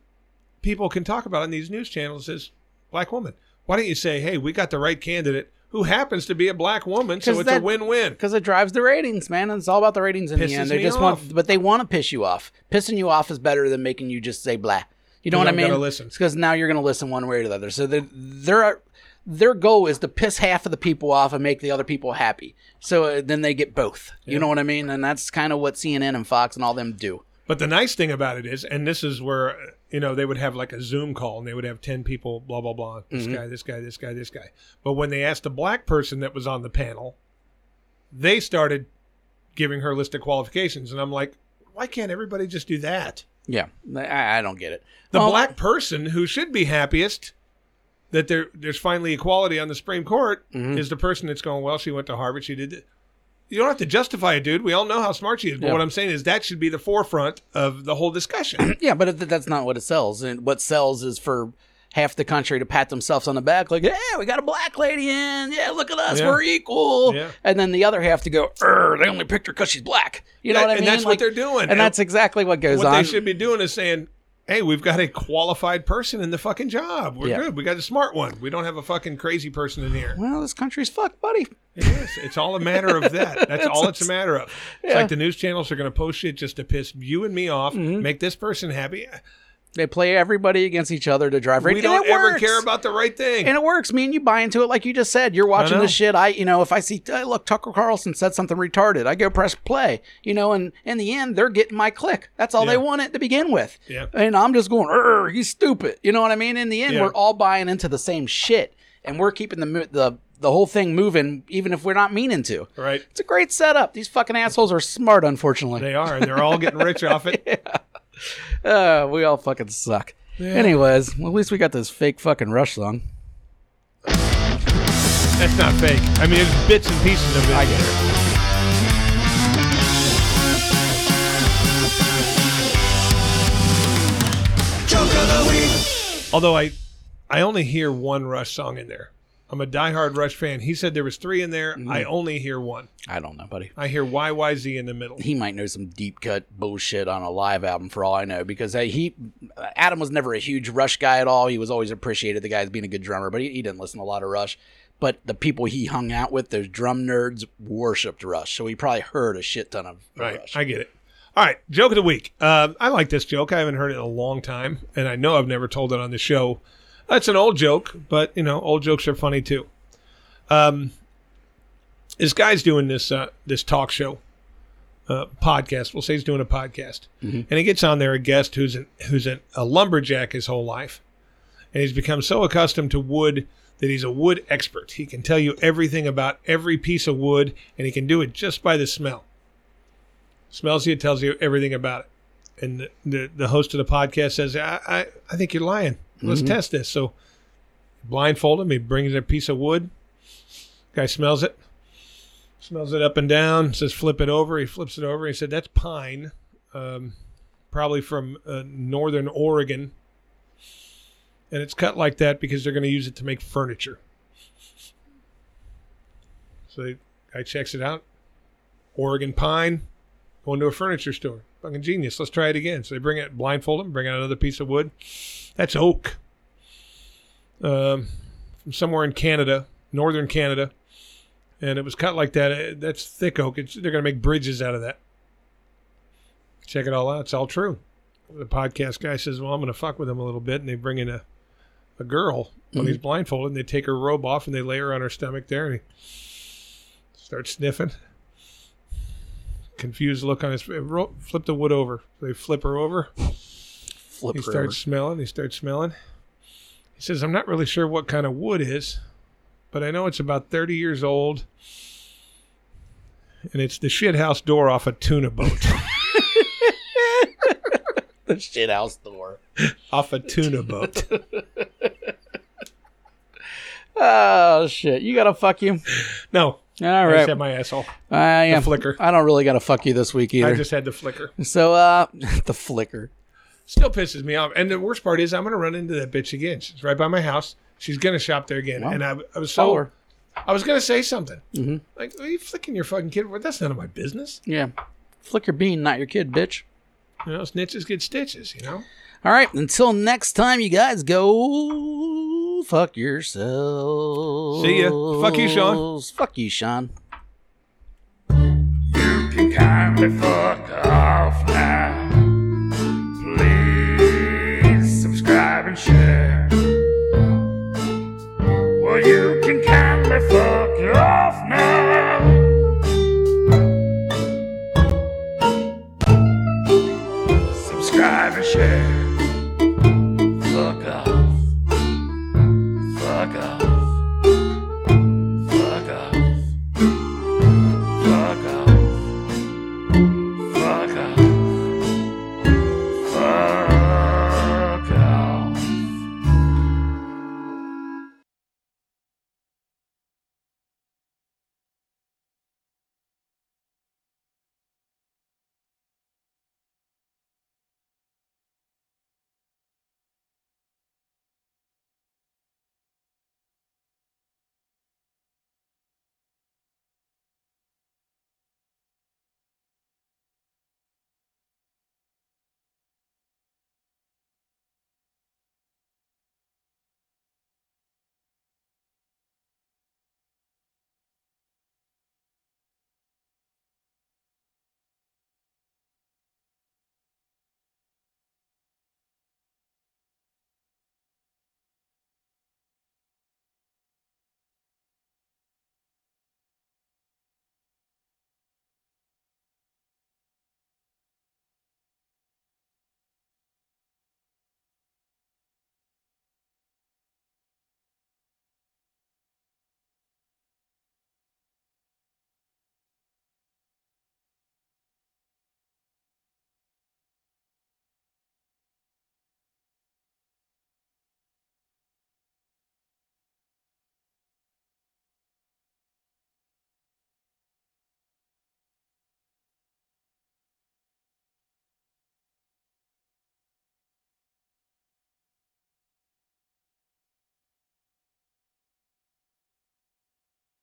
Speaker 1: people can talk about on these news channels is black woman. Why don't you say, hey, we got the right candidate who happens to be a black woman, so
Speaker 2: 'Cause
Speaker 1: it's a
Speaker 2: that-
Speaker 1: win-win.
Speaker 2: Because it drives the ratings, man. And it's all about the ratings in the
Speaker 1: Pisses
Speaker 2: end. They
Speaker 1: me
Speaker 2: just
Speaker 1: off.
Speaker 2: want, but they want to piss you off. Pissing you off is better than making you just say blah. You know
Speaker 1: 'Cause
Speaker 2: what I
Speaker 1: I'm gonna
Speaker 2: mean?
Speaker 1: listen.
Speaker 2: Because now you're going to listen one way or the other. So their their their goal is to piss half of the people off and make the other people happy. So uh, then they get both. You know what I mean? And that's kind of what CNN and Fox and all them do.
Speaker 1: But the nice thing about it is, and this is where uh, you know they would have like a Zoom call, and they would have ten people, blah blah blah, this
Speaker 2: Mm-hmm.
Speaker 1: guy, this guy, this guy, this guy. But when they asked the black person that was on the panel, they started giving her a list of qualifications, and I'm like, why can't everybody just do that?
Speaker 2: Yeah, I, I don't get it.
Speaker 1: The
Speaker 2: Well,
Speaker 1: black person who should be happiest that there there's finally equality on the Supreme Court
Speaker 2: Mm-hmm.
Speaker 1: is the person that's going, well, she went to Harvard, she did. It. You don't have to justify it, dude. We all know how smart she is. But
Speaker 2: Yeah.
Speaker 1: what I'm saying is that should be the forefront of the whole discussion.
Speaker 2: Yeah, but it- that's not what it sells. And what sells is for half the country to pat themselves on the back, like, yeah, we got a black lady in. Yeah, look at us.
Speaker 1: Yeah.
Speaker 2: We're equal.
Speaker 1: Yeah.
Speaker 2: And then the other half to go, "Er, they only picked her because she's black. You know
Speaker 1: That-
Speaker 2: what I
Speaker 1: and
Speaker 2: mean?
Speaker 1: that's what
Speaker 2: Like,
Speaker 1: they're doing.
Speaker 2: And that's exactly what goes
Speaker 1: what
Speaker 2: on.
Speaker 1: they should be doing is saying, "Hey, we've got a qualified person in the fucking job. We're
Speaker 2: Yeah.
Speaker 1: good. We got a smart one. We don't have a fucking crazy person in here."
Speaker 2: well, this country's fucked, buddy.
Speaker 1: It is. It's all a matter of that. That's all it's a matter of. It's
Speaker 2: Yeah.
Speaker 1: like the news channels are going to post shit just to piss you and me off,
Speaker 2: Mm-hmm.
Speaker 1: make this person happy.
Speaker 2: They play everybody against each other to drive rate.
Speaker 1: We
Speaker 2: and
Speaker 1: don't
Speaker 2: it
Speaker 1: ever
Speaker 2: works.
Speaker 1: care about the right thing.
Speaker 2: and it works. Me and you buy into it, like you just said. You're watching
Speaker 1: know.
Speaker 2: this shit. I, you know, if I see, uh, look, Tucker Carlson said something retarded, I go press play. You know, and in the end, they're getting my click. That's all
Speaker 1: Yeah.
Speaker 2: they wanted to begin with.
Speaker 1: Yeah.
Speaker 2: And I'm just going, "Err, he's stupid. You know what I mean? In the end,
Speaker 1: Yeah.
Speaker 2: we're all buying into the same shit, and we're keeping the mo- the the whole thing moving, even if we're not meaning to.
Speaker 1: right?
Speaker 2: It's a great setup. These fucking assholes are smart, unfortunately.
Speaker 1: They are. and They're all getting rich off it.
Speaker 2: Uh, we all fucking suck. Anyways, well, at least we got this fake fucking Rush song.
Speaker 1: That's not fake. I mean, there's bits and pieces of it. I
Speaker 2: get
Speaker 1: it. Although I, I only hear one Rush song in there. I'm a diehard Rush fan. He said there was three in there. I only hear one.
Speaker 2: I don't know, buddy.
Speaker 1: I hear YYZ in the middle.
Speaker 2: he might know some deep cut bullshit on a live album for all I know because uh, he Adam was never a huge Rush guy at all. He was always appreciated the guy as being a good drummer, but he, he didn't listen to a lot of Rush. But the people he hung out with, those drum nerds, worshipped Rush, so he probably heard a shit ton of
Speaker 1: Right.
Speaker 2: Rush.
Speaker 1: I get it. All right. Joke of the week. Um, I like this joke. I haven't heard it in a long time, and I know I've never told it on the show. It's an old joke, but you know, old jokes are funny too. Um, this guy's doing this uh, this talk show uh, podcast. We'll say he's doing a podcast, and he gets on there a guest who's an, who's an, a lumberjack his whole life, and he's become so accustomed to wood that he's a wood expert. He can tell you everything about every piece of wood, and he can do it just by the smell smells you, tells you everything about it. And the, the, the host of the podcast says, I, I, I think you're lying. Let's test this. So blindfold him. He brings a piece of wood. Guy smells it, smells it up and down, says, flip it over. He flips it over. He said, that's pine, um, probably from uh, northern Oregon. And it's cut like that because they're going to use it to make furniture. So the guy checks it out. Oregon pine, going to a furniture store. Fucking genius. Let's try it again. So they bring it, blindfold them, bring out another piece of wood. That's oak. Um, from somewhere in Canada, northern Canada. And it was cut like that. Uh, That's thick oak. It's, they're going to make bridges out of that. Check it all out. It's all true. The podcast guy says, Well, I'm going to fuck with him a little bit. And they bring in a, a girl when he's blindfolded and they take her robe off and they lay her on her stomach there. And he starts sniffing confused look on his face. Ro- Flip the wood over. They flip her over.
Speaker 2: Flip
Speaker 1: He
Speaker 2: her
Speaker 1: starts smelling. He starts smelling. He says, I'm not really sure what kind of wood is, but I know it's about 30 years old. And it's the shithouse door off a tuna boat.
Speaker 2: over the shit house door.
Speaker 1: off a tuna boat.
Speaker 2: Oh shit! You gotta fuck you.
Speaker 1: No.
Speaker 2: All
Speaker 1: I
Speaker 2: right,
Speaker 1: just had my asshole.
Speaker 2: I am.
Speaker 1: flicker.
Speaker 2: I don't really gotta fuck you this week
Speaker 1: I
Speaker 2: either.
Speaker 1: just had the flicker.
Speaker 2: So uh, the flicker.
Speaker 1: Still pisses me off. And the worst part is, I'm going to run into that bitch again. She's right by my house. She's going to shop there again. and I, I was so.
Speaker 2: Follow her. Mm-hmm.
Speaker 1: I was going to say something. Like, are you flicking your fucking kid? Well, That's none of my business.
Speaker 2: Yeah, flicker bean, not your kid, bitch.
Speaker 1: You know, snitches get stitches, you know?
Speaker 2: All right. Until next time, you guys go fuck yourselves.
Speaker 1: See ya. Fuck you, Sean.
Speaker 2: Fuck you, Sean.
Speaker 3: You can kindly fuck off now. Please subscribe and share. Well, you can kindly fuck off now.